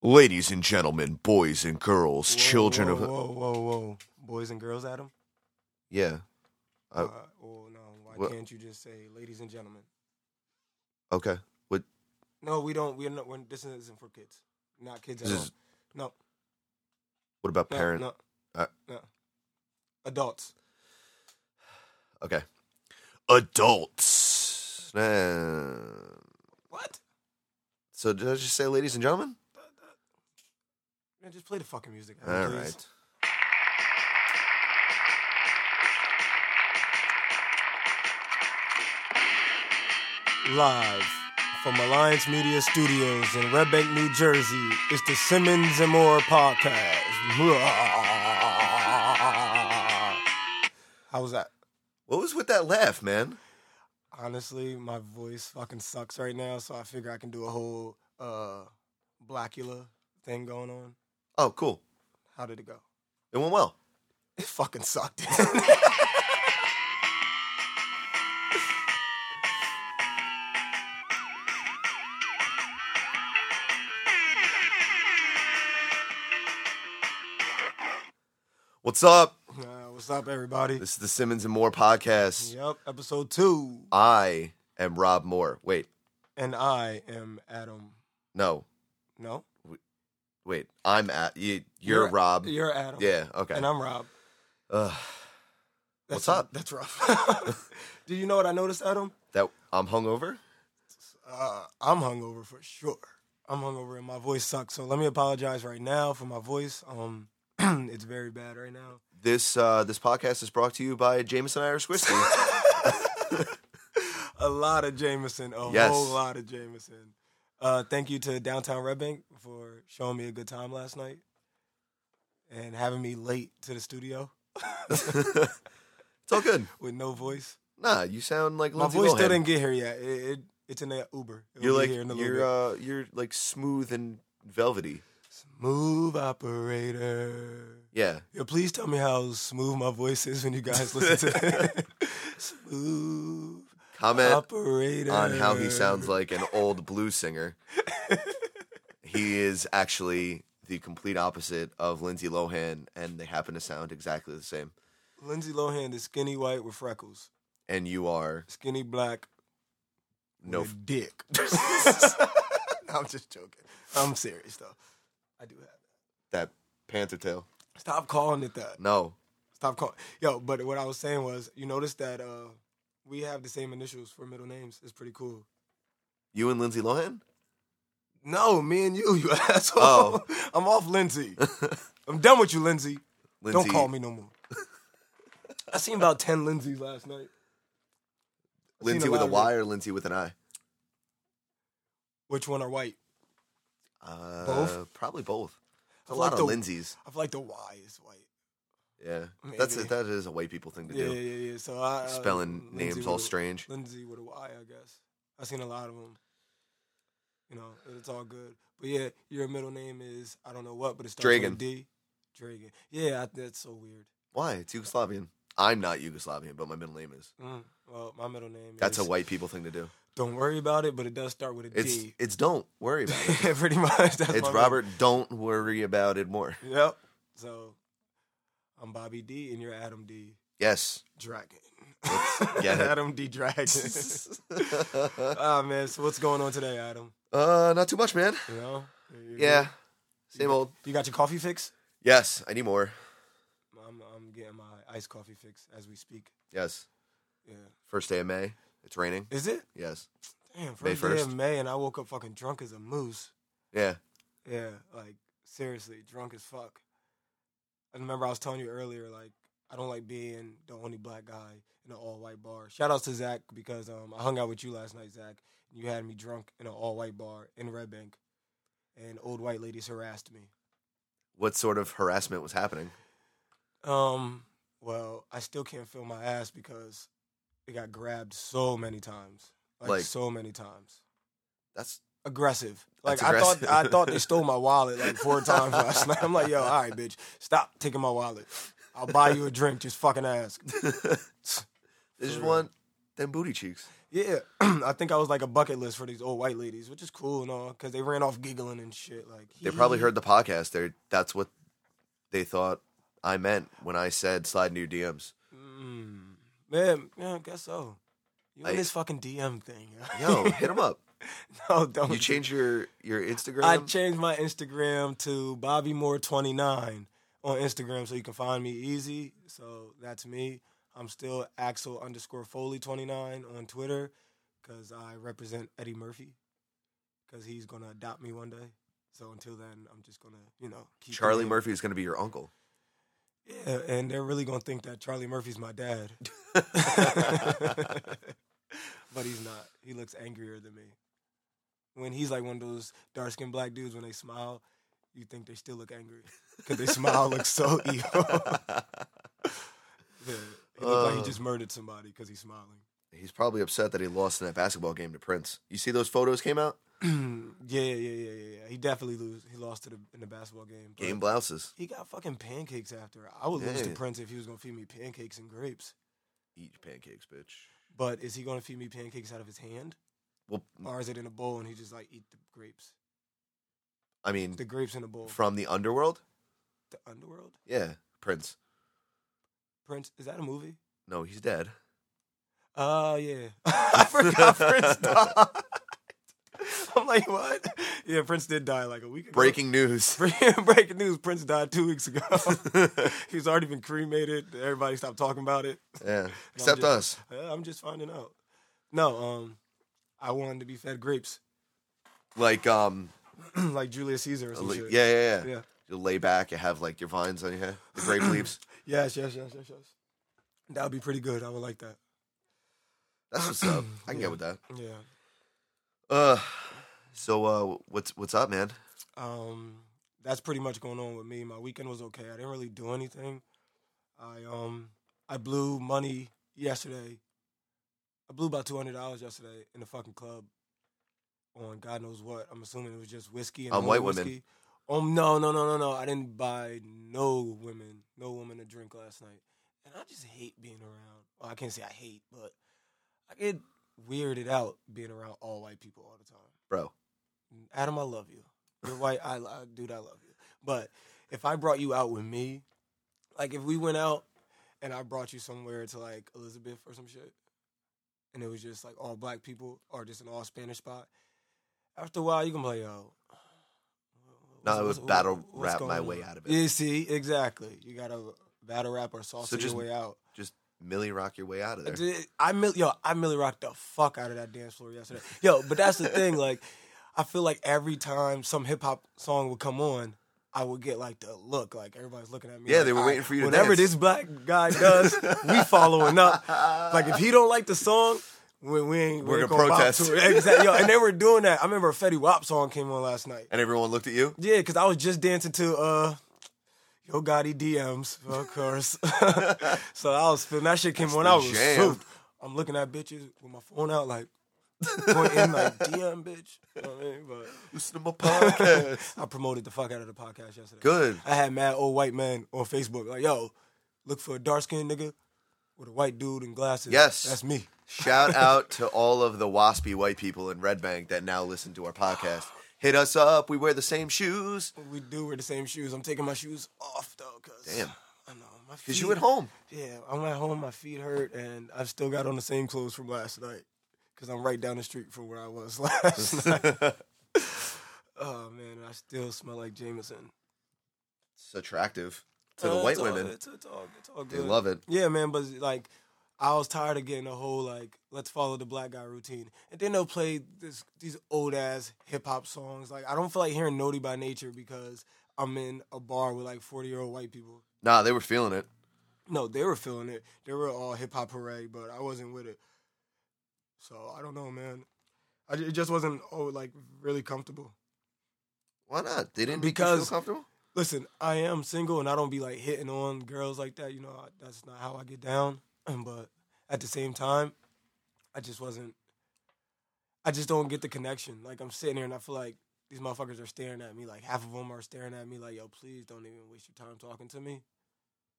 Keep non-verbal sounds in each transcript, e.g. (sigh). Ladies and gentlemen, boys and girls, Whoa, children whoa, of Whoa, whoa, whoa. Boys and girls, Adam? yeah. Uh, Uh, oh, no. Why what- can't you just say, ladies and gentlemen? Okay. What No, we don't. We're not. We're, this isn't for kids. Not kids at This all. is- No, what about no, parent? no, uh, no. Adults. Okay. Adults. Nah. What? So did I just say, ladies and gentlemen? Man, just play the fucking music. All Adam, right. please. Live from Alliance Media Studios in Red Bank, New Jersey, it's the Simmons and Moore podcast. How was that? What was with that laugh, man? Honestly, my voice fucking sucks right now, so I figure I can do a whole uh Blackula thing going on. Oh, cool. How did it go? (laughs) It went well. It fucking sucked. (laughs) What's (laughs) up? Uh, what's up, everybody? This is the Simmons and Moore podcast. Yep, episode two. I am Rob Moore. Wait, And I am Adam. no, No? wait. I'm at you. You're, Rob. You're Adam. yeah. Okay. And I'm Rob. Ugh, That's, What's up? (laughs) That's rough. Do you know what I noticed, Adam? that I'm hungover. Uh, I'm hungover for sure. I'm hungover and my voice sucks. So let me apologize right now for my voice. Um, (clears throat) it's very bad right now. This uh, this podcast is brought to you by Jameson Irish (laughs) Whiskey. a lot of Jameson. A Yes. whole lot of Jameson. Uh, thank you to Downtown Red Bank for showing me a good time last night and having me late to the studio (laughs) it's all good. with no voice. Nah, you sound like My Lindsay voice Lohan. still didn't get here yet. It, it, it's in the Uber. It'll You're be like here in a little you're bit. uh, you're like smooth and velvety. Smooth operator. Yeah. Yo, please tell me how smooth my voice is when you guys listen to (laughs) it. (laughs) smooth Comment operator. on how he sounds like an old blues singer. (laughs) he is actually the complete opposite of Lindsay Lohan, and they happen to sound exactly the same. Lindsay Lohan is skinny white with freckles, And you are skinny black, no. (laughs) with dick. (laughs) I'm just joking. I'm serious though. I do have. It. that panther tail. Stop calling it that. No. Stop calling. Yo, but what I was saying was, you notice that uh, we have the same initials for middle names. It's pretty cool. You and Lindsay Lohan? No, me and you, (laughs) you asshole. Oh. (laughs) I'm (laughs) off Lindsay. I'm done with you, Lindsay. Lindsay, Don't call me no more. (laughs) I seen about 10 Lindsays last night. Lindsay seen a with a lot Y of or Lindsay with an I? Which one are white? Uh, Both? Probably both. A I feel lot like of the, Lindsay's. I feel like the Y is white. Yeah. That's a, Maybe. that is a white people thing to Yeah, do. yeah, yeah. So I. uh, Spelling Lindsay names with all a- strange. Lindsay with a Y, I guess. I seen a lot of them. You know, it's all good. But yeah, your middle name is, I don't know what, but it starts with a Dragan. D. Dragon. Yeah, I, that's so weird. Why? It's Yugoslavian. I'm not Yugoslavian, but my middle name is. Mm. Well, my middle name That's is. a white people thing to do. Don't worry about it, but it does start with a D. It's it's don't worry (laughs) about it. (laughs) pretty much. That's It's my Robert. Don't worry about it more. name. Yep. So I'm Bobby D, and you're Adam D. (laughs) Yes. Dragon. (laughs) get it. Adam D. Dragon. (laughs) uh, Ah man, so what's going on today, Adam? not too much, man. You know? You- you- Yeah. Same old. You got your coffee fix? Yes, I need more. I'm, I'm getting my iced coffee fix as we speak. Yes. Yeah. First day of May. It's raining. Is it? Yes. Damn, May first day 1st. of May, and I woke up fucking drunk as a moose. Yeah. Yeah, like seriously, drunk as fuck. I remember I was telling you earlier, like I don't like being the only black guy in an all white bar. Shout outs to Zach because um, I hung out with you last night, Zach. And you had me drunk in an all white bar in Red Bank, and old white ladies harassed me. What sort of harassment was happening? Um, well, I still can't feel my ass because it got grabbed so many times, Like- like so many times. That's (laughs) aggressive. Like That's I thought, I aggressive. thought they stole my wallet (laughs) like four times last night. I'm like, yo, all right, bitch, stop taking my wallet. I'll buy you a drink. Just fucking ask. they For just real. want them booty cheeks. Yeah, (clears throat) I think I was like a bucket list for these old white ladies, which is cool and all, because they ran off giggling and shit. Like They probably heard the podcast. They that's what they thought I meant when I said slide into your DMs. Mm, man, yeah, I guess so. You I- and this fucking DM thing? Yo, hit them up. (laughs) no, don't. You change your your Instagram. Oh, I changed my Instagram to Bobby Moore twenty nine on Instagram, so you can find me easy. So that's me. I'm still Axel underscore Foley twenty nine on Twitter because I represent Eddie Murphy because he's gonna adopt me one day. So until then, I'm just gonna you know keep Charlie doing- Murphy is going to be your (laughs) uncle. Yeah, and they're really gonna think that Charlie Murphy's my dad, but he's not. He looks angrier than me. When he's like one of those dark skinned black dudes, when they smile, you think they still look (laughs) angry because they smile looks so evil. (laughs) yeah, he looks like he Uh. just murdered somebody because he's smiling. (laughs) (clears throat) He's probably upset that he lost in that basketball game to Prince. You see those photos came out? yeah, yeah, yeah, yeah, yeah, yeah. He definitely lose. He lost to the, in the basketball game. but Game blouses. He got fucking pancakes after. I would lose to Yeah. Prince if he was gonna feed me pancakes and grapes. Eat your pancakes, bitch. But is he gonna feed me pancakes out of his hand? Well, or is it in a bowl and he just like eat the grapes? I mean, The grapes in a bowl. from the underworld. the underworld. Yeah, Prince. Prince is that a movie? No, he's dead. (laughs) Oh yeah, (laughs) I forgot Prince died. I'm like what? Yeah, Prince did die like a week ago. Breaking news. (laughs) breaking news: Prince died two weeks ago. (laughs) He's already been cremated. Everybody stopped talking about it. Yeah, except us. Uh, I'm just finding out. No, um, I wanted to be fed grapes (clears throat) Like, um, like Julius Caesar or a some le- shit. yeah, yeah, yeah. Yeah. You lay back. You have like your vines on your head, the (clears throat) grape leaves. Yes, yes, yes, yes, yes. That would be pretty good. I would like that. That's what's up. I can Yeah. get with that. Yeah. Uh, so uh, what's what's up, man? um, that's pretty much going on with me. My weekend was okay. I didn't really do anything. I um I blew money yesterday. I blew about two hundred dollars yesterday in the fucking club on God knows what. I'm assuming it was just whiskey and On only white women. whiskey. Um no no no no no. I didn't buy no women no woman a drink last night, and I just hate being around. Well, I can't say I hate, but I get weirded out being around all white people all the time. Bro, Adam, I love you. You're white. I, I dude, I love you. But if I brought you out with me, like if we went out and I brought you somewhere to like Elizabeth or some shit, and it was just like all black people or just an all Spanish spot, after a while you can be like, yo. No, what's- I would what's- battle what's rap my going way on? out of it. You see, exactly. You gotta battle rap or sauce So just- your way out. just Millie rock your way out of there. Dude, I mill yo, I Millie rocked the fuck out of that dance floor yesterday. Yo, but that's the thing. Like, I feel like every time some hip hop song would come on, I would get like the look. Like everybody's looking at me. Yeah, like, they were "All waiting for you to Whatever dance." this black guy does, (laughs) we following up. Like if he don't like the song. We, we ain't, We're we ain't gonna bop protest. To it. Exactly. Yo, and they were doing that. I remember a Fetty Wap song came on last night. (laughs) and everyone looked at you. Yeah, because I was just dancing to uh, Yo Gotti DMs, of course. (laughs) so I was feeling that shit came on. the I was jam. spooked. I'm looking at bitches with my phone out, like pointing, like DM, bitch. You know what I mean? But Listen to my (laughs) podcast. I promoted the fuck out of the podcast yesterday. Good. I had mad old white man on Facebook, like, yo, look for a dark skinned nigga with a white dude and glasses. Yes. that's me. Shout out to all of the waspy white people in Red Bank that now listen to our (gasps) podcast. Hit us up. We wear the same shoes. We do wear the same shoes. I'm taking my shoes off though, cause Damn. I know my Cause you feet- at (laughs) home. Yeah, I'm at home. My feet hurt, and I've still got on the same clothes from last night because I'm right down the street from where I (laughs) was (laughs) last night. Oh man, I still smell like Jameson. It's attractive to Uh, the white it's all- women. it's, it's all, it's all They good. love it. Yeah, man, but like, I was tired of getting a whole like, let's follow the black guy routine, and then they'll play this these old ass hip hop songs. Like, I don't feel like hearing Noti by Nature because I'm in a bar with like 40 year old white people. Nah, they were feeling it. No, they were feeling it. They were all hip hop hooray, but I wasn't with it. So I don't know, man. I, ju- it just wasn't oh like really comfortable. Why not? They didn't make you Because- feel comfortable. Listen, I am single and I don't be like hitting on girls like that. You know, I, that's not how I get down. (clears throat) But at the same time, I just wasn't. I just don't get the connection. Like I'm sitting here and I feel like these motherfuckers are staring at me. Like half of them are staring at me. Like yo, please don't even waste your time talking to me,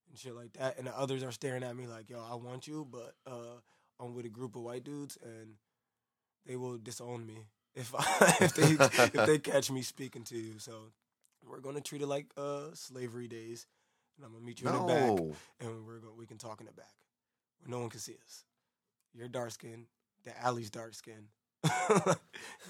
and shit like that. And the others are staring at me like yo, I want you, but uh, I'm with a group of white dudes, and they will disown me if I, (laughs) if they if they catch me speaking to you. So we're gonna treat it like uh slavery days, and I'm gonna meet you in the back, No. and we're going we can talk in the back where no one can see us. You're dark skinned The alley's dark skinned (laughs)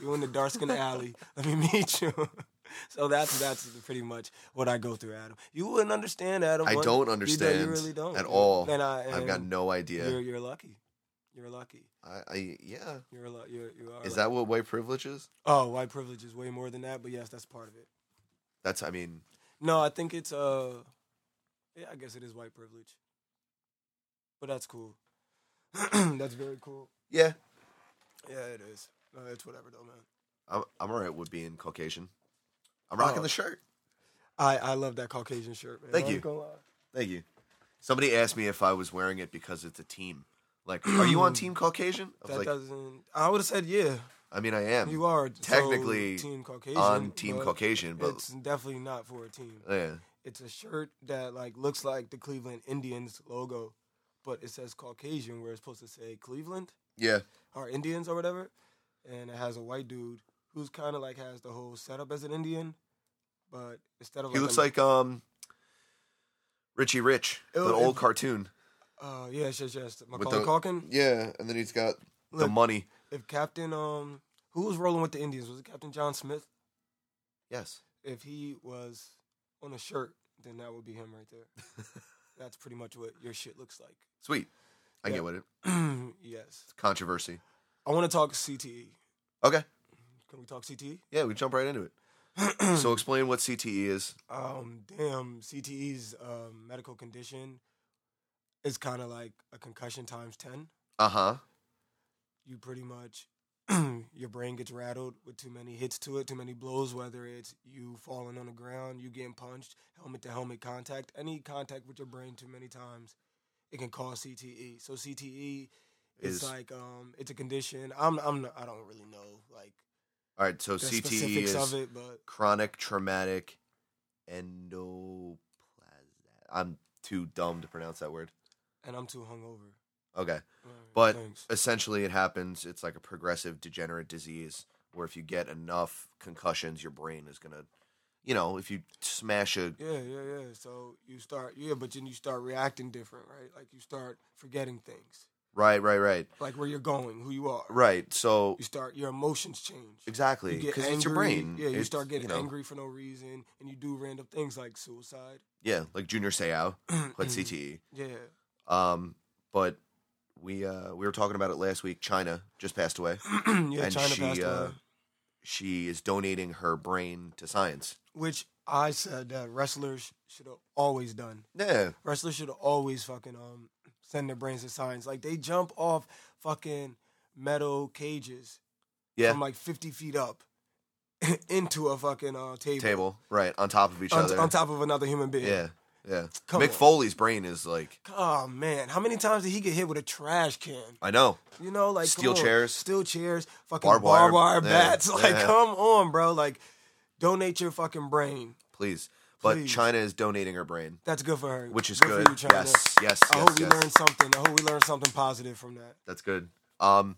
you in the dark skinned alley. (laughs) Let me meet you. (laughs) so that's that's pretty much what I go through, Adam. You wouldn't understand, Adam. I but don't You, don't- understand you really don't at all. And I, I've got and no idea. You're, you're lucky. You're lucky. I, I yeah. You're a lot. You're, you are. Is lucky. that what white privilege is? Oh, white privilege is way more than that, but yes, that's part of it. That's I mean, No, I think it's uh, yeah, I guess it is white privilege, but that's cool. (clears throat) that's very cool. yeah. Yeah, it is. No, it's whatever though, man. I'm I'm alright with being Caucasian. I'm rocking Oh. the shirt. I I love that Caucasian shirt, man. Thank I ain't you. gonna lie. Thank you. Somebody asked me if I was wearing it because it's a team. Like, are you (clears throat) on team Caucasian? I was That like, doesn't. I would have said yeah. I mean, I am You are so technically team Caucasian. on team but Caucasian, but It's definitely not for a team. yeah, It's a shirt that like looks like the Cleveland Indians logo, but it says Caucasian where it's supposed to say Cleveland. yeah, are Indians or whatever, and it has a white dude who's kind of like has the whole setup as an Indian, but instead of He looks a- like um Richie Rich, Oh, the old if- (laughs) cartoon. uh yeah yes yes, yes With Macaulay the- Culkin. Yeah, and then he's got the Look. money. If Captain um who was rolling with the Indians was it Captain John Smith? Yes, If he was on a shirt, then that would be him right there. (laughs) That's pretty much what your shit looks like. sweet. I Yeah. get what it. (clears throat) yes, Controversy. I want to talk CTE. Okay, Can we talk E? CTE? yeah, we jump right into it. (clears throat) Hmm. so explain what CTE is. Um, damn, CTE's um, medical condition is kind of like a concussion times ten. Uh huh. you pretty much (clears throat) your brain gets rattled with too many hits to it, too many blows, whether it's you falling on the ground, you getting punched, helmet to helmet contact, any contact with your brain too many times, it can cause CTE. So CTE is Is- like um it's a condition. I'm I'm not, I don't really know like All right, so the CTE specifics is of it, but chronic traumatic endoplasm. I'm too dumb to pronounce that word. and I'm too hungover. Okay. Alright, But- thanks. essentially it happens it's like a progressive degenerate disease where if you get enough concussions your brain is gonna you know if you smash a Yeah, yeah, yeah. So you start yeah, but then you start reacting different, right? Like you start forgetting things, right right right like where you're going, who you are. right so you start your emotions change. exactly You get because it's your angry. brain Yeah, you It's, start getting know, angry for no reason, and you do random things like suicide. (clears throat) Mm-hmm. yeah like junior Seau had Mm. cte Yeah, E. (clears throat) um but we uh we were talking about it last week china just passed away yeah. And China she, passed uh, away. she is donating her brain to science Which I said that wrestlers should have always done. yeah Wrestlers should have always fucking um send their brains to science. Like they jump off fucking metal cages yeah from like fifty feet up (laughs) into a fucking uh, table, table right on top of each on, other on top of another human being. yeah yeah Come mick on. foley's brain is like Oh man, how many times did he get hit with a trash can? i know You know, like come Steel on. chairs. steel chairs, fucking Barbed barbed wire. wire, Yeah, bats. (laughs) Like, yeah. come on, bro. Like, donate your fucking brain. please. But Please. China is donating her brain, That's good for her. which is Good good. for you, China. yes, yes, I yes, yes. hope we learned something. I hope we learned something positive from that. That's good. Um,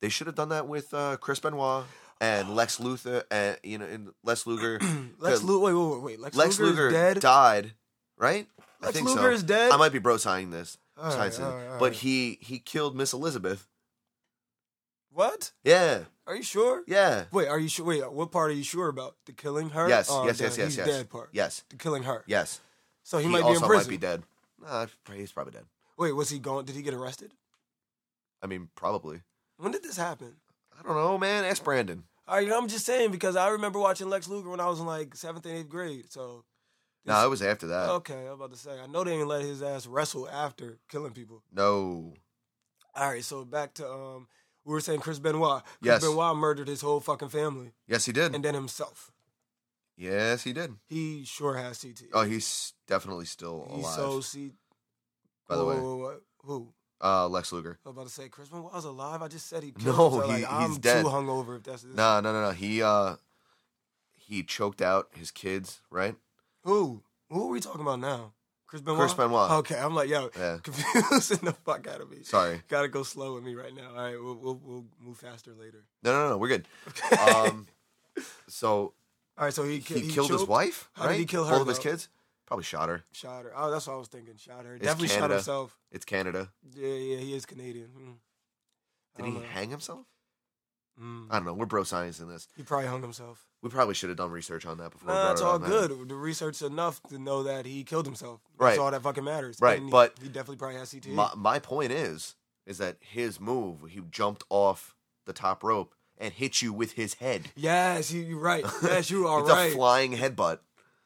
they should have done that with uh, Chris Benoit and Lex Luthor, and you know, and Les Luger. (clears throat) Lex The- Luger, wait, wait, wait, wait. Lex, Lex Luger, Luger is dead. died, right? I Lex think so. Luger is dead? I might be bro signing this, All right, signing all right, all but right. he he killed Miss Elizabeth. what? Yeah, Are you sure? yeah, Wait, are you sure? Wait, what part are you sure about? The killing her? yes, Oh, yes, damn, yes, yes, he's yes, dead part. yes, The killing her. yes. So he, He, might be in also prison. might be dead. Nah, he's probably dead. Wait, was he going? Did he get arrested? I mean, probably. When did this happen? I don't know, man. Ask Brandon. All right, I'm just saying because I remember watching Lex Luger when I was in like seventh and eighth grade. So No, nah, it was after that. okay, I'm about to say I know they ain't let his ass wrestle after killing people. No. All right, so back to um, we were saying Chris Benoit. Chris Yes. Benoit murdered his whole fucking family Yes, he did. and then himself. Yes, he did. He sure has CT. Oh, he's definitely still alive. he's so C. by the whoa, way, whoa, whoa, whoa. who? uh, Lex Luger. I was about to say Chris Benoit's alive. I just said he. Killed No, himself. he- like, I'm he's dead. Too hungover. If that's No, no, no, no. He uh, he choked out his kids. Right? who? Who are we talking about now? Chris Benoit. Chris Benoit. Okay, I'm like, yo, (laughs) Yeah. confusing the fuck out of me. Sorry. Gotta go slow with me right now. All right, we'll we'll, we'll move faster later. (laughs) No, no, no. We're good. Um, so All right, so he, he, ki- killed his choked, wife, How right? did he kill her, Both of his though? kids. Probably shot her. Shot her. Oh, that's what I was thinking. Shot her. Definitely shot Canada. himself. It's Canada. Yeah, yeah, he is Canadian. Mm. I Did don't he know. hang himself? Mm. I don't know. We're bro science in this. He probably hung himself. We probably should have done research on that before. we Nah, brought it's it all up, man. good. The research's enough to know that he killed himself. That's Right. all that fucking matters. Right, And he- but- he definitely probably has E. CTE. My, my point is, is that his move, he jumped off the top rope and hit you with his head. yes, you, (laughs) you're right. Yes, you are it's right. a flying headbutt.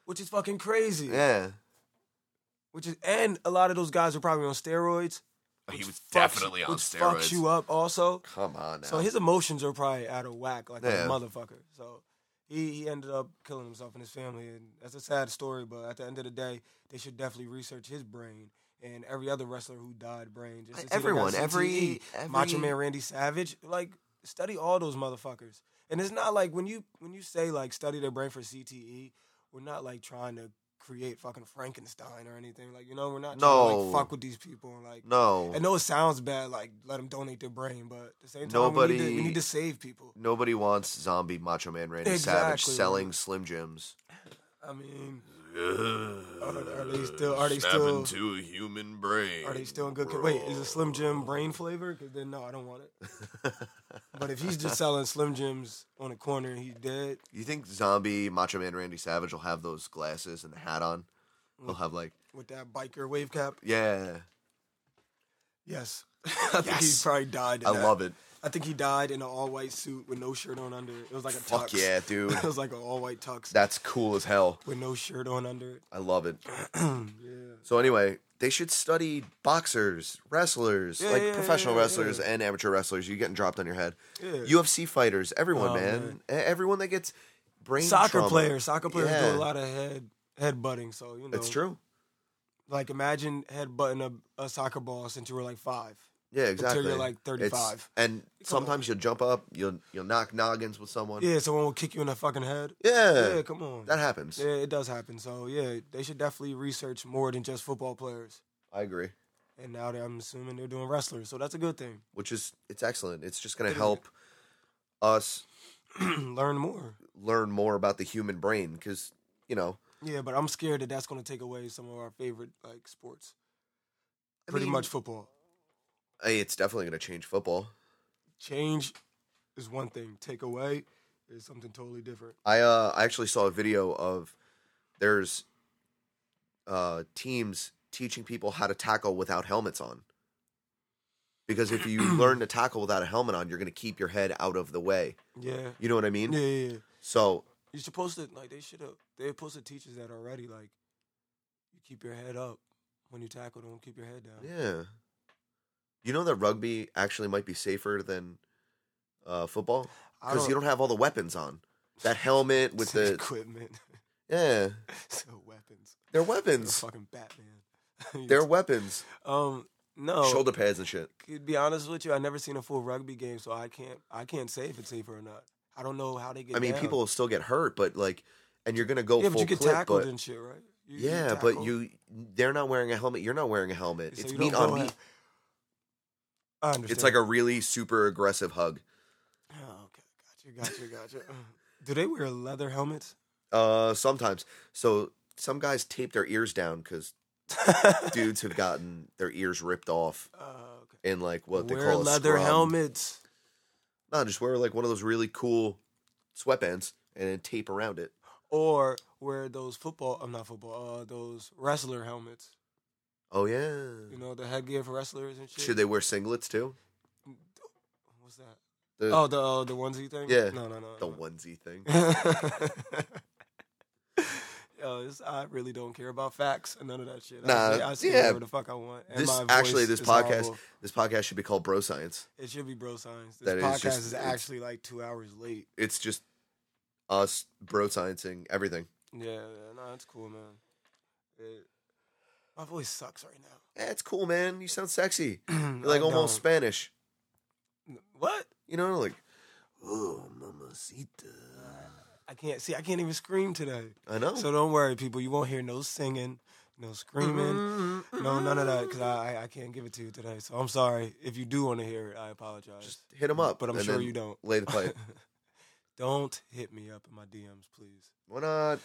which is fucking crazy. Yeah. Which is, and a lot of those guys are probably on steroids. He which was fucks- definitely on which steroids. Fucks you up also. Come on now. So his emotions are probably out of whack, like Yeah. a motherfucker. So he, he ended up killing himself and his family, and that's a sad story. But at the end of the day, they should definitely research his brain and every other wrestler who died brain. Just to see they got everyone, CTE. every, every Macho Man Randy Savage, like study all those motherfuckers. And it's not like when you when you say like study their brain for CTE, we're not like trying to create fucking Frankenstein or anything. Like you know, we're not trying to No. like fuck with these people and like No, I know it sounds bad, like let them donate their brain, but at the same time, we, need Nobody- to, we need to save people. nobody wants zombie Macho Man Randy Savage Exactly. selling Slim Jims. I mean, Are they still- are they still- to a human brain? are they still in good? co- Wait, is it Slim Jim brain flavor? Because then no, I don't want it. (laughs) But if he's just selling Slim Jims on the corner and he's dead, You think zombie Macho Man Randy Savage will have those glasses and the hat on? He'll Mm. have like, with that biker wave cap, yeah, yes, (laughs) I think he Yes. probably died. In I that. love it. I think he died in an all white suit with no shirt on under. it. It was like a Fuck tux. (laughs) yeah, (laughs) dude. it was like an all white tux That's cool as hell. with no shirt on under. it. I love it. (clears throat) Yeah. So anyway, they should study boxers, wrestlers, Yeah, like yeah, professional yeah, yeah. wrestlers and amateur wrestlers. You getting dropped on your head. Yeah. UFC fighters, everyone, Oh, man, E- everyone that gets brain soccer trauma. players, soccer players Yeah. do a lot of head headbutting. So you know, It's true. Like imagine headbutting a, a soccer ball since you were like five. Yeah, exactly. Until you're like It's- 35. and sometimes you'll jump up, you'll you'll knock noggins with someone. Yeah, Yeah, someone will kick you in the fucking head. Yeah, come on. Um, that happens. yeah, it does happen. So yeah, they should definitely research more than just football players. I agree. And now that I'm assuming they're doing wrestlers, so that's a good thing. (clears throat) Which is it's excellent. It's just going It to is. help us Learn more. learn more about the human brain because you know Yeah, but I'm scared that that's going to take away some of our favorite like sports. I Pretty mean, much football. hey, it's definitely going to change football. Change is one thing. Take away is something totally different. I uh I actually saw a video of there's uh teams teaching people how to tackle without helmets on. Because if (clears throat) you learn to tackle without a helmet on, you're going to keep your head out of the way. Yeah. You know what I Yeah, mean? yeah, yeah. So, You're supposed to like they should have they're supposed to teach us that already. Like you keep your head up when you tackle, don't keep your head down. yeah. You know that rugby actually might be safer than uh, football I because you don't have all the weapons on. That (laughs) helmet with It's an the equipment. (laughs) yeah, so weapons. they're They're weapons. fucking Batman. (laughs) They're weapons. um no Shoulder pads and shit. to be honest with you, I never seen a full rugby game, so I can't I can't say if it's safer or not. I don't know how they get I mean, down. people will still get hurt, but like, and you're gonna go Yeah, full but you get clip, tackled but and shit, right? You- you yeah, get but tackled. you they're not wearing a helmet. You're not wearing a helmet. So it's you meat don't on know meat. how- I understand. It's like a really super aggressive hug. Oh, okay, gotcha, gotcha, gotcha. (laughs) Do they wear leather helmets? Uh, sometimes. So some guys tape their ears down because (laughs) dudes have gotten their ears ripped off Uh, okay. in like what they wear call a leather scrum. helmets. No, just wear like one of those really cool sweatbands and then tape around it. Or wear those football, I'm not football, uh, those wrestler helmets. Oh yeah. You know, the headgear for wrestlers and shit. Mm, Should they wear singlets too? What's that? The oh, the uh, the onesie thing? Yeah. No, no, no. the no. onesie thing. (laughs) Yo, this, I really don't care about facts and none of that shit. Nah, I, say- I say yeah. whatever the fuck I want. And This my voice actually, this is podcast, horrible. this podcast should be called Bro Science. It should be bro science. This That is podcast just- is it's- actually like two hours late. it's just us bro sciencing everything. Yeah, yeah, no, that's cool, man. It- my voice sucks right now. Yeah, Eh, it's cool, man. You sound sexy. (clears throat) You're I like almost don't. Spanish. What? You know, like oh mamacita. I can't see. I can't even scream today. I know. So don't worry, people. You won't hear no singing, no screaming, Mm-hmm. no none of that because I I- I can't give it to you today. So I'm sorry if you do want to hear it. I apologize. Just hit him up. but I'm and sure then you don't. Lay the (laughs) pipe. don't hit me up in my DMs, please. Why not?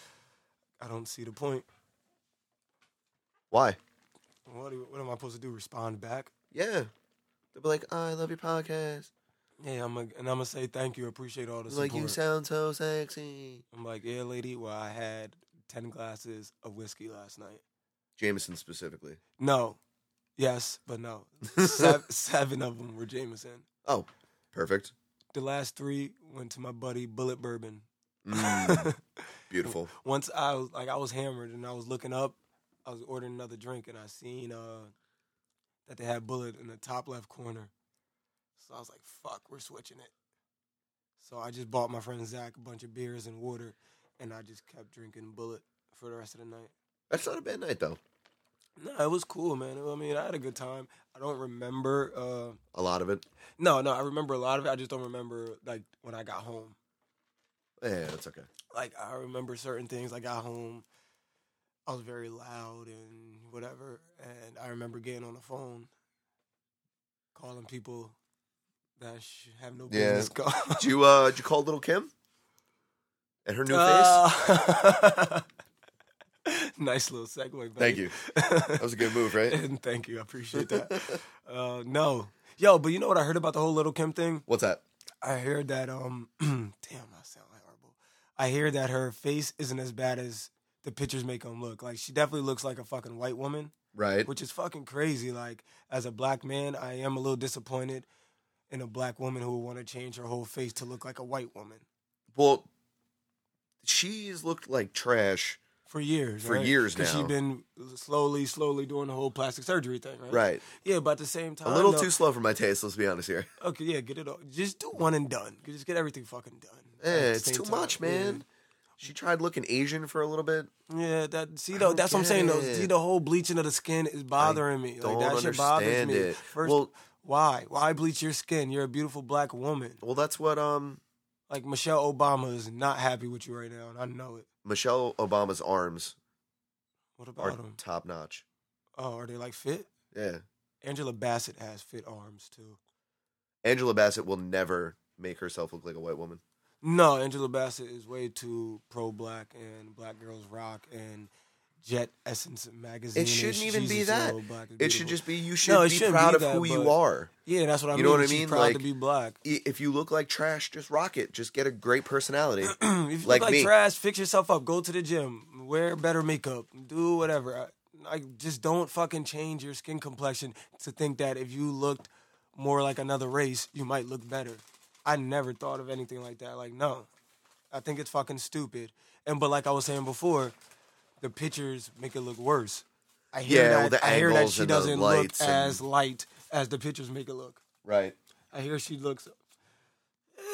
I don't see the point. Why? What do- what am I supposed to do? Respond back? Yeah. They'll be like, I love your podcast. Yeah, I'm a, and I'm gonna say thank you. Appreciate all the support. Like, you sound so sexy. I'm like, yeah, lady. Well, I had ten glasses of whiskey last night. Jameson specifically. No, yes, but no. Seven, seven of them were Jameson. Oh, (laughs) perfect. The last three went to my buddy Bullet Bourbon. Mm, beautiful. (laughs) Once I was like, I was hammered and I was looking up. I was ordering another drink and I seen uh, that they had Bullet in the top left corner. So I was like, "Fuck, we're switching it." So I just bought my friend Zach a bunch of beers and water, and I just kept drinking Bullet for the rest of the night. That's not a bad night, though. No, it was cool, man. I mean, I had a good time. I don't remember. Uh, A lot of it. No, no, I remember a lot of it. I just don't remember like when I got home. Yeah, that's okay. Like I remember certain things. I got home, I was very loud and whatever, and I remember getting on the phone, calling people that I sh- have no Yeah. business calling. (laughs) Did you, uh, did you call little Kim? At her new face? Uh, (laughs) nice little segue. Buddy. Thank you. That (laughs) was a good move, right? and thank you. I appreciate that. uh, no, yo, but you know what I heard about the whole Little Kim thing? What's that? I heard that um (clears throat) damn I sound horrible. I hear that her face isn't as bad as the pictures make them look. Like she definitely looks like a fucking white woman, Right. which is fucking crazy. Like as a black man, I am a little disappointed in a black woman who would want to change her whole face to look like a white woman Well, she's looked like trash. for years. For years now. she's been slowly, slowly doing the whole plastic surgery thing, right? Right. Yeah, but at the same time, A little though- too slow for my taste, let's be honest here. Okay, yeah, get it all. Just do one and done. Just get everything fucking done. Eh, At the it's same too time. much, man. Yeah. She tried looking Asian for a little bit. Yeah, that see I though. don't That's what I'm get saying though. it. See the whole bleaching of the skin is bothering me. Like don't that shit bothers understand me. it. First, Well- why? Why bleach your skin? You're a beautiful black woman. Well, that's what um Like Michelle Obama is not happy with you right now, and I know it. Michelle Obama's arms What are about them? top notch. Oh, are they like fit? Yeah. Angela Bassett has fit arms too. Angela Bassett will never make herself look like a white woman. No, Angela Bassett is way too pro black and black girls rock and Jet Essence magazine. It shouldn't even be Jesus, that. Lil Black is It should beautiful. just be you should No, it be shouldn't proud be of that, who you but- are. yeah. That's what I You mean. know what I She's mean? proud to Like, be black. I- If you look like trash, just rock it. Just get a great (clears throat) personality. if you Like look like me. trash, fix yourself up. Go to the gym. Wear better makeup. Do whatever. I, I just don't fucking change your skin complexion to think that if you looked more like another race, you might look better. I never thought of anything like that. Like no, I think it's fucking stupid. And but like I was saying before, the pictures make it look worse. I hear Yeah, that. well, the I hear that angles she and the doesn't look lights and- as light as the pictures make it look. right. I hear she looks.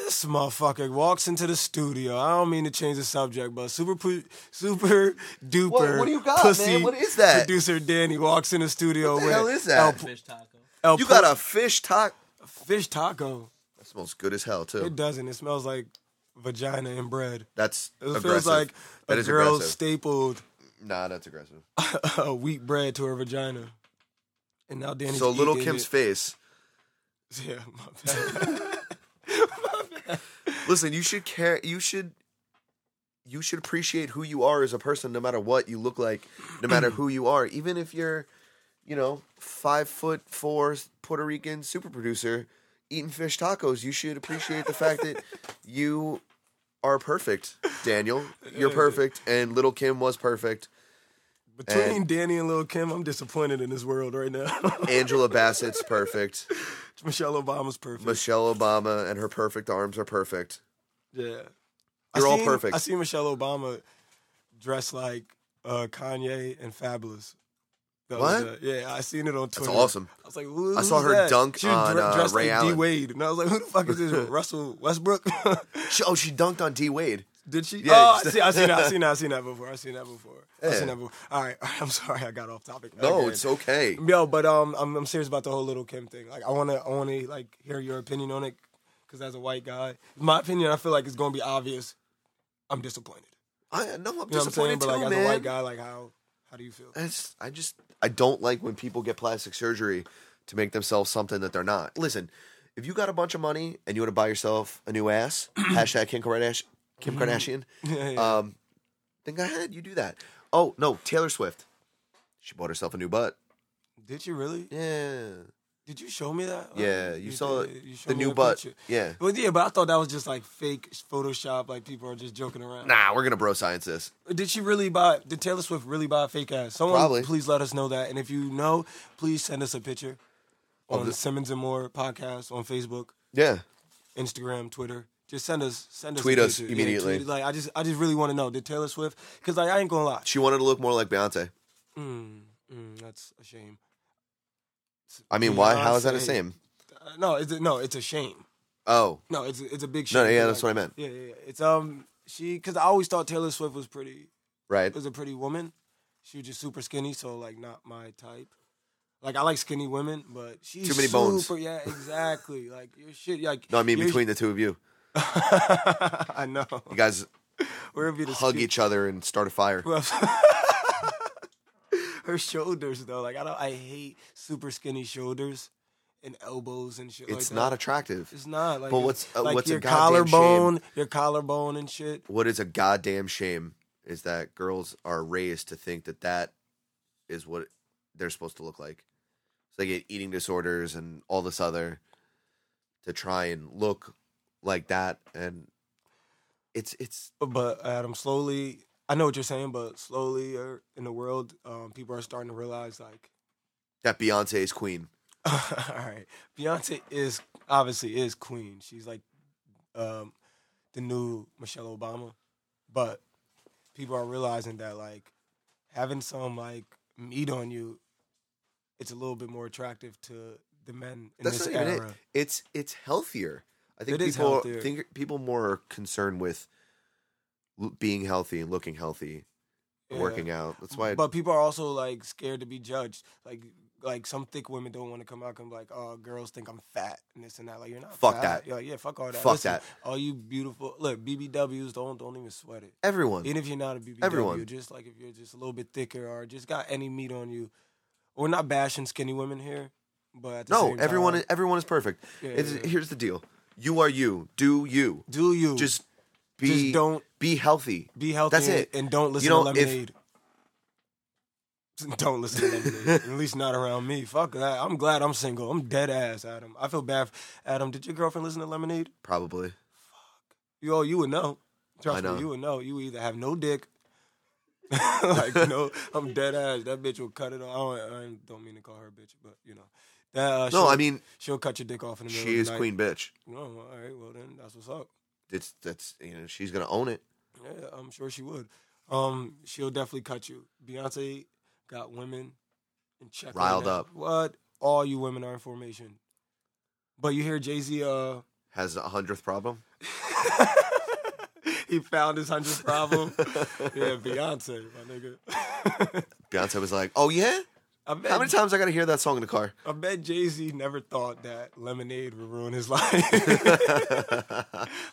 This motherfucker walks into the studio. I don't mean to change the subject, but super pu- super duper What- what do you got, pussy man? What is that? Producer Danny walks in the studio What the with hell is that? Fish taco. El You got a fish taco. fish taco. That smells good as hell too. It doesn't. It smells like vagina and bread. That's It aggressive. feels like That a is girl aggressive. stapled nah, that's aggressive. a wheat bread to her vagina, and now Danny's So little eating Kim's it. face. (laughs) yeah, my bad. Listen, you should care. You should. You should appreciate who you are as a person, no matter what you look like, no matter who you are. Even if you're, you know, five foot four Puerto Rican super producer eating fish tacos, you should appreciate the fact (laughs) that you are perfect, Daniel. You're perfect, and Little Kim was perfect. Between And- Danny and Lil Kim, I'm disappointed in this world right now. (laughs) Angela Bassett's perfect. Michelle Obama's perfect. Michelle Obama and her perfect arms are perfect. yeah, I You're all seen- perfect. I see Michelle Obama dressed like uh, Kanye and Fabulous. That was, What? uh, yeah, I seen it on Twitter. That's awesome. I was like, who, I saw who's her that? dunk she was on, dre- uh, dressed Ray like D Allen. Wade, and I was like, who the (laughs) fuck is this? Russell Westbrook? (laughs) She- Oh, she dunked on D Wade. Did she? (laughs) Yeah, oh, I just- see, I seen that. I seen that. I seen that before. I seen that before. I Yeah. seen that before. All right, (laughs) I'm sorry, I got off topic. No, Again. it's okay. Yo, but um, I'm, I'm serious about the whole little Kim thing. Like, I wanna, I wanna like hear your opinion on it, because as a white guy, my opinion, I feel like it's gonna be obvious. I'm disappointed. I no, I'm You know what I'm disappointed saying? But like, too, as man. a white guy, like how How do you feel? It's, I just I don't like when people get plastic surgery to make themselves something that they're not. Listen, if you got a bunch of money and you want to buy yourself a new (clears throat) ass, hashtag Kim Kardashian, Kim Mm-hmm. (laughs) Kardashian, (laughs) yeah, yeah. um, then go ahead, you do that. Oh no, Taylor Swift, she bought herself a new butt. Did you really? Yeah, Did you show me that? Or yeah, you saw did- you showed the me new a butt. picture? Yeah, Well, yeah, but I thought that was just like fake Photoshop. Like people are just joking around. nah, we're gonna bro science this. Did she really buy? Did Taylor Swift really buy a fake ass? Someone, Probably. please let us know that. And if you know, please send us a picture Of on the- Simmons and More podcast on Facebook, Yeah, Instagram, Twitter. Just send us, send us, a Tweet us picture. Yeah, immediately. tweet it. like I just, I just really want to know. Did Taylor Swift? Because like I ain't gonna lie. she wanted to look more like Beyonce. Mm, mm, that's a shame. I mean, why? How is that the same? Beyonce. Uh, no, it's a, no, it's a shame. Oh, No, it's a, it's a big shame. No, yeah, Like, that's what I meant. Yeah, yeah, yeah. It's um, she because I always thought Taylor Swift was pretty. right. was a pretty woman. She was just super skinny, so like not my type. Like I like skinny women, but she's Too many super, bones. Yeah, exactly. (laughs) Like your shit. Like No, I mean your- between the two of you, (laughs) I know. you guys Where be the hug skin- each other and start a fire. (laughs) Her shoulders though, like I don't. I hate super skinny shoulders and elbows and shit. It's like uh, not That. attractive. It's not. Like But your- what's- uh, like what's a your goddamn shame- collarbone, your collarbone and shit. What is a goddamn shame is that girls are raised to think that that is what they're supposed to look like. So they get eating disorders and all this other to try and look like that, and it's it's but Adam, slowly, I know what you're saying, but slowly er, in the world, um, people are starting to realize like, (laughs) that Beyonce is queen. all right, Beyonce is obviously is queen. She's like um, the new Michelle Obama, but people are realizing that like having some like meat on you, it's a little bit more attractive to the men in That's this not even era. it. It's it's healthier. I think It is people healthier. think people more are concerned with l- being healthy and looking healthy, and Yeah. working out. That's why. But people are also like scared to be judged. Like like some thick women don't want to come out and be like, "Oh, girls think I'm fat and this and that." Like you're not. Fuck fat. that. You're like, yeah, fuck all that. Fuck Listen, that. All you beautiful look BBWs don't don't even sweat it. everyone. Even if you're not a BBW, Everyone. just like if you're just a little bit thicker or just got any meat on you. We're not bashing skinny women here, but at the No, same everyone time- is, everyone is perfect. Yeah, It's- yeah, yeah. Here's the deal: you are you. Do you do you just be just don't be healthy? be healthy That's it. and don't listen know, to if- lemonade. (laughs) don't listen to lemonade. (laughs) At least not around me. Fuck that. I'm glad I'm single. I'm dead ass, Adam. I feel bad. f- Adam, did your girlfriend listen to lemonade? Probably. You all you would know. Trust I know. me, you would know. You either have (laughs) no dick. (laughs) like no, I'm dead ass. That bitch will cut it off. I don't, I don't mean to call her a bitch, but you know. That, uh, No, she'll- I mean she'll cut your dick off in the middle. she of is the night. queen bitch. No, all right. Well then, that's what's up. It's that's you know she's gonna own it. Yeah, I'm sure she would. Um, she'll definitely cut you. Beyonce got women and check right Riled now. up. What? All you women are in formation. But you hear Jay Z. Uh, (laughs) Has a hundredth problem. he found his hundredth (laughs) problem. yeah, Beyonce, my nigga. (laughs) Beyonce was like, "Oh yeah, I how many bet, times I gotta hear that song in the car?" (laughs) I bet Jay Z never thought that lemonade would ruin his (laughs) life.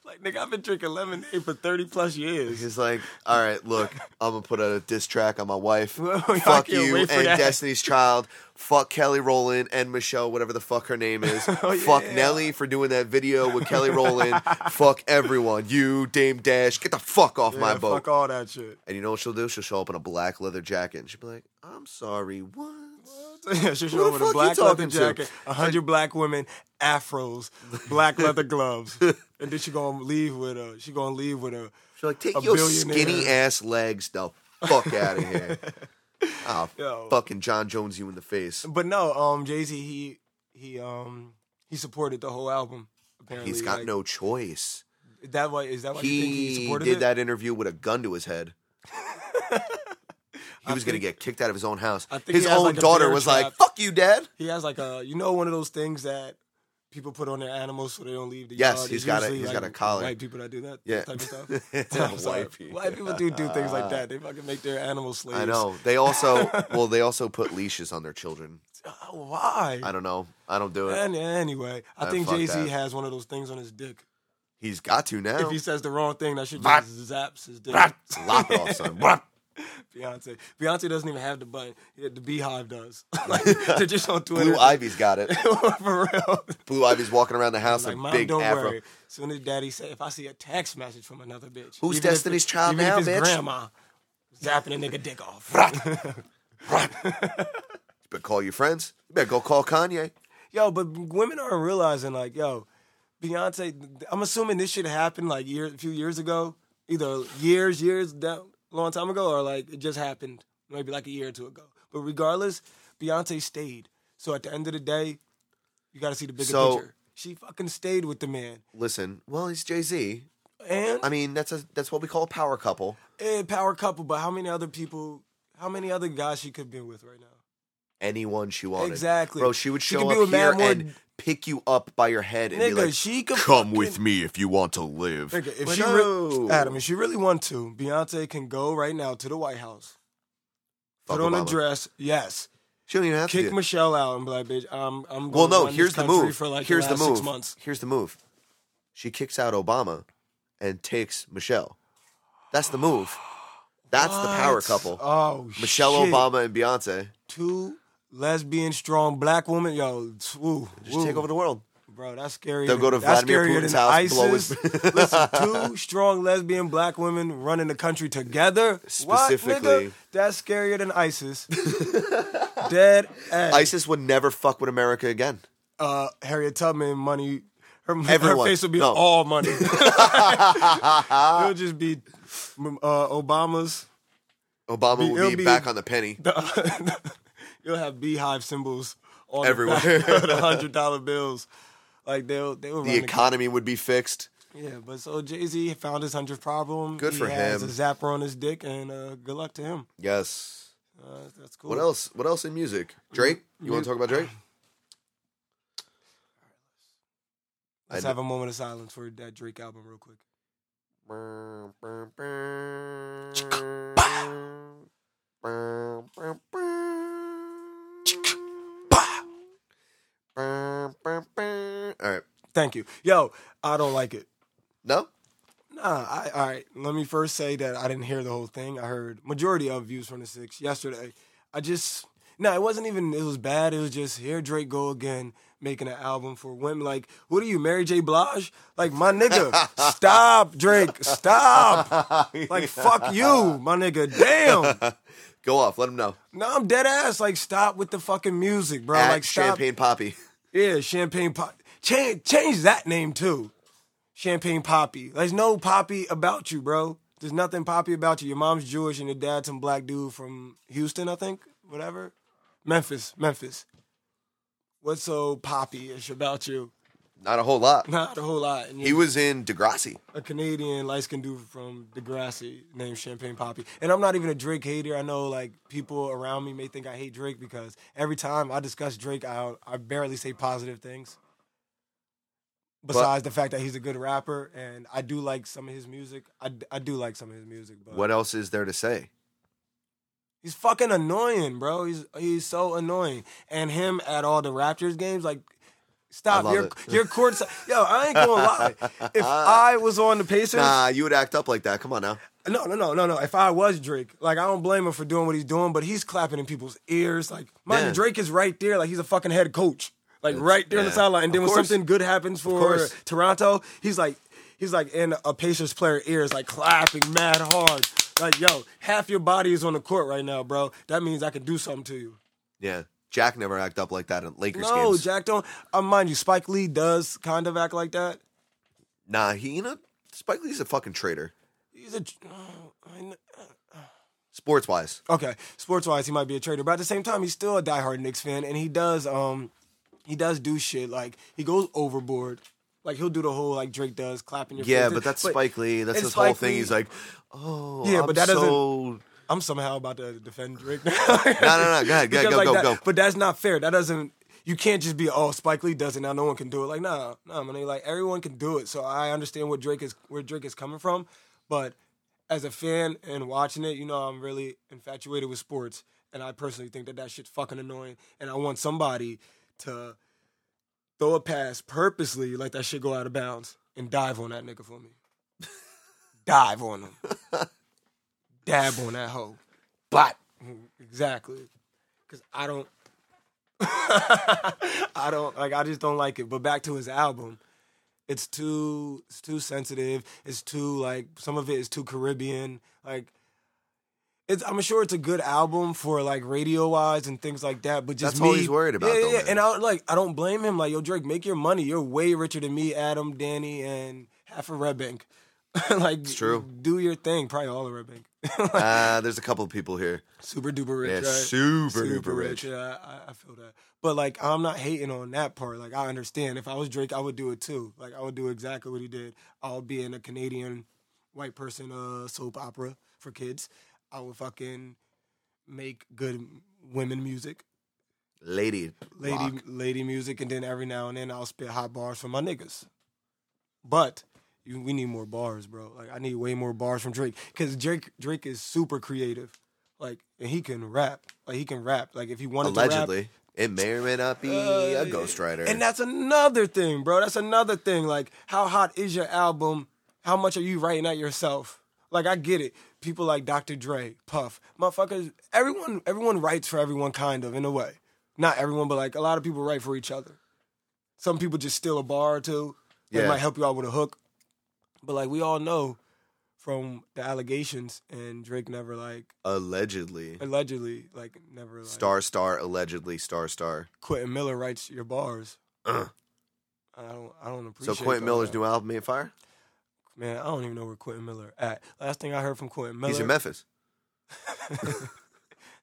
like, nigga, I've been drinking lemonade for 30 plus years. He's like, "All right, look, I'm gonna put out a diss track on my wife. Well, (laughs) (laughs) I fuck can't you and wait for that. Destiny's Child. Fuck Kelly Rowland and Michelle, whatever the fuck her name is. (laughs) Oh, fuck yeah. Nelly for doing that video with Kelly (laughs) Rowland. fuck everyone. You, Dame Dash, get the fuck off my Yeah, boat. Fuck all that shit. And you know what she'll do? She'll show up in a black leather jacket and she'll be like, "I'm sorry, what?" yeah, she the showed fuck with a you black leather talking to? jacket, a hundred black women, afros, black (laughs) leather gloves, and then she gonna leave with a she gonna leave with a She's like, "Take A your billionaire. skinny ass legs the fuck out of (laughs) here." I'll Yo. fucking John Jones you in the face. But no, um, Jay Z he he um he supported the whole album. Apparently, He's got like, no choice. That why is that why you think he he supported did it? that interview with a gun to his (laughs) head. he was going to get kicked out of his own house. I think His he has, own like, a daughter bear was like, trap. "Fuck you, dad." He has like a you know one of those things that people put on their animals so they don't leave the Yes, yard. he's It's got a- usually, he's got like, a collar. White people that do that Yeah. type (laughs) of stuff. (laughs) I'm sorry. White people. White people do do things like that. They fucking make their animals slaves. I know. They (laughs) also well, they also put leashes on their children. Uh, Why? I don't know. I don't do it. And anyway, I Uh, think fuck Jay Z that. has one of those things on his dick. He's got to now. (laughs) If he says the wrong thing, that shit Bop. just zaps his dick. (laughs) Blah, Lop it off, son. Blah. Beyonce. Beyonce doesn't even have the button. Yeah, The Beehive does. (laughs) like, they're just on Twitter. Blue Ivy's got it. (laughs) For real. Blue Ivy's walking around the house Like, in a mom, big don't afro. worry. Soon as daddy say, if I see a text message from another bitch, Who's even if Destiny's it- Child even now, if it's bitch? Grandma zapping a nigga dick off. But call your friends. You better go call Kanye. yo, but women aren't realizing like, yo, Beyonce. I'm assuming this shit happened like year, a few years ago, either years, years down, long time ago, or like it just happened maybe like a year or two ago. But regardless, Beyonce stayed. So at the end of the day, you got to see the bigger So- picture. She fucking stayed with the man, Listen, well, he's Jay Z. and I mean, that's a that's what we call a power couple. Eh, power couple, but how many other people, how many other guys she could be with right now? Anyone she wanted, Exactly. bro. She would She show could be up with here Mad More- and pick you up by your head and be Nigga, like, she could "Come fucking- with me if you want to live." Nigga, if But she no. re- Adam, if she really want to, Beyonce can go right now to the White House, Fuck put on a Obama. dress, yes, she don't even have kick to. do it. Michelle out and be like, bitch, I'm, I'm. Going Well, to no. run this Here's the country move. For like here's the, the last move. Six months. Here's the move. She kicks out Obama and takes Michelle. That's the move. That's the power What? couple. Oh, Michelle shit. Obama and Beyonce two lesbian strong black women, yo, tss, woo, just woo. take over the world. Bro, that's scary. They'll go to that's Vladimir scarier Putin's than house, blow ISIS. his- (laughs) Listen, two strong lesbian black women running the country together. what, Specifically. nigga? that's scarier than ISIS. (laughs) Dead ass. ISIS would never fuck with America again. uh, Harriet Tubman money. Her, her Everyone. face would be No. all (laughs) money. It'll just be uh, Obama's. (laughs) Obama Be- would it'll be, be- back on the penny. The, you'll have beehive symbols on Everywhere. the, back of the hundred dollar bills. Like they'll they will The economy would be fixed. Yeah, but so Jay Z found his hundredth problem. Good he for has him. A zapper on his dick, and uh, good luck to him. Yes. Uh, that's cool. What else? What else in music? Drake. You want to talk about Drake? Let's I- have a moment of silence for that Drake album, real quick. All right. Thank you, yo. I don't like it. No. Nah, Uh, I, all right. Let me first say that I didn't hear the whole thing. I heard majority of views from the six yesterday. I just no, it wasn't even. It was bad. It was just here Drake go again making an album for women. Like, who do you, Mary J. Blige? Like, my nigga, stop, Drake, stop. Like, fuck you, my nigga. Damn. Go off. Let him know. No, I'm dead ass. Like, stop with the fucking music, bro. At like, stop. Champagne Poppy. Yeah, champagne pop. Change, change that name too. Champagne Poppy. There's no Poppy about you, bro. There's nothing Poppy about you. Your mom's Jewish and your dad's some black dude from Houston, I think. Whatever. Memphis, Memphis. What's so poppy-ish about you? Not a whole lot. Not a whole lot. And He you're was in Degrassi. a Canadian light skinned dude from Degrassi named Champagne Poppy. And I'm not even a Drake hater. I know like people around me may think I hate Drake because every time I discuss Drake, I I barely say positive things. Besides the fact that he's a good rapper and I do like some of his music. I, d- I do like some of his music, but What else is there to say? he's fucking annoying, bro. He's he's so annoying. And him at all the Raptors games, like stop. love Your it. your court yo, I ain't (laughs) gonna lie. If I was on the Pacers, Nah, you would act up like that. Come on now. No, no, no, no, no. If I was Drake, like I don't blame him for doing what he's doing, but he's clapping in people's ears. Like, mind Yeah. you, Drake is right there. Like he's a fucking head coach. Like right there on the yeah. sideline. And then Of when course. something good happens for course. Toronto, he's like, he's like in a Pacers player ears, like clapping mad hard. Like, yo, half your body is on the court right now, bro. That means I can do something to you. Yeah. Jack never act up like that in Lakers no, games. Jack don't. Uh, mind you, Spike Lee does kind of act like that. Nah, he you know Spike Lee's a fucking traitor. He's a. I kn- Sports wise. Okay, sports wise, he might be a traitor, but at the same time, he's still a diehard Knicks fan, and he does um, he does do shit like he goes overboard, like he'll do the whole like Drake does, clapping your Yeah, face. but that's But Spike Lee. That's it's his whole Spike thing. Lee. He's like, oh, Yeah, I'm but that doesn't- so... I'm somehow about to defend Drake. no, (laughs) no, no, go ahead, go ahead, go, go, go. But that's not fair. That doesn't. You can't just be oh Spike Lee does it now. No one can do it. Like no, no, man. Like everyone can do it. So I understand what Drake is where Drake is coming from, but as a fan and watching it, you know I'm really infatuated with sports, and I personally think that that shit's fucking annoying. And I want somebody to throw a pass purposely, let that shit go out of bounds, and dive on that nigga (laughs) for me. dive on him. Dab on that hoe. spot. Exactly. Cause I don't (laughs) I don't like I just don't like it. But back to his album. It's too it's too sensitive. It's too like some of it is too Caribbean. Like it's I'm sure it's a good album for like radio wise and things like that, but just That's me, all he's worried about, Yeah, though, yeah. man. And I like I don't blame him. Like, yo, Drake, make your money. You're way richer than me, Adam, Danny, and half of Red Bank. (laughs) like It's true. Do your thing. Probably all of Red Bank. (laughs) Uh, there's a couple of people here. super duper rich. Yeah, right? super, duper rich. Yeah, I, I feel that. But like, I'm not hating on that part. Like, I understand. If I was Drake, I would do it too. Like, I would do exactly what he did. I'll be in a Canadian white person uh, soap opera for kids. I would fucking make good women music, Lady, lady rock. lady music, and then every now and then I'll spit hot bars for my niggas. But you, we need more bars, bro. Like, I need way more bars from Drake because Drake Drake is super creative. Like, and he can rap. Like, he can rap. Like, if he wanted to rap, allegedly. It may or may not be a uh, ghostwriter. And that's another thing, bro. That's another thing. Like, how hot is your album? How much are you writing at yourself? Like, I get it. People like Dr. Dre, Puff, motherfuckers. Everyone, everyone writes for everyone, kind of in a way. Not everyone, but like a lot of people write for each other. Some people just steal a bar or two. They Yeah. might help you out with a hook. But like we all know from the allegations, and Drake never like allegedly. allegedly like never like, Star, star, allegedly, star, star. Quentin Miller writes your bars. Uh. I don't. I don't appreciate. So Quentin all Miller's that. new album, Ain't Fire? man. I don't even know where Quentin Miller at. Last thing I heard from Quentin Miller, He's in Memphis.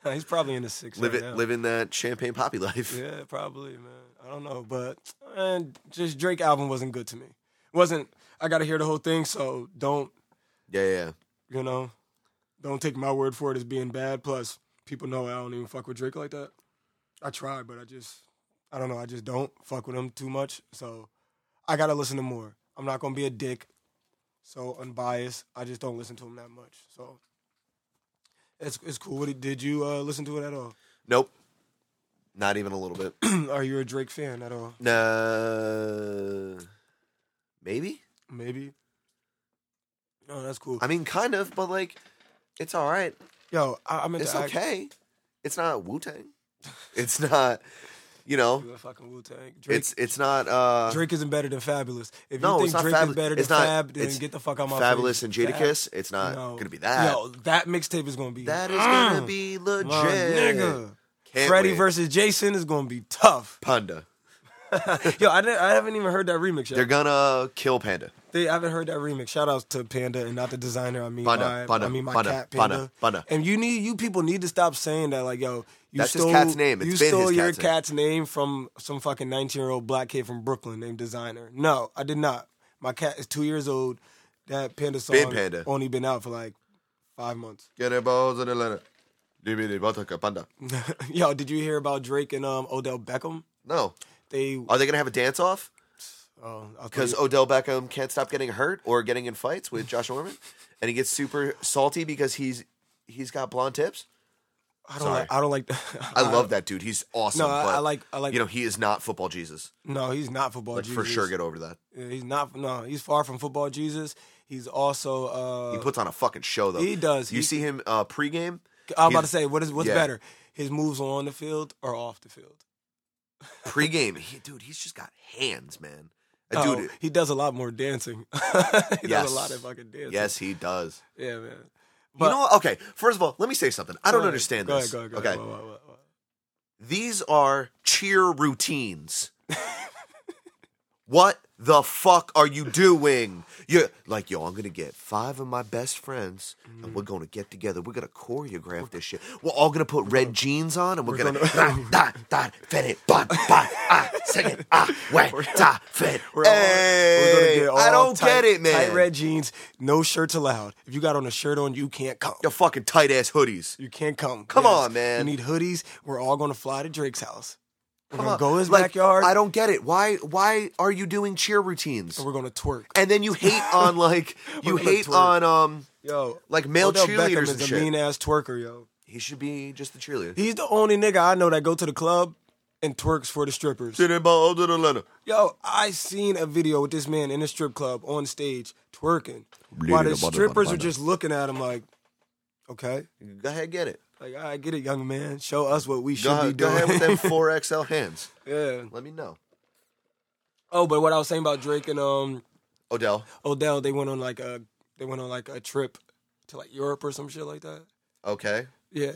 Nah, (laughs) he's probably in the six. Live right it, now. living that champagne poppy life. Yeah, probably, man. I don't know, but and just Drake album wasn't good to me. Wasn't. I got to hear the whole thing, so don't Yeah, yeah. you know? Don't take my word for it as being bad. Plus, people know I don't even fuck with Drake like that. I try, but I just, I don't know. I just don't fuck with him too much. So I gotta listen to more. I'm not gonna be a dick. So unbiased. I just don't listen to him that much. So it's it's cool. What did- did you uh, listen to it at all? (clears throat) Nope. Not even a little bit. Are you a Drake fan at all? Nah. Maybe? Maybe. Oh, that's cool. I mean, kind of, but like, it's all right. Yo, I, I meant It's to ask- okay. It's not Wu Tang. It's not, you know, You a fucking Wu Tang. (laughs) Drake it's it's not uh, Drake isn't better than Fabulous. If you No, think it's not Drake Fabulous. is better than It's not- Fab, then it's get the fuck out my Fabulous face. and Fab- Jadakiss. It's not no. gonna be that. Yo, that mixtape is gonna be That is gonna Mm, (clears throat) be my legit. nigga. Can't Freddie wait. versus Jason is gonna be tough. (laughs) Panda. Yo, I, didn't, I haven't even heard that remix They're yet. gonna kill Panda. They, I haven't heard that remix. Shout outs to Panda and not the designer. I mean, Panda, my, Panda, I mean my Panda, cat Panda, Panda. Panda. And you need you people need to stop saying that. Like, yo, you That's his stole cat's name. It's you been stole his your cat's name. cat's name from some fucking nineteen year old black kid from Brooklyn named Designer. No, I did not. My cat is two years old. That Panda song Been Panda. only been out for like five months. (laughs) Get it balls in Atlanta. Dibby dibby, buttercup, Panda. yo, did you hear about Drake and um, Odell Beckham? No. They oh, Are they gonna have a dance off? because because Odell Beckham can't stop getting hurt or getting in fights (laughs) with Josh Norman, and he gets super salty because he's he's got blonde tips. I don't sorry. like, (laughs) I don't like I love that dude. He's awesome. Uh, No, I- but, I like- I like- You know, he is not football Jesus. no he's not football Like for Jesus. sure, get over that. Yeah, He's not. No, he's far from football Jesus. He's also. He Uh, puts on a fucking show though. he does. You He- see him uh, pregame. I was about to he's- say, what is what's yeah. better, his moves on the field or off the field? Pregame, he, dude, he's just got hands, man. That Oh, Uh, dude, he does a lot more dancing. (laughs) he Yes. does a lot of fucking dancing. yes, he does. Yeah, man. you know what? Okay, first of all, let me say something. I don't understand go this. Ahead, go ahead, okay, go ahead. What, what, what, These are cheer routines. (laughs) what the fuck are you doing? You're like, yo, I'm gonna get five of my best friends and we're gonna get together. We're gonna choreograph this shit. We're all gonna put red jeans on and we're, we're gonna, gonna- da, da, da, fit it, ba, ba, ah, sing it, ah, wet, da, fit. We're all- we're gonna Hey, get I all don't tight- get it, man. Tight red jeans, no shirts allowed. If you got on a shirt on, you can't come. Your fucking tight ass hoodies. You can't come. Come on, man. You need hoodies. We're all gonna fly to Drake's house. We're Come gonna on. go to his Like, backyard. I don't get it. Why? Why are you doing cheer routines? and we're gonna twerk. and then you hate (laughs) on like you We're gonna hate twerk. on um Yo, like male Odell cheerleaders Beckham and is a shit. mean ass twerker, yo. He should be just the cheerleader. He's the only nigga I know that go to the club and twerks for the strippers. Yo, I seen a video with this man in a strip club on stage twerking, while the strippers are just looking at him like, okay, Go ahead, get it. Like, all right, get it, young man. Show us what we should Go, be ahead- go doing. ahead with them (laughs) four XL hands. yeah. Let me know. Oh, but what I was saying about Drake and um Odell. Odell, they went on like a they went on like a trip to like Europe or some shit like that. Okay. Yeah.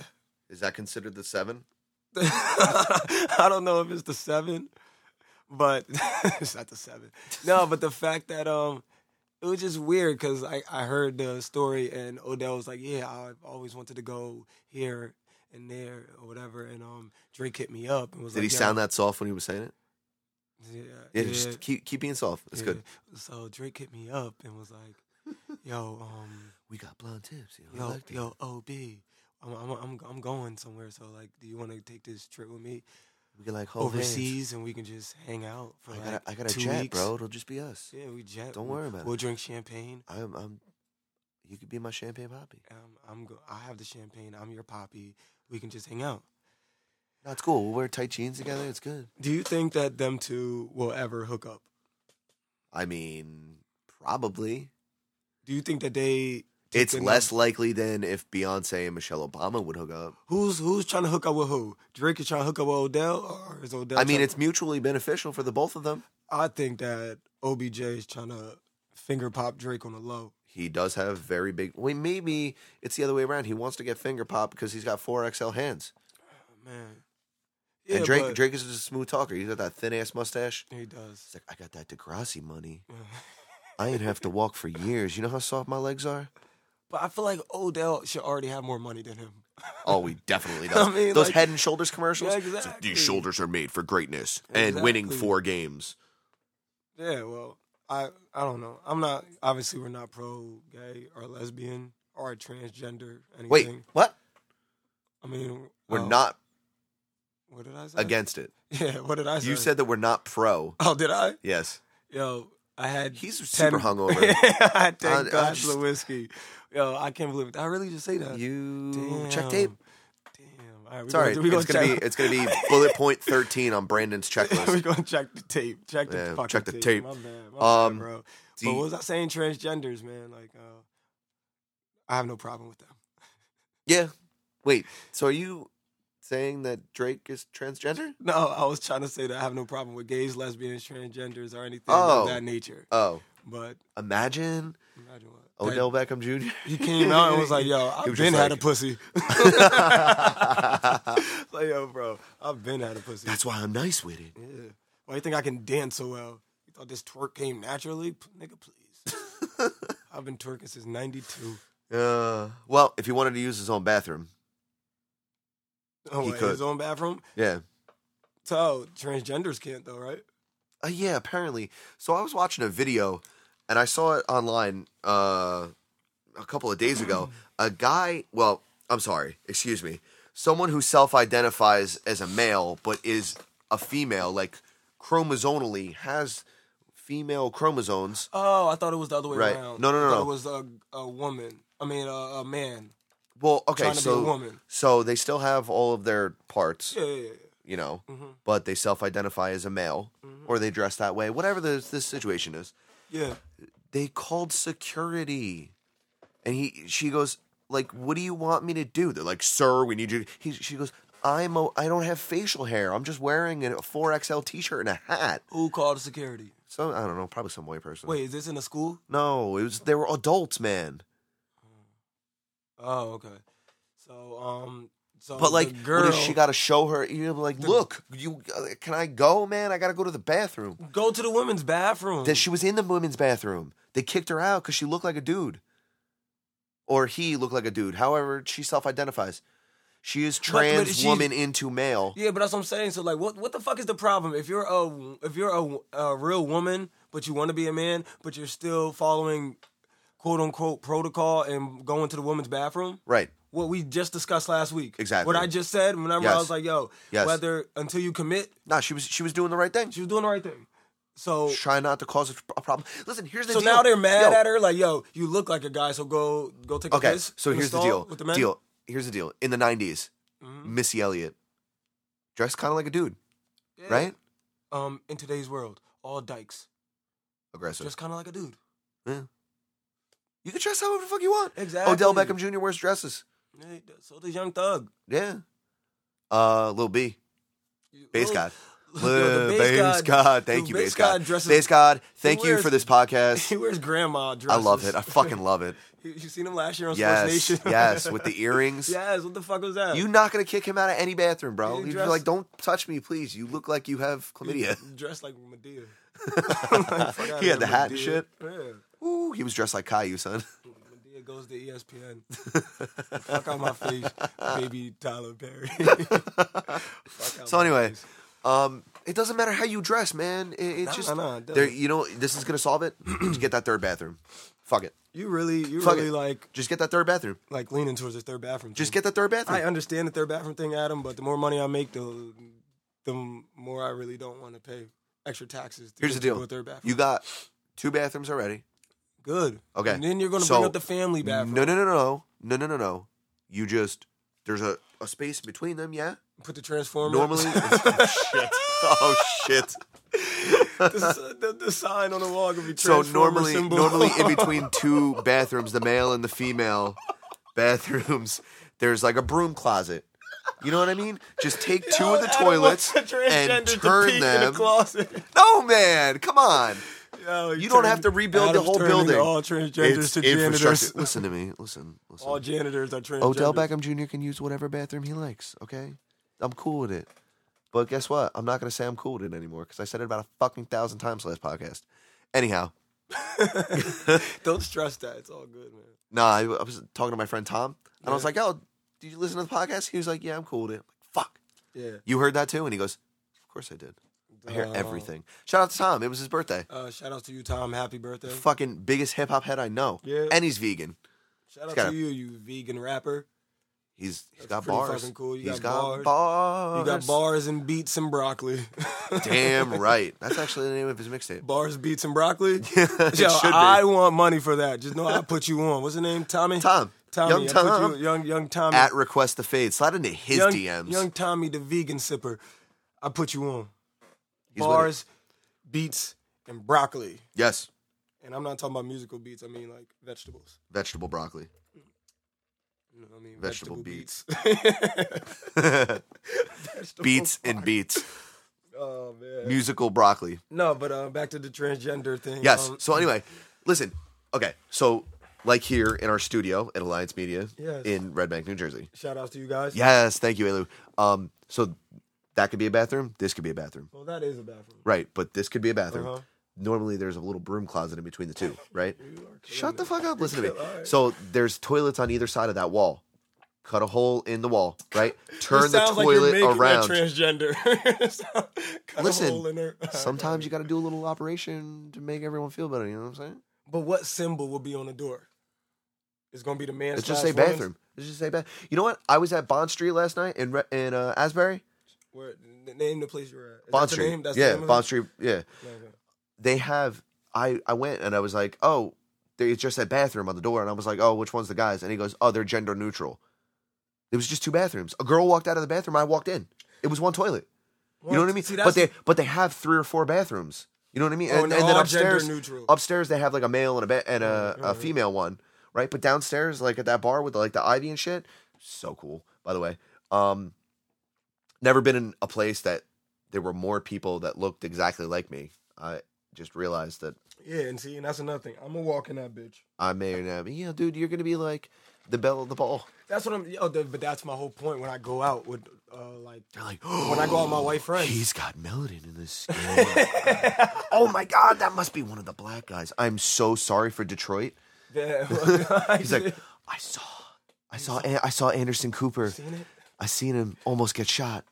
Is that considered the seven? (laughs) I don't know if it's the seven, but (laughs) it's not the seven. No, but the fact that um, it was just weird because I I heard the story and Odell was like, yeah, I've always wanted to go here and there or whatever, and um, Drake hit me up and was Did he like, sound that soft when he was saying it? Yeah, Yeah, just keep keep being soft. It's good. yeah. So Drake hit me up and was like, yo, um. We got blonde tips. You know, (laughs) I yo, like that. yo, OB, I'm, I'm, I'm, I'm going somewhere. So like, do you want to take this trip with me we can like hold hands. overseas, and we can just hang out for Oh, I like got a, I got a two jet, weeks? bro. It'll just be us. Yeah, we jet. Don't we'll- worry about it. We'll drink champagne. I'm I'm. You could be my champagne poppy. Um, I'm go- I have the champagne. I'm your poppy. We can just hang out. No, it's cool. We'll wear tight jeans together. It's good. Do you think that them two will ever hook up? I mean, probably. Do you think that they? take It's the less num- likely than if Beyonce and Michelle Obama would hook up. who's who's trying to hook up with who? Drake is trying to hook up with Odell, or is Odell? I mean, tryna- it's mutually beneficial for the both of them. I think that OBJ is trying to finger pop Drake on the low. He does have very big. Wait, maybe it's the other way around. He wants to get finger pop because he's got four XL hands. Oh, man. and Drake, but- Drake is just a smooth talker. He's got that thin ass mustache. He does. (laughs) He's like, I got that Degrassi money. I ain't have to walk for years. You know how soft my legs are? but I feel like Odell should already have more money than him. Oh, he definitely does. (laughs) I mean, Those like- head and shoulders commercials. Yeah, It's like, exactly. These shoulders are made for greatness and winning Exactly. four games. Yeah, well, I I don't know. I'm not obviously we're not pro gay or lesbian or transgender anything. Wait, what? I mean We're oh, not What did I say? against it. (laughs) Yeah, what did I say? You said that we're not pro. Oh, did I? Yes. Yo, I had He's 10 super hungover. (laughs) (laughs) I had I- I ten glasses just- of whiskey. Yo, I can't believe it. Did I really just say that? You Damn. check tape. Damn. All right, we It's all right. gonna- we gonna It's gonna be check- it's gonna be bullet (laughs) point thirteen on (laughs) Brandon's We're checklist. gonna check the tape. Check the Yeah, fucking check the tape. tape. My bad, my Um, bad, bro. Do But you- what was I saying? Transgenders, man. Like, uh, I have no problem with them. (laughs) yeah. Wait. So are you saying that Drake is transgender? No, I was trying to say that I have no problem with gays, lesbians, transgenders, or anything Oh. of that nature. Oh, But imagine imagine what Odell Beckham Jr. That- he came out and was like, (laughs) "Yo, He I've Oh, was been just had a like- (laughs) pussy." (laughs) like, yo, bro, I've been had a pussy. That's why I'm nice with it. yeah. Why you think I can dance so well? You thought this twerk came naturally, P- nigga? Please. (laughs) I've been twerking since '92. Uh, well, if he wanted to use his own bathroom, (laughs) Oh, He wait, could. his own bathroom. yeah, So transgenders can't though, right? uh, yeah, apparently. So I was watching a video, and I saw it online uh, a couple of days (clears throat) ago. A guy, well, I'm sorry, excuse me, someone who self-identifies as a male but is a female, like chromosomally has female chromosomes. Oh, I thought it was the other way Right. around. No, no, no, I thought no. It was a a woman. I mean, a, a man Well, okay, trying to be a so woman. so they still have all of their parts. Yeah, yeah, you know, Mhm. but they self-identify as a male Mm-hmm. or they dress that way, whatever the this situation is. yeah. yeah. They called security, and he she goes like, "What do you want me to do?" They're like, "Sir, we need you." He, she goes, "I'm a, I don't have facial hair. I'm just wearing a four XL t-shirt and a hat." Who called security? So I don't know, probably some white person. Wait, is this in a school? no, it was they were adults, man. Oh, okay. So, um, so But like, the what girl, does she got to show her? You know, like, look, you uh, can I go, man? I got to go to the bathroom. go to the women's bathroom. that she was in the women's bathroom. They kicked her out because she looked like a dude, or he looked like a dude. However, she self-identifies. She is but trans she- woman into male. yeah, but that's what I'm saying. So, like, what what the fuck is the problem if you're a if you're a, a real woman but you want to be a man but you're still following quote unquote protocol and going to the women's bathroom? Right. what we just discussed last week. Exactly. What I just said, whenever Yes. I was like, yo, Yes. whether until you commit, Nah, she was she was doing the right thing. She she was doing the right thing. So was trying not to cause a a problem. Listen, here's the so deal. now they're mad Yo, at her, like, yo, you look like a guy, so go go take a Okay, piss. so in here's the stall deal. With the men. Deal. Here's the deal. In the '90s, Mhm. Missy Elliott dressed kind of like a dude, Yeah. right? Um, in today's world, all dykes. Aggressive. Just kinda like a dude. You can dress however the fuck you want. Exactly. Odell Beckham Jr. wears dresses. Hey, So does Young Thug. Yeah. Uh, Lil B, Bass Lil- God. (laughs) Yo, Lil the Bass God. Thank the you, Bass Bass God. God dresses- Bass God, thank you wears- for this podcast. (laughs) He wears grandma I dresses. love it. I fucking love (laughs) it. you, you seen him last year on Sports Yes, Nation? (laughs) yes, with the earrings. (laughs) yes. What the fuck was that? You not gonna kick him out of any bathroom, bro. He You're dressed- like, don't touch me, please. You look like you have chlamydia. You dressed like Medea. I'm like, fuck outta he had here, the hat and Madea. shit. Yeah. (laughs) Ooh, he was dressed like Caillou, son. Medea goes to E ESPN. Fuck out my face, baby (laughs) Tyler Perry. Fuck out So my anyway, face. Um, it doesn't matter how you dress, man. It, it Nah, just nah, it doesn't. there. You know, this is gonna solve (clears throat) it. just get that third bathroom. Fuck it. you really, you fuck really it. like Just get that third bathroom. like leaning towards the third bathroom. Just thing. get that third bathroom. I uh, understand the third bathroom thing, Adam, but the more money I make, the the more I really don't want to pay extra taxes. To Here's get the to deal. a third bathroom. you got two bathrooms already. good. Okay. And then you're going to So- bring up the family No, bathroom. no, no, no, no, no, no, no. You just there's a, a space between them. Yeah. Put the transformer. (laughs) Normally, shit. (laughs) Oh shit. uh, the, the, the sign on the wall could be So transformer normally, symbol. (laughs) normally in between two bathrooms, the male and the female bathrooms, there's like a broom closet. You know what I mean? Just take two (laughs) of the Adam wants toilets a and transgender to turn pee In them. the (laughs) closet. No, man, come on. Yo, he You don't turned- have to rebuild the Adam's whole turning building. All transgenders It's to infrastructure. janitors. Listen to me. Listen. Listen. All janitors are transgenders. Odell Beckham Jr. can use whatever bathroom he likes. Okay, I'm cool with it. But guess what? I'm not gonna say I'm cool with it anymore because I said it about a fucking thousand times last podcast. Anyhow, (laughs) Don't stress that. It's all good, man. Nah, I, I was talking to my friend Tom, and I was Yeah. like, "Yo, did you listen to the podcast?" He was like, "Yeah, I'm cool with it." I'm like, fuck, Yeah. you heard that too? And he goes, "Of course I did. I hear Uh, everything." Shout out to Tom. It was his birthday. Uh, shout out to you, Tom. Happy birthday. Fucking biggest hip hop head I know. Yeah. and he's vegan. shout out gotta- to you, you vegan rapper. He's he's That's got pretty bars. fucking cool. You He's got got bars. You got bars and beets and broccoli. (laughs) Damn right. That's actually the name of his mixtape. bars, beets, (laughs) and broccoli. it Yo, should be. I want money for that. Just know I put you on. What's the name? Tommy. Tom, Tommy. young I put Tom you- young young Tommy. at request the fade. Slide into his young, DMs. Young Tommy, the vegan sipper. I put you on. He's with it. Bars, beets, and broccoli. Yes, And I'm not talking about musical beets. I mean like vegetables. vegetable broccoli. (laughs) You know what I mean? Vegetable beets. (laughs) Oh, Vegetable beats and beats. Oh man. Musical broccoli. No, but uh, back to the transgender thing. Yes. Um, so anyway, listen. Okay. So like here in our studio at Alliance Media Yes. in Red Bank, New Jersey. shout outs to you guys. Yes, thank you, Elu. Um, so that could be a bathroom. This could be a bathroom. Well, that is a bathroom. Right, but this could be a bathroom. Uh-huh. Normally, there's a little broom closet in between the two. Right. Shut the fuck up. Listen (laughs) to me. All right. So there's toilets on either side of that wall. Cut a hole in the wall. Right. Turn (laughs) It the sounds like you're toilet making that around. transgender. (laughs) Cut a Listen, hole in (laughs) her. Sometimes you got to do a little operation to make everyone feel better. You know what I'm saying? But what symbol will be on the door? It's gonna be the man. Let's just say slash woman's- bathroom. Let's just say bath. You know what? I was at Bond Street last night in Re- in uh, Asbury. Where, n- name the place you're at. Is Bond that the Street. name? That's the uh, yeah, name of Bond it? Street. Yeah, Okay. they have. I I went and I was like, oh, they, it just said bathroom on the door, and I was like, oh, which one's the guys? And he goes, oh, they're gender neutral. It was just two bathrooms. A girl walked out of the bathroom. I walked in. It was one toilet. you know what I mean? See, but that's- they but they have three or four bathrooms. You know what I mean? Oh, and all gender neutral. Oh, upstairs they have like a male and a ba- and a, Right, a right. female one, right? But downstairs, like at that bar with like the ivy and shit, so cool. By the way, um, never been in a place that there were more people that looked exactly like me. I just realized that Yeah, and see, and that's another thing. I'm gonna walk in that bitch. I may or not be. Yeah, dude, you're gonna be like the belle of the ball. That's what I'm. Yo, the, but that's my whole point when I go out with, uh, like, (laughs) They're (gasps) like, when I go out with my white friends. He's got melanin in (laughs) his skin. oh my god, that must be one of the black guys. I'm so sorry for Detroit. Yeah, (laughs) He's like, I saw, I saw, An- I saw Anderson Cooper. (laughs) seen it? I seen him almost get shot.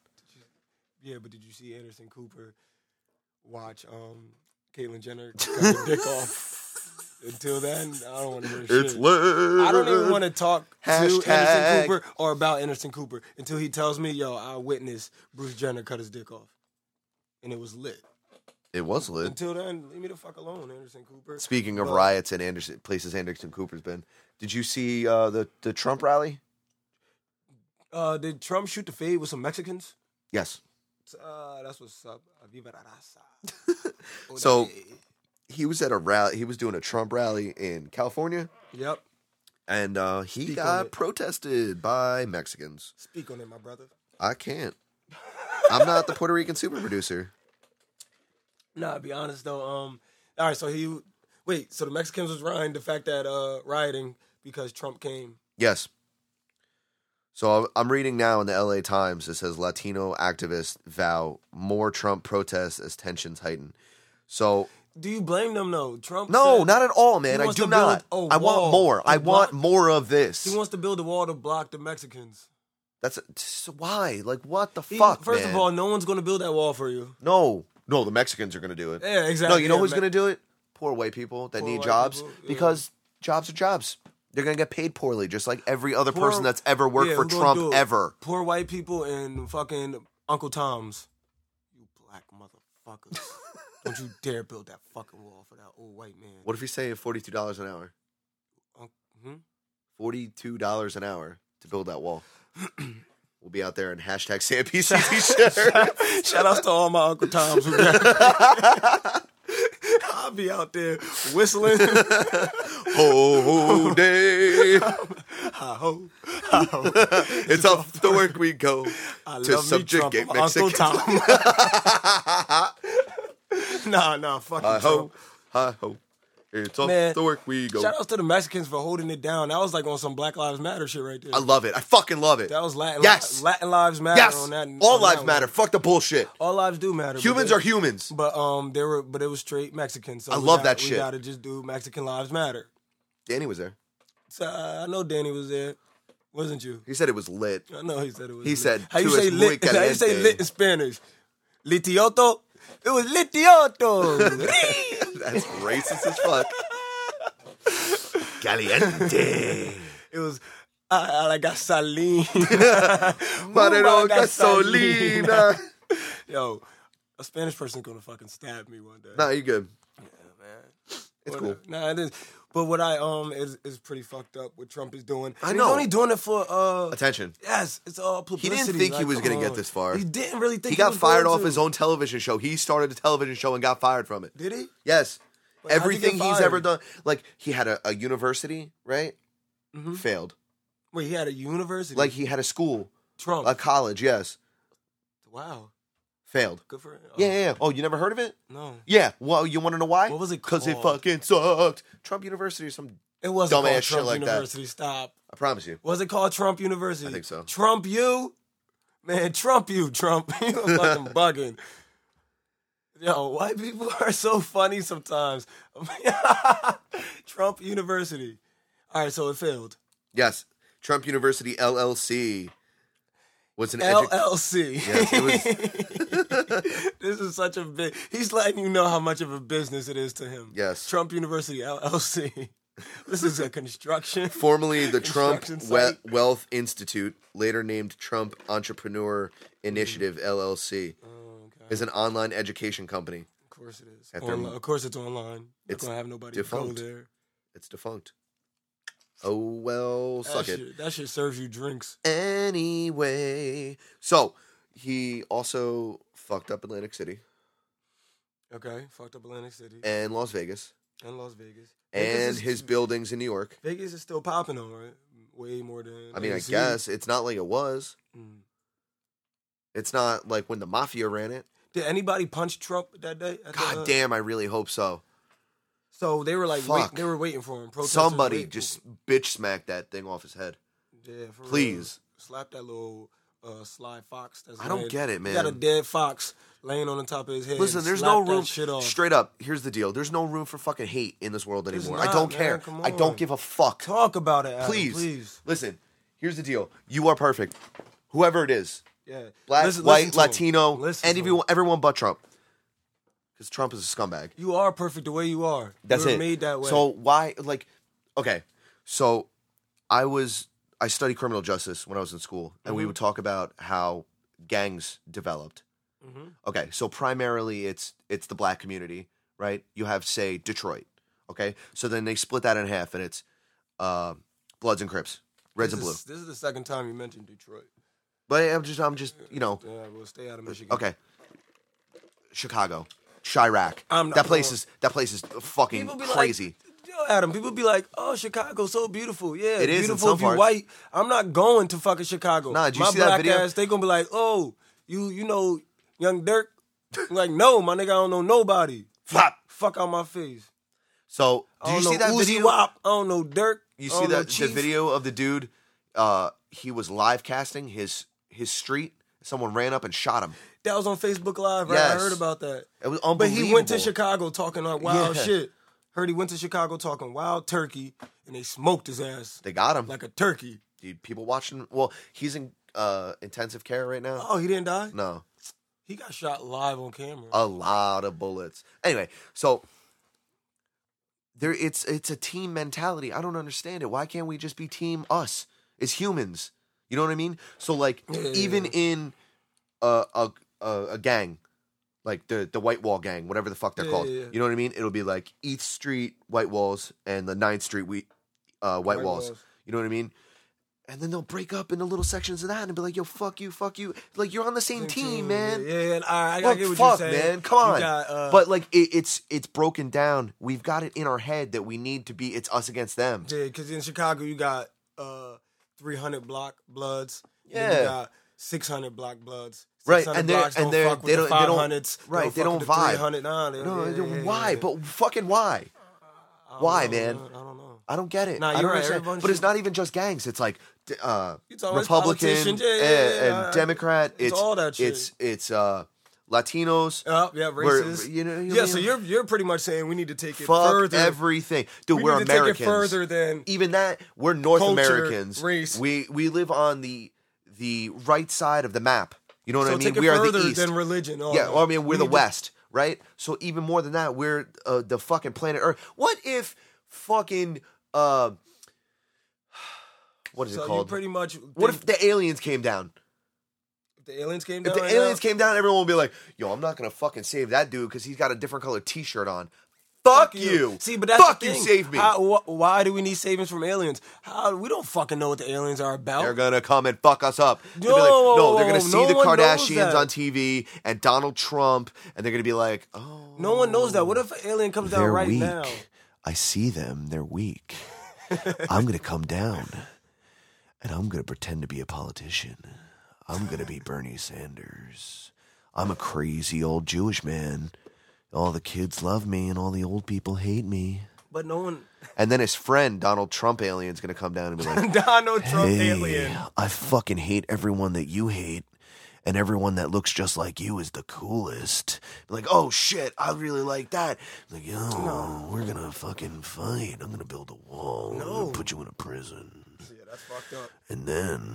Yeah, but did you see Anderson Cooper watch um Caitlyn Jenner cut her dick off? (laughs) Until then, I don't want to hear shit. lit. I don't even want to talk Hashtag. to Anderson Cooper or about Anderson Cooper until he tells me, "Yo, I witnessed Bruce Jenner cut his dick off, and it was lit." It was lit. Until then, leave me the fuck alone, Anderson Cooper. Speaking of Well- riots and Anderson places Anderson Cooper's been, did you see uh, the the Trump rally? Uh, did Trump shoot the fade with some Mexicans? Yes. Uh, that's what's up. Viva la raza. (laughs) So- He was at a rally. He was doing a Trump rally in California, yep. and uh, he Speak on got it. protested by Mexicans. Speak on it, my brother. I can't. I'm not the Puerto Rican super producer. Nah, to be honest though. Um, all right. So he wait. So the Mexicans was rioting the fact that uh rioting because Trump came. Yes. So I'm- I'm reading now in the LA Times. It says Latino activists vow more Trump protests as tensions heighten. So Do you blame them though? Trump. no, said not at all, man. He I wants do to not. build a I want wall, more. a I want block. more of this. He wants to build a wall to block the Mexicans. That's so why. Like what the He- fuck, First man? of all, no one's gonna build that wall for you. no, no. The Mexicans are gonna do it. Yeah, exactly. No, you know yeah, who's Ma- gonna do it? Poor white people that Poor need white jobs people, yeah. because jobs are jobs. They're gonna get paid poorly, just like every other Poor- person that's ever worked yeah, for who gonna do Trump it? ever. Poor white people and fucking Uncle Tom's. You black (laughs) motherfuckers. Don't you dare build that fucking wall for that old white man. (laughs) What if you say forty-two dollars an hour? Unc- hmm? Forty-two dollars an hour to build that (clears throat) wall. we'll be out there in hashtag Sam (laughs) PCT shirt. Shout outs to all my Uncle Toms. Who got- (laughs) I'll be out there whistling. Oh day, Hi-ho, hi-ho. it's off the work we go. To I love me Trump. subjugate I'm Uncle Tom. (laughs) (laughs) nah, nah, fucking Hi ho, Trump. hi ho. It's off Man, the work we go. Shout outs to the Mexicans for holding it down. That was like on some Black Lives Matter shit right there. I love it. I fucking love it. that was Latin. Yes. Latin Lives Matter. yes, On that, all on that lives one. matter. Fuck the bullshit. All lives do matter. but Humans they- are humans. (laughs) But um, they were, but it was straight Mexican. So I we love gotta- that shit. We gotta just do Mexican lives matter. Danny was there. So uh, I know Danny was there, wasn't you? He said it was lit. (laughs) I know he said it was. He lit. said, how you "Tú es say muy lit? (laughs) How you say caliente." lit in Spanish? Litioto. It was (laughs) litioto. That's racist as (laughs) fuck. Caliente. (laughs) it was. I, I like gasoline. Marero gasolina. (laughs) gasolina. (laughs) Yo, a Spanish person's gonna fucking stab me one day. nah, you good. it's cool. uh, Nah, it is. But what I um is is pretty fucked up. What Trump is doing. I And know. He's only doing it for uh Attention. Yes, it's all publicity. think he like, was come gonna get on. this far. He didn't really think He got was fired going off to. his own television show. He started a television show and got fired from it. Did he? Yes. how'd you Everything get he's fired? ever done. Like, he had a, a university, right? Mhm. Failed. Wait, he had a university. Mm-hmm. Like, he had a school, Trump. a college, yes. wow, Failed. good for him. Oh, Yeah, yeah, yeah. Oh, you never heard of it? No, Yeah. Well, you want to know why? What was it Because it called? fucking sucked. Trump University or something. it wasn't Dumbass called shit Trump like that. University. Stop. I promise you. Was it called Trump University? I think so. Trump you, man. Trump you, Trump. (laughs) you (laughs) fucking bugging. Yo, white people (laughs) are so funny sometimes. (laughs) Trump University. All right, so it failed. Yes. Trump University LLC was an edu- LLC. Yes, it was- (laughs) this is such a big. He's letting you know how much of a business it is to him. Yes. Trump University LLC. (laughs) This is (laughs) a construction. formerly the Trump Construction we- site. Wealth Institute, later named Trump Entrepreneur Initiative LLC, Oh, okay. is an online education company. Of course it is. At their- Online- of course it's online. They're It's gonna have nobody defunct. go there. It's defunct. Oh well, That suck it. shit, that shit serves you drinks. Anyway, so he also fucked up Atlantic City Okay, fucked up Atlantic City and Las Vegas and Las Vegas. Vegas and is- his buildings in New York. Vegas is still popping on right? way more than. I mean, I AC. guess it's not like it was. Mm. It's not like when the mafia ran it. Did anybody punch Trump that day? at the, uh, God damn, I really hope so. So they were like, Fuck. wait, they were waiting for him. Protesters Somebody waiting. just bitch smacked that thing off his head. yeah, for real. Please. slap that little uh, sly fox. That's I don't laying- get it, You got a man. dead fox laying on the top of his head. Listen, and there's slap no that room. Shit off. Straight up, here's the deal. There's no room for fucking hate in this world There's anymore. I not, don't man. care. Come I don't on. give a fuck. Talk about it, Adam, Please. please. Listen, here's the deal. You are perfect. Whoever it is. Yeah, Black, Listen- white, listen to him. Latino, Listen and to everyone, him. everyone but Trump. Because Trump is a scumbag. You are perfect the way you are. That's you were it. Made that way. So why like okay. So I was I studied criminal justice when I was in school and Mm-hmm. we would talk about how gangs developed. Mhm. Okay, so primarily it's it's the black community, right? You have say Detroit. Okay? So then they split that in half and it's uh Bloods and Crips, Reds this and Blue. Is, this is the second time you mentioned Detroit. But I'm just I'm just, you know, Yeah, we'll stay out of Michigan. okay. Chicago, Chirac. I'm not that place going. is that place is fucking People be crazy. Like, go at them. People be like, "Oh, Chicago's so beautiful. Yeah, It is in beautiful some if you parts. white. I'm not going to fucking Chicago. Nah, did you my see that black video? ass, they gonna be like, "Oh, you you know, young Dirk." I'm like, no, my nigga, I don't know nobody. Flop. Fuck out my face. So did I you don't see know that "Oh, Uzi video? Wop. I don't know Dirk. You I see don't know that the Oh, Chief. video of the dude? Uh, he was live casting his his street. Someone ran up and shot him. That was on Facebook Live, right? I Yes. heard about that. It was But unbelievable. he went to Chicago talking like wild Yeah. shit. Heard he went to Chicago talking wild turkey, and they smoked his ass They got him. like a turkey. Dude, people watching. Well, he's in uh, intensive care right now. Oh, he didn't die. No, He got shot live on camera. a lot of bullets. Anyway, so there it's it's a team mentality. I don't understand it. Why can't we just be team us as humans? You know what I mean? So like Yeah. even in a a, a, a gang like the the White Wall gang, whatever the fuck they're Yeah, called. yeah, yeah. You know what I mean? It'll be like Eighth Street White Walls and the 9th Street we uh, White, White Walls. Walls. You know what I mean? And then they'll break up into little sections of that and be like, "Yo, fuck you, fuck you." Like you're on the same, Same team, man. Yeah, yeah, and I, I Well, get what fuck, you're saying. man. Come on. You got, uh, but like it, it's it's broken down. We've got it in our head that we need to be. It's us against them. because in Chicago you got uh, 300 block bloods. and then Yeah. you got 600 block bloods. Right, 600 and they're- blocks and don't they're- fuck with they the don't- they don't- 500s, right, they fuck don't with vibe. The 300, nah, they, No, yeah, no, yeah, yeah, why? yeah. But fucking why? I don't why, know, man? I don't know. I don't get it. Nah, I don't you're right. understand. Everyone But it's should- not even just gangs. It's like d- uh, You talking about it's Republican eh, politicians, yeah, yeah, and- yeah, I- and Democrat. it's all that shit. It's it's uh, Latinos. Oh, yeah, We're- racist. you know- you know what yeah, I so mean? you're you're pretty much saying we need to take it Fuck further. everything, dude. we are need to Americans. take it further than even that we're North Culture, Americans. race. We we live on the the right side of the map. You know what so I mean? take it We are further the east. than religion. Oh, yeah, no. well, I mean we're We the need to- west, right? So even more than that, we're uh, the fucking planet Earth. What if fucking uh, what is so it you called? pretty much. what think if the aliens came down? the aliens came If down? the right aliens now? came down, everyone would be like, "Yo, I'm not gonna fucking save that dude because he's got a different color T-shirt on." Fuck, you. See, but that's fuck the you. thing. Save me. How, wh- why do we need savings from aliens? How we don't fucking know what the aliens are about. They're gonna come and fuck us up. They'll be No, like, no, they're gonna see no the one knows Kardashians that. on TV and Donald Trump, and they're gonna be like, oh, no one knows that. What if an alien comes down they're right weak. now? I see them. They're weak. I'm gonna come down, and I'm gonna pretend to be a politician. I'm gonna be Bernie Sanders. I'm a crazy old Jewish man. All the kids love me, and all the old people hate me. But no one. (laughs) And then his friend Donald Trump alien's gonna come down and be like, Donald Trump Hey, alien. I fucking hate everyone that you hate, and everyone that looks just like you is the coolest. Like, oh shit, I really like that. Like, yo, we're gonna fucking fight. I'm gonna build a wall. I'm No. gonna put you in a prison, Yeah, that's fucked up. and then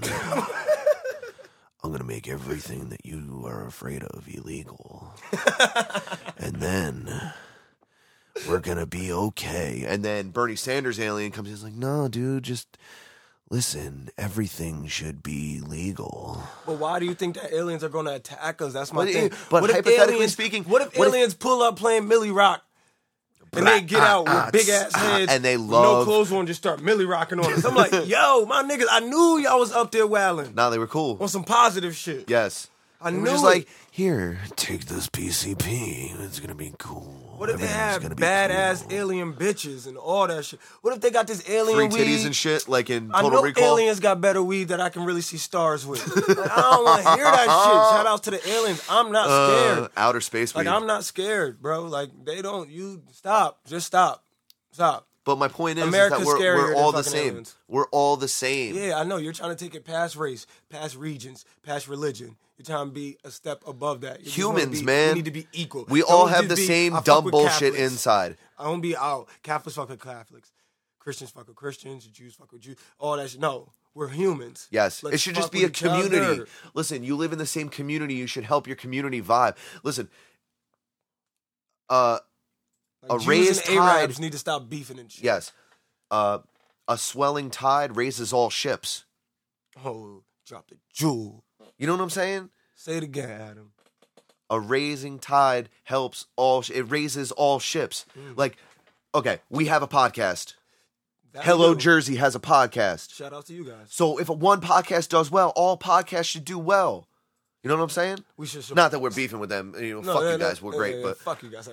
I'm gonna make everything that you are afraid of (laughs) illegal, and then. We're gonna be okay. And then Bernie Sanders alien comes in is like, no, dude, just listen, everything should be legal. But why do you think that aliens are going to attack us? That's my But thing. it- but what if hypothetically aliens, speaking, what if what if- aliens pull up playing Millie Rock and they get Ah, out ah, with big ass ah, heads and they with no love- clothes on, just start Millie rocking on us? (laughs) I'm like, yo, my niggas, I knew y'all was up there wailing Nah, they were on cool. some positive shit. Yes. I They were knew just it. like, here, take this PCP. It's gonna be cool. What if they Everything's have gonna be badass cool." alien bitches and all that shit? What if they got this alien Free weed? titties and shit, like in I Total know Recall. aliens got better weed that I can really see (laughs) stars with. Like, I don't want to hear that shit. Shout out to the aliens. I'm not Uh, scared. outer space Like weed. I'm not scared, bro. Like they don't. You stop. Just stop. Stop. but my point is, is that America's we're, scarier we're than all the fucking same. aliens. We're all the same. Yeah, I know you're trying to take it past race, past regions, past religion. You're trying to be a step above that. You just wanna Humans, be- man. We need to be equal. We Don't all have just the be, I same fuck dumb with bullshit Catholics. inside. I don't be out. Catholics fuck with Catholics. Christians fuck with Christians. Jews fuck with Jews. All that shit. No, we're humans. Yes, Let's it should just fuck be a with each other. community. Listen, you live in the same community. You should help your community vibe. Listen, uh, Like, A Jews raised and Arabs tide- need to stop beefing and shit. yes, uh, a swelling tide raises all ships. Oh, drop the jewel. You know what I'm saying? Say it again, Adam. A raising tide helps all. Sh- it raises all ships. Mm. Like, okay, we have a podcast. That Hello dude. Jersey has a podcast. Shout out to you guys. So if one podcast does well, all podcasts should do well. You know what I'm saying? We should support. Not that we're beefing with them. You know, fuck yeah, you guys. yeah, we're (laughs) (laughs) yeah, great, yeah, but fuck you guys.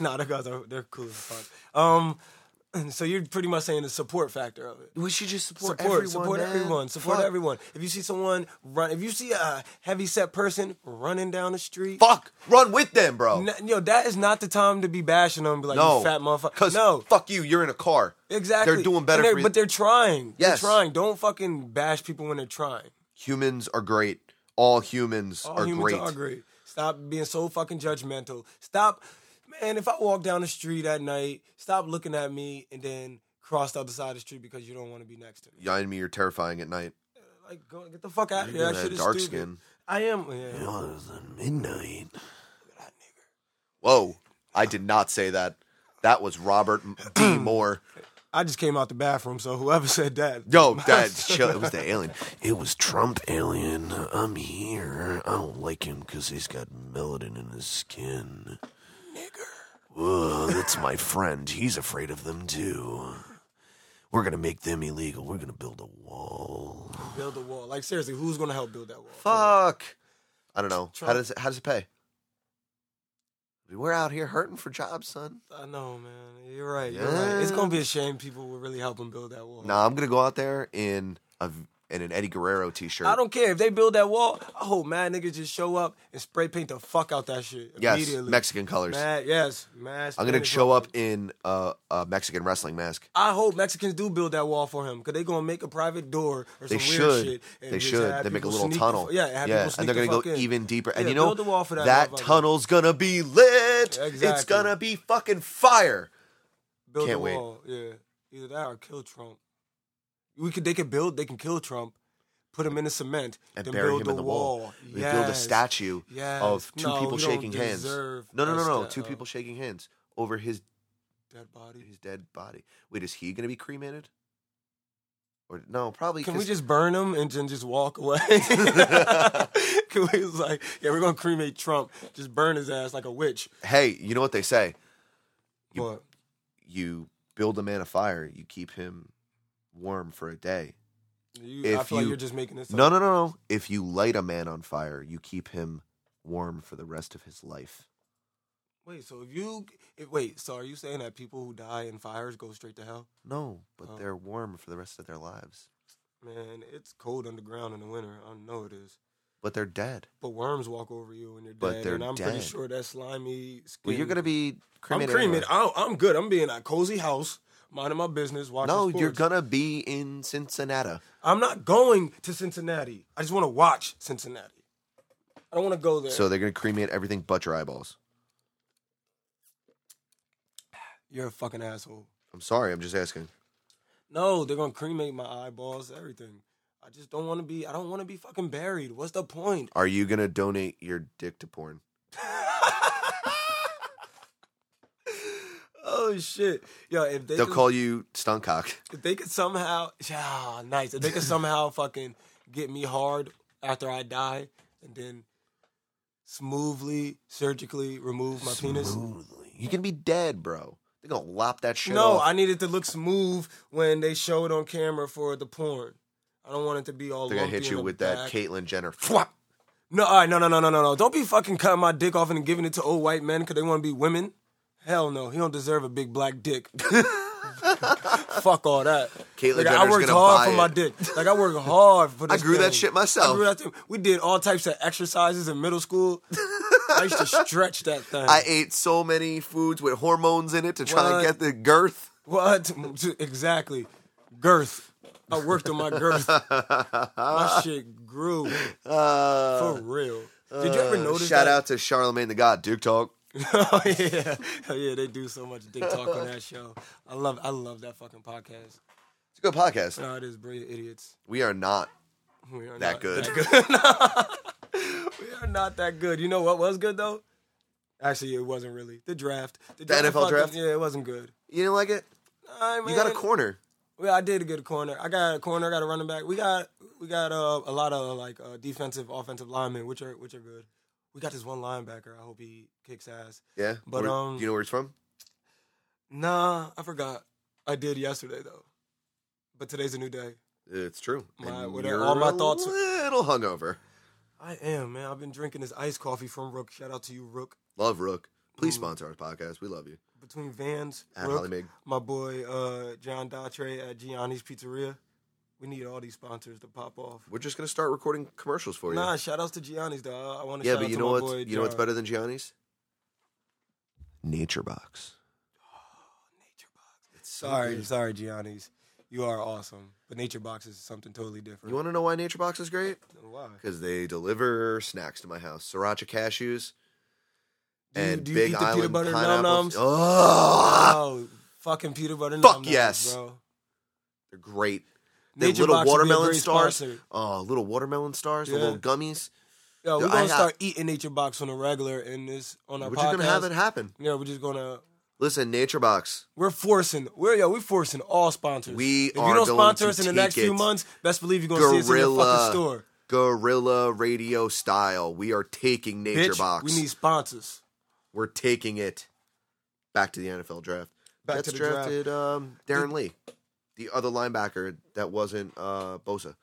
nah, the guys are they're cool as fuck. Um, (clears throat) so you're pretty much saying the support factor of it. We should just support, Support, everyone. support man. everyone, support Fuck. everyone. If you see someone run, if you see a heavy set person running down the street, Fuck, run with them, bro. n- yo, that is not the time to be bashing them. And be like, No, you fat motherfucker. Because No, fuck you, you're in a car. exactly. They're doing And better they're- for you. but they're trying. Yes. they're trying. Don't fucking bash people when they're trying. Humans are great. All humans, All are, humans great. are great. Stop being so fucking judgmental. Stop, man. If I walk down the street at night, stop looking at me and then cross the other side of the street because you don't want to be next to me. Yeah, I mean, you're terrifying at night. Like, go get the fuck out of You're here. That gonna have shit is dark stupid. skin. I am. Yeah. midnight. That nigga. Whoa, I did not say that. That was Robert (clears throat) D. Moore. I just came out the bathroom, so whoever (laughs) said that, Yo, (laughs) that chill. It was the alien. It was Trump alien. I'm here. I don't like him because he's got melanin in his skin. Nigger. Ugh, that's my friend. He's afraid of them too. We're gonna make them illegal. We're gonna build a wall. build a wall. Like seriously, who's gonna help build that wall? Fuck. I don't know. How Trump. does it, how does it pay? We're out here hurting for jobs, son. I know, man. You're right. You're right. It's gonna be a shame people will really help him build that wall. Nah, I'm gonna go out there in a in an Eddie Guerrero t-shirt. I don't care if they build that wall. I hope mad niggas just show up and spray paint the fuck out that shit yes, immediately. Mexican colors. Mad, yes, mad. I'm gonna Spanish show wall. up in a, a Mexican wrestling mask. I hope Mexicans do build that wall for him because they gonna make a private door or They some weird should. shit. and they just should. have They make a people little sneak the tunnel. fu- yeah, have yeah. people and sneak they're gonna the go fuck in. even deeper. And Yeah, you know, build a wall for that motherfucker. tunnel's gonna be lit. It's Exactly. gonna be fucking fire. build Can't the wait. wall. Yeah, either that or kill Trump. We could. They could build. They can kill Trump, put him in the cement, And then bury build him the in the wall. wall. We build a Yes. statue Yes. of two No, people we don't shaking hands. No, deserve no, no, a no. sta- Two uh, people shaking hands over his Dead body. his dead body. Wait, is he gonna be cremated? Or no, probably. Can we 'cause- just burn him and then just (laughs) walk away? (laughs) Can we just like, yeah, we're gonna cremate Trump. Just burn his ass like a witch. Hey, you know what they say? You- But You build a man a fire, you keep him warm for a day. you, I if feel like you- you're just making this. No, up. no, no, no. If you light a man on fire, you keep him warm for the rest of his life. Wait. So if you, if, wait. So are you saying that people who die in fires go straight to hell? No, but Oh. they're warm for the rest of their lives. Man, it's cold underground in the winter. I know it is. But they're dead. But worms walk over you and you're dead. But they're and I'm pretty dead. sure that slimy skin. Well, you're gonna be I'm cremated. creaming. anyway. I'm, I'm good. I'm being in a cozy house, minding my business, watching No, sports. you're gonna be in Cincinnati. I'm not going to Cincinnati. I just want to watch Cincinnati. I don't want to go there. So they're gonna cremate everything but your eyeballs. you're a fucking asshole. I'm sorry. I'm just asking. No, they're gonna cremate my eyeballs, everything. I just don't want to be. I don't want to be fucking buried. What's the point? (laughs) Are you gonna donate your dick to porn? oh shit, yo! If they They'll could- call you stuntcock. If they could somehow, yeah, nice. If they could somehow fucking get me hard after I die, and then smoothly, surgically remove my penis. You can be dead, bro. They're gonna lop that shit No, off. I need it to look smooth when they show it on camera for the porn. I don't want it to be all. They're gonna lumpy hit in you the with that back. Caitlyn Jenner. (laughs) Fwap. No, all right, no, no, no, no, no, no. Don't be fucking cutting my dick off and giving it to old white men because they want to be women. Hell no, he don't deserve a big black dick. (laughs) Fuck all that. Caitlyn Nigga, I Jenner's worked gonna hard buy for my it. dick. Like I worked hard for (laughs) I this. grew that thing. shit I myself. grew that thing. We did all types of exercises in middle school. I used to stretch that thing. (laughs) I ate so many foods with hormones in it to try What? and get the girth. What? (laughs) Exactly. Girth. I worked on my girth. my (laughs) shit grew Uh, for real. Did you ever notice shout that? (laughs) out to Charlemagne the God, Duke Talk. oh yeah, oh yeah, they do so much dick talk on that show. I love, I love that fucking podcast. It's a good podcast. No, it is brilliant idiots. We are not We are that not good. That, (laughs) we are not that good. You know what was good though? Actually, it wasn't really the draft. The NFL fucking- draft? Yeah, it wasn't good. you didn't like it? I You got a mean, corner. Well, I did get a corner. I got a corner. I got a running back. We got we got uh, a lot of like uh, defensive, offensive linemen, which are which are good. We got this one linebacker. I hope he kicks ass. Yeah. But, Where- um, do you know where he's from? Nah, I forgot. I did yesterday though, but today's a new day. It's true. My- And what are- you're all my a thoughts- Little hungover. I am man. I've been drinking this iced coffee from Rook. Shout out to you, Rook. Love Rook. Please Mm. sponsor our podcast. We love you. between Vans, At Brooke, Holly Mig. my boy uh, John Daughtry at Gianni's Pizzeria. We need all these sponsors to pop off. We're just gonna start recording commercials for you. Nah, shout outs to Gianni's though. I, I want to Oh, yeah, shout but out you to know my what's boy. you know what's John. better than Gianni's? Nature Box. Nature Box. It's so Sorry, good. sorry, Gianni's. You are awesome, but Nature Box is something totally different. You want to know why Nature Box is great? Why? Because they deliver snacks to my house: sriracha cashews Do you, and do you Big eat the Island peanut butter num pineapples. nums? Oh, Oh, fucking peanut butter Fuck num yes. bro. they're great. The Nature little Box would be a watermelon great stars. sponsor. Oh, little watermelon stars, the Yeah. little gummies. Yo, we're Dude, I gonna have- start eating Nature Box on a regular in this on our We're podcast. just gonna have it happen. Yeah, we're just gonna Listen, Nature Box. we're forcing we're yo we're forcing all sponsors. We if are you don't going sponsor to us in the next take few it. months, best believe you're gonna see us in your Guerrilla fucking store. Guerrilla radio style. We are taking Nature Bitch, Box. we need sponsors. We're taking it back to the NFL draft. Back That's to the draft. drafted um, Darren Lee, the other linebacker that wasn't uh, Bosa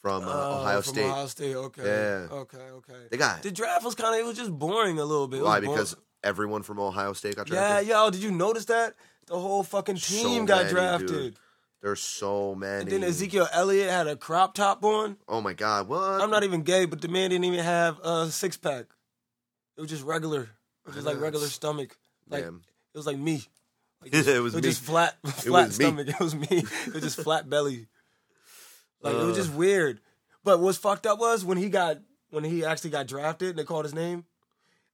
from uh, Oh, Ohio from State. Ohio State. Okay. Yeah. Okay. Okay. They got The draft was kind of it was just boring a little bit. It why was boring. because everyone from Ohio State got yeah, drafted. yo, did you notice that the whole fucking So team got many, drafted? dude. There's so many. And then Ezekiel Elliott had a crop top on. oh my God! What? I'm not even gay, but the man didn't even have a six pack. It was just regular. It was like regular stomach. Like Damn. it was like me. Like, It was me. just flat, flat was me. stomach. (laughs) It was me. It was just flat belly. Like it was Uh. just weird. But what's fucked up was when he got when he actually got drafted and they called his name.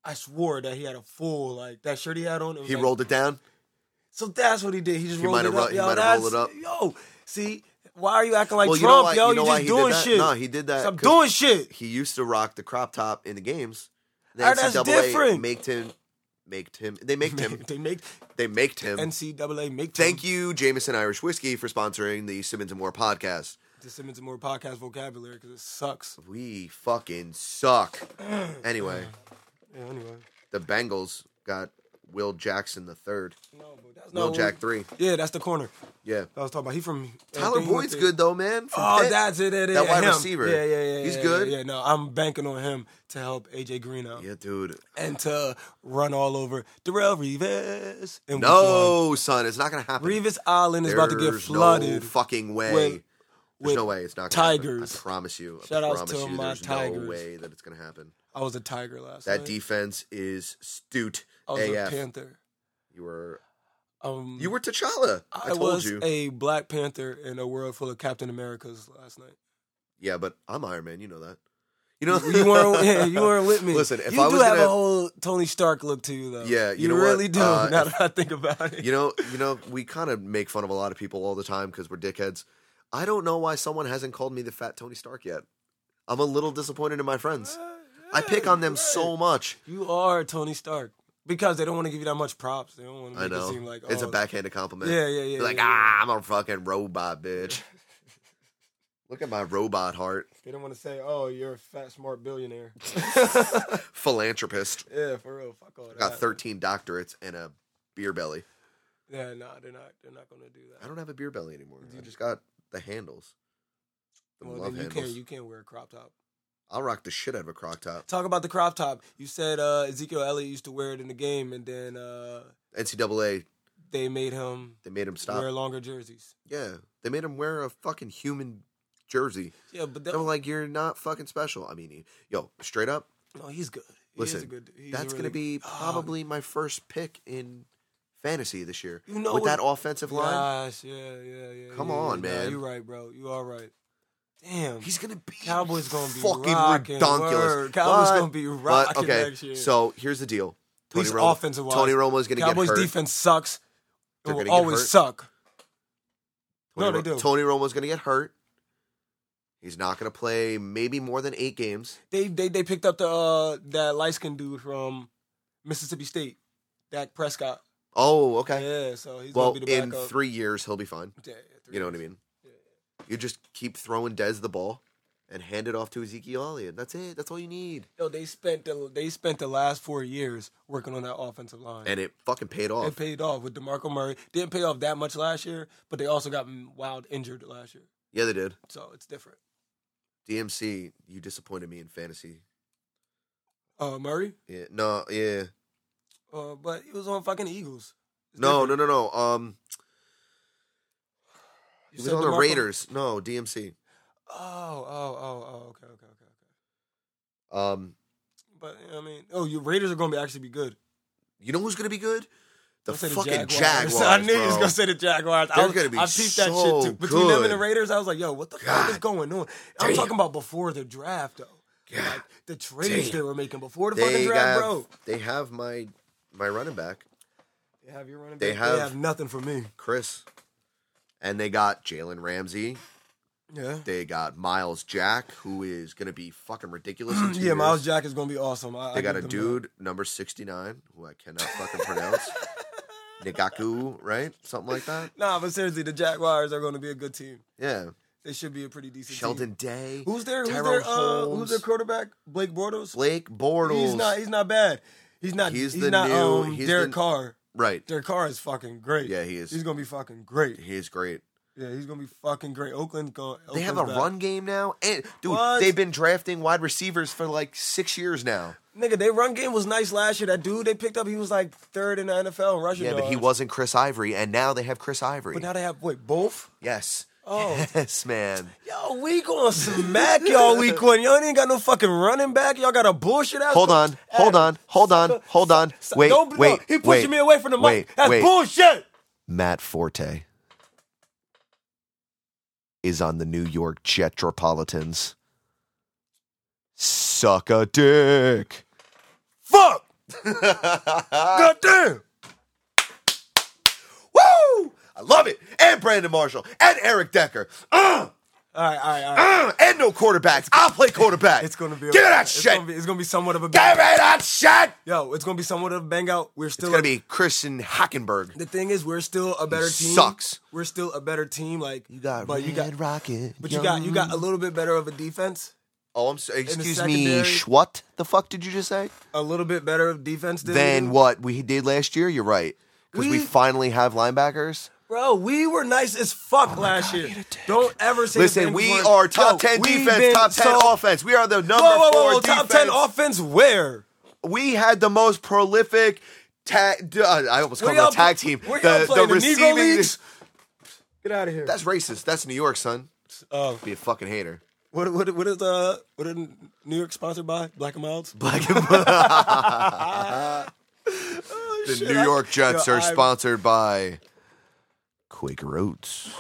I swore that he had a full like that shirt he had on. it was He like- rolled it down. So that's what he did. He just He rolled might it have up. ru- he yo, might have that's, rolled it Yo, see, why are you acting like well, you Trump? know why? yo, you know you why just he doing did that? shit. No, he did that. Stop 'cause (laughs) doing shit. He used to rock the crop top in the games. The Ah, that's NCAA different. Made him. Made him. They made him. (laughs) They make They made him. NCAA make Thank you, Jameson Irish Whiskey, for sponsoring the Simmons and Moore podcast. to Simmons and More podcast vocabulary because it sucks. We fucking (clears throat) suck. Anyway, Yeah, anyway. the Bengals got Will Jackson the third. No, but that's Will not Jack three. Yeah, that's the corner. Yeah. I was talking about. He from Tyler I think he Boyd's went to- good though, man. from Oh, Pitt. that's it. it, it That yeah, wide him. receiver. Yeah, yeah, yeah. He's yeah, good. Yeah, yeah, no, I'm banking on him to help AJ Green out Yeah, dude. and to run all over Darrell Reeves. And No, son, it's not gonna happen. Reeves Island is There's about to get flooded. No fucking way. with- There's no with way it's not gonna happen. Tigers. I promise you. I Shout outs promise to you my there's no Tigers. way that it's gonna happen. I was a tiger last That night. defense is stooped I was a AF. panther. you were Um, you were T'Challa. I, I, told was you. a Black Panther in a world full of Captain Americas last night. Yeah, but I'm Iron Man. You know that. You know You weren't, (laughs) (laughs) yeah, you weren't with me. Listen, if you I do was have gonna- a whole Tony Stark look to you, though. Yeah, you you, know what? really do. Uh, (laughs) now that I think about it, You know, you know, we kind of make fun of a lot of people all the time because we're dickheads. I don't know why someone hasn't called me the fat Tony Stark yet. I'm a little disappointed in my friends. Uh, I pick on them so much. you are Tony Stark because they don't want to give you that much props. They don't want to I make know. it seem like it's a oh, backhanded compliment. Yeah, yeah, yeah, They're like, yeah, ah, I'm a fucking robot, (laughs) bitch. Look at my robot heart. They don't want to say, "Oh, you're a fat, (laughs) smart billionaire." (laughs) Philanthropist. yeah, for real. Fuck all that. Got 13 doctorates and a beer belly. Yeah, no, they're not. They're not going to do that. I don't have a beer belly anymore. I just got the handles. The Well, love then you handles. can't. You can't wear a crop top. I'll rock the shit out of a croc top. Talk about the crop top. You said uh, Ezekiel Elliott used to wear it in the game, and then uh, NCAA, they made him they made him stop. wear longer jerseys. Yeah, they made him wear a fucking human jersey. Yeah, but They that, were like, "You're not fucking special." I mean, yo, straight up, no, he's good. He is listen, a good. he's that's a gonna really- be Oh, probably my first pick in fantasy this year. (gasps) You know with what- that offensive line, Gosh, yeah, yeah, yeah. Come yeah, on, yeah. Nah, man. you right, bro. You all right. Damn. he's gonna be Cowboys gonna be fucking rocking, redonkulous. word. Cowboys But- gonna be but, rocking okay, next year. so here's the deal. Tony least Romo, offensive-wise. Tony Romo's gonna Cowboys get hurt. defense sucks. They're gonna It will get always hurt. suck. Tony No, they Ro- do. Tony Romo's gonna get hurt. He's not gonna play maybe more than eight games. They they they picked up the uh, that light skin dude from Mississippi State, Dak Prescott. Oh, okay. Yeah, so he's well, gonna be the in backup. three years he'll be fine. Yeah, yeah, three You know years. what I mean? You just keep throwing Dez the ball and hand it off to Ezekiel Elliott. That's it. That's all you need. Yo, they spent the they spent the last four years working on that offensive line. And it fucking paid it off. paid off with Demarco Murray. Didn't pay off that much last year, but they also got wild injured last year, Yeah, they did. so it's different. DMC, you disappointed me in fantasy. Uh, Murray, Yeah, no, yeah. uh, but he was on fucking Eagles. It's No, different. no, no, no. Um, You he was said on the DeMarco- Raiders. No, DMC. Oh, oh, oh, oh. Okay, okay, okay, okay. Um, But you know what I mean, oh, your Raiders are gonna be actually be good. you know who's gonna be good? The Don't say fucking Jaguars. Jaguars. (laughs) I knew you was bro. gonna say the Jaguars. They're I was, gonna be I peeped so that shit too. Between them and the good. Raiders, I was like, yo, what the fuck is God going on? I'm damn. talking about before the draft though. Yeah. Like the trades Damn. they were making before the fucking they draft, have, bro. They have my my running back, They have your running back. They They have- have, nothing for me. Chris, and they got Jalen Ramsey. Yeah. They got Miles Jack, who is gonna be fucking ridiculous. (clears throat) In two Yeah, Miles years. Jack is gonna be awesome. I, They I got a give them dude number sixty nine, who I cannot fucking (laughs) pronounce. Nikaku, right? Something like that. that. Nah, but seriously, the Jaguars are gonna be a good team. Yeah. They should be a pretty decent team. Sheldon Day. Who's their who's Tyrone their uh, Holmes. who's their quarterback? Blake Bortles. Blake Bortles. He's not he's not bad. He's not He's he's, the not new- um he's Derek the- Carr. right. Derek Carr is fucking great. Yeah, he is. He's gonna be fucking great. He is great. Yeah, he's gonna be fucking great. Oakland's going. They have a run game now, and dude, What? they've been drafting wide receivers for like six years now. Nigga, their run game was nice last year. That dude they picked up, he was like third in the NFL in rushing. Yeah, but he yards. wasn't Chris Ivory, and now they have Chris Ivory. But now they have wait both. yes, (laughs) Oh. yes, (laughs) man. Yo, we gonna smack (laughs) y'all week one. Y'all ain't got no fucking running back. Y'all got a bullshit ass. Hold on, hold on, hold on, hold on. Stop. Wait, Don't- no, wait, he pushing wait, me away from the mic. wait, That's wait. bullshit. Matt Forte is on the New York Jetropolitans. Suck a dick. (laughs) Fuck. Uh, Goddamn. Woo! I love it. And Brandon Marshall and Eric Decker. Uh, All right, all right, all right. uh, and no quarterbacks. I'll play quarterback. It's gonna be. Give me that it's shit. Gonna be, it's gonna be somewhat of a. Give me Bang. that shit. Yo, it's gonna be somewhat of a bang out. We're still It's gonna be Christian Hockenberg. The thing is, we're still a better team. sucks. We're still a better team. Like You got but Red you got, Rocket. but you got, you got a little bit better of a defense. Oh, I'm sorry. Excuse me. secondary- Sh- what the fuck did you just say? A little bit better of defense than we Then do. what we did last year? You're right. Because we, We- finally have linebackers. bro. We were nice as fuck last year. Don't ever say. the Listen, Bengals we weren't- are top Yo, ten we've defense, been top ten so- offense. We are the number Whoa, whoa, whoa, four whoa! Top ten defense. offense where? we had the most prolific tag. Uh, I almost Where called it a y'all- tag team. where y'all play? The Negro Leagues? Get out of here. That's racist. That's New York, son. Oh, Be a fucking (laughs) hater. what what what is uh what is New York sponsored by Black and Milds? Black and the Oh, (laughs) shit, New I- York Jets Yo, are I- sponsored by Quaker Oats.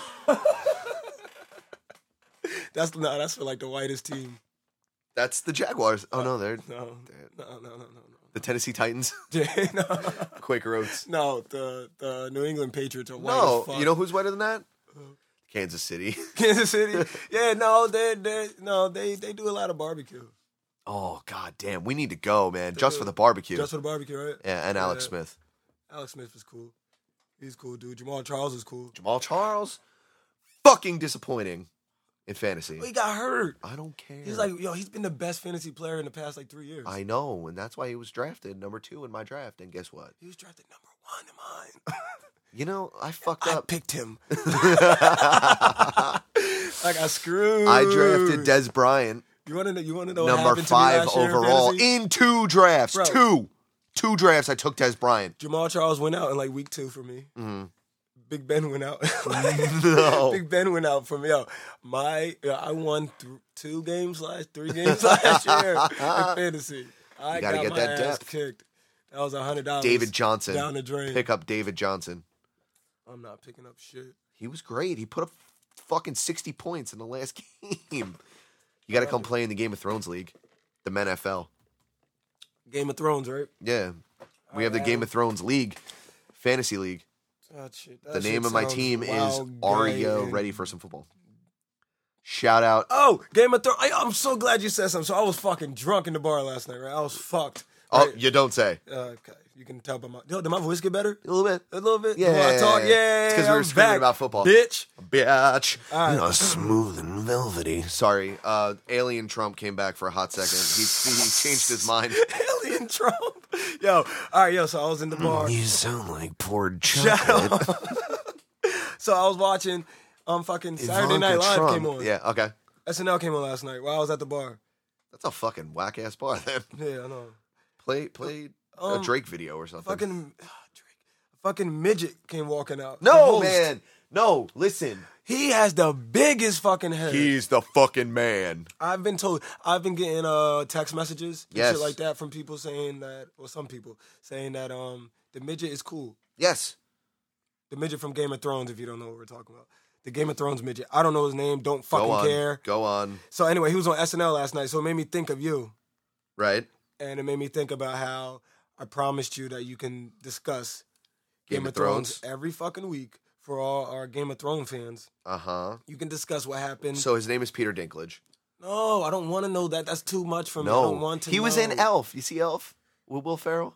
That's no, that's for like the whitest team. That's the Jaguars. Oh no, they're No, no, no, no, no, no. (laughs) the Tennessee Titans. (laughs) no. Quaker Oats. No, the the New England Patriots are white as No, fuck. Uh-huh. you know who's whiter than that? Kansas City. (laughs) (laughs) Kansas City. Yeah, no, they they no, they they do a lot of barbecue. Oh god damn, we need to go, man. Just for the barbecue. Uh, Just for the barbecue, right? yeah, and Alex Yeah. Smith. Alex Smith was cool. He's cool, dude. Jamal Charles is cool. Jamal Charles, fucking disappointing in fantasy. He got hurt. I don't care. He's like, yo, he's been the best fantasy player in the past like three years. I know, and that's why he was drafted number two in my draft. And guess what? he was drafted number one in (laughs) mine. You know, I fucked I (laughs) up. (laughs) picked him. like I screwed. I drafted Des Bryant, You want to know? You want to know? what number happened to me five last year in overall, fantasy? in two drafts. Bro. Two, two drafts. I took Des Bryant. Jamal Charles went out in like week two for me. Big Ben went out. Mm-hmm. (laughs) No. Big Ben went out for me. Yo, my yo, I won th- two games last, three games (laughs) last year (laughs) in fantasy. I You gotta got get my that ass depth. kicked. That was a hundred dollars. David Johnson. down the drain. Pick up David Johnson. I'm not picking up shit. He was great. He put up fucking 60 points in the last (laughs) game. You got to come play in the Game of Thrones League, the NFL. Game of Thrones, right? Yeah. We have the Game of Thrones League, Fantasy League. That Ah, shit, that The shit name of my sounds team is wild, gay, Ario and- Ready for Some Football. Shout out. Oh, Game of Thrones. I, I'm so glad you said something. So I was fucking drunk in the bar last night, right? I was fucked. Oh, right? you don't say. Uh, okay, you can tell by my. Yo, did my voice get better? A little bit. A little bit. Yeah, The more I talk, yeah, yeah. yeah. It's 'cause we were I'm screaming back, about football. bitch. (laughs) Bitch. All right. Uh, smooth and velvety. Sorry. Uh, Alien Trump came back for a hot second. He, he changed his mind. Alien Trump. Yo, all right, yo. So I was in the bar. Mm-hmm. You sound like poured Shut chocolate. (laughs) So I was watching. Um, fucking (laughs) Saturday Ivanka Night Live Trump. came on. Yeah, okay. SNL came on last night while I was at the bar. That's a fucking whack ass bar (laughs) then. Yeah, I know. Play play a Um, Drake video or something. Fucking ah, Drake. fucking midget came walking out. The No, host. man. No, listen. He has the biggest fucking head. He's the fucking man. I've been told I've been getting uh text messages and Yes. shit like that from people saying that or some people saying that um the midget is cool. Yes. The midget from Game of Thrones, if you don't know what we're talking about. The Game of Thrones midget. I don't know his name, don't Go on. fucking care. Go on. So anyway, he was on SNL last night, so it made me think of you. Right. And it made me think about how I promised you that you can discuss Game, of Thrones. every fucking week for all our Game of Thrones fans. Uh huh. You can discuss what happened. So his name is Peter Dinklage. no, I don't want to know that. That's too much for me. I no, don't want to. he was know. in Elf. You see Elf with Will Ferrell?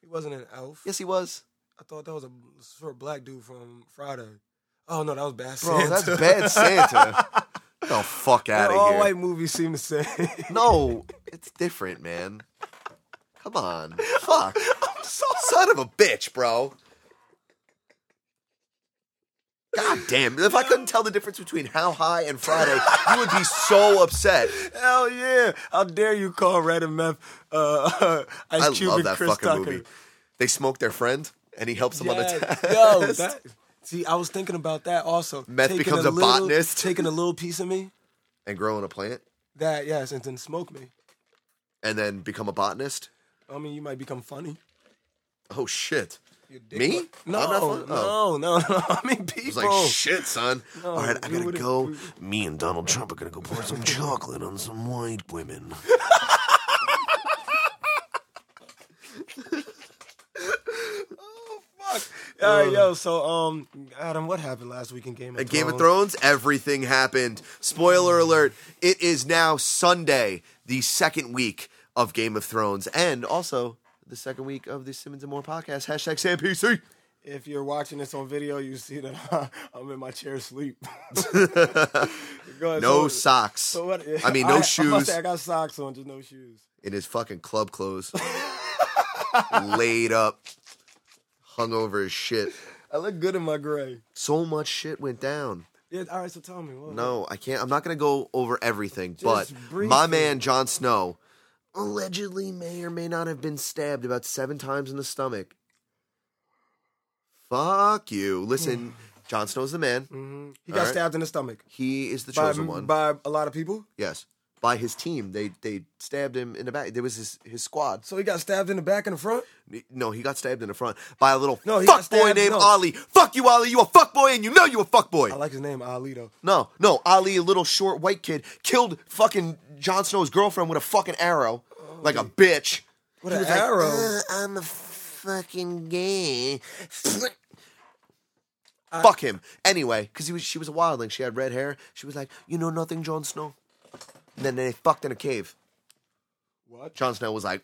He wasn't an elf. Yes, he was. I thought that was a short black dude from Friday. Oh no, (laughs) that was bad. Bro, Santa. that's bad (laughs) Santa. Get the fuck out all of here. white movies seem the same. (laughs) I'm No, it's different, man. Come on. (laughs) Fuck. Son of a bitch, bro. God damn. If I couldn't tell the difference between How High and Friday, you would be so (laughs) upset. Hell yeah! How dare you call Red and Meth uh, (laughs) Ice I Cube love and that Chris fucking Tucker? movie. They smoke their friend and he helps them on a Yes. (laughs) test. Yo, that, see, I was thinking about that also. Meth Taking becomes a little- botanist. Taking a little piece of me. and grow on a plant That yes, and then smoke me. and then become a botanist. I mean, you might become funny. Oh shit. Your dick Me? might- No, I'm not funny? no, no, no. (laughs) I mean, people. It's like shit, son. No, All right, I we gotta would've- go. we- Me and Donald Trump are gonna go pour some chocolate on some white women. (laughs) All right, yo. So, um, Adam, what happened last week in Game of At Uh. Thrones? Game of Thrones, everything happened. Spoiler alert, it is now Sunday, the second week of Game of Thrones, and also the second week of the Simmons and More podcast. Hashtag SamPC. If you're watching this on video, you see that (laughs) I'm in my (laughs) chair asleep. (laughs) Go ahead, No so- socks. so what- I mean, no I- I must shoes. say I got socks on, just no shoes. in his fucking club clothes, laid up, hung over as shit. I look good in my gray. So much shit went down. Yeah. All right. So tell me. What, No, I can't. I'm not going to go over everything, but my briefly. man Jon Snow allegedly may or may not have been stabbed about seven times in the stomach. Fuck you. (sighs) Listen, Jon Snow's the man. Mhm. He All got right. stabbed in the stomach He is the by, chosen one. by a lot of people. yes. By his team. They they stabbed him in the back. There was his, his squad. So he got stabbed in the back and the front. No, he got stabbed in the front by a little No, he got fuck boy stabbed- named no. Ali. Fuck you, Ali. You a fuck boy, and you know you a fuck boy. I like his name, Ali though. No, no, Ali, a little short white kid, killed fucking Jon Snow's girlfriend with a fucking arrow, like a bitch. What He an was like, arrow! "Uh, I'm a fucking gay. Fuck him. Anyway, because he was, she was a wildling. She had red hair. She was like, you know nothing, Jon Snow. And then they fucked in a cave. what? Jon Snow was like,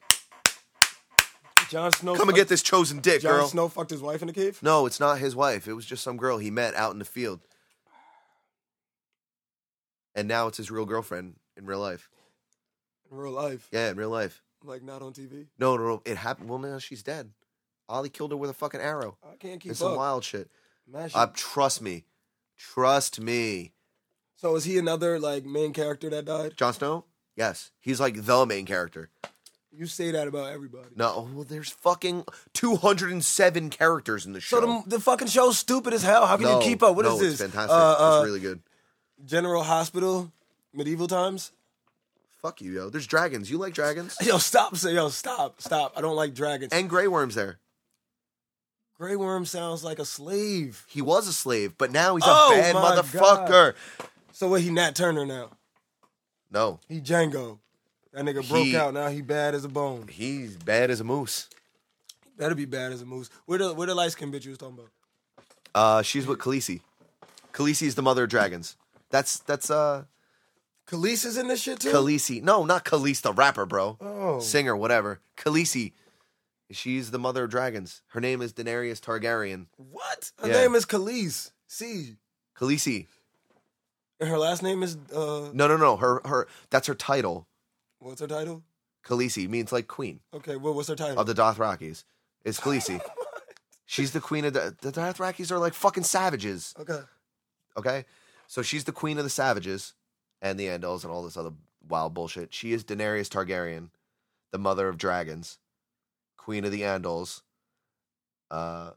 Jon Snow. come and get this chosen dick, Jon girl. Snow fucked his wife in the cave. No, it's not his wife. It was just some girl he met out in the field. And now it's his real girlfriend in real life. In real life, Yeah, in real life. like not on TV. No, no, no. It happened. Well, now she's dead. Ollie killed her with a fucking arrow. I can't keep It's some up. wild shit. Man, she- Uh, trust me. Trust me. so is he another like main character that died? Jon Snow? Yes. He's like the main character. You say that about everybody. No, oh, well, there's fucking 207 characters in the show. So the, the fucking show's stupid as hell. How can no, you keep up? What is no, this? It's fantastic. Uh, uh, it's really good. General Hospital, medieval times. Fuck you, yo. There's dragons. You like dragons? (laughs) Yo, stop! Say, yo, stop, stop! I don't like dragons. And Grey Worm's there. Grey Worm sounds like a slave. He was a slave, but now he's a Oh bad my motherfucker. So what? He Nat Turner now. No, He Django. That nigga broke He- out. Now he bad as a bone. he's bad as a moose. That'll be bad as a moose. Where the where the light skin bitch you was talking about? Uh, she's with Khaleesi. Khaleesi is the mother of dragons. That's that's uh Khalees is in this shit too. Khaleesi. No, not Khaleesi, the rapper, bro. Oh. Singer, whatever. Khaleesi. She's the mother of dragons. Her name is Daenerys Targaryen. What? Her Yeah. name is Khalees. C. Khaleesi. And her last name is uh. No, no, no. Her her that's her title. What's her title? Khaleesi means like queen Okay. Well, what's her title? of the Dothrakis. It's Khaleesi. She's the queen of the, the Dothrakis are like fucking savages. okay. Okay? So she's the queen of the savages and the Andals and all this other wild bullshit. She is Daenerys Targaryen, the mother of dragons, queen of the Andals. Uh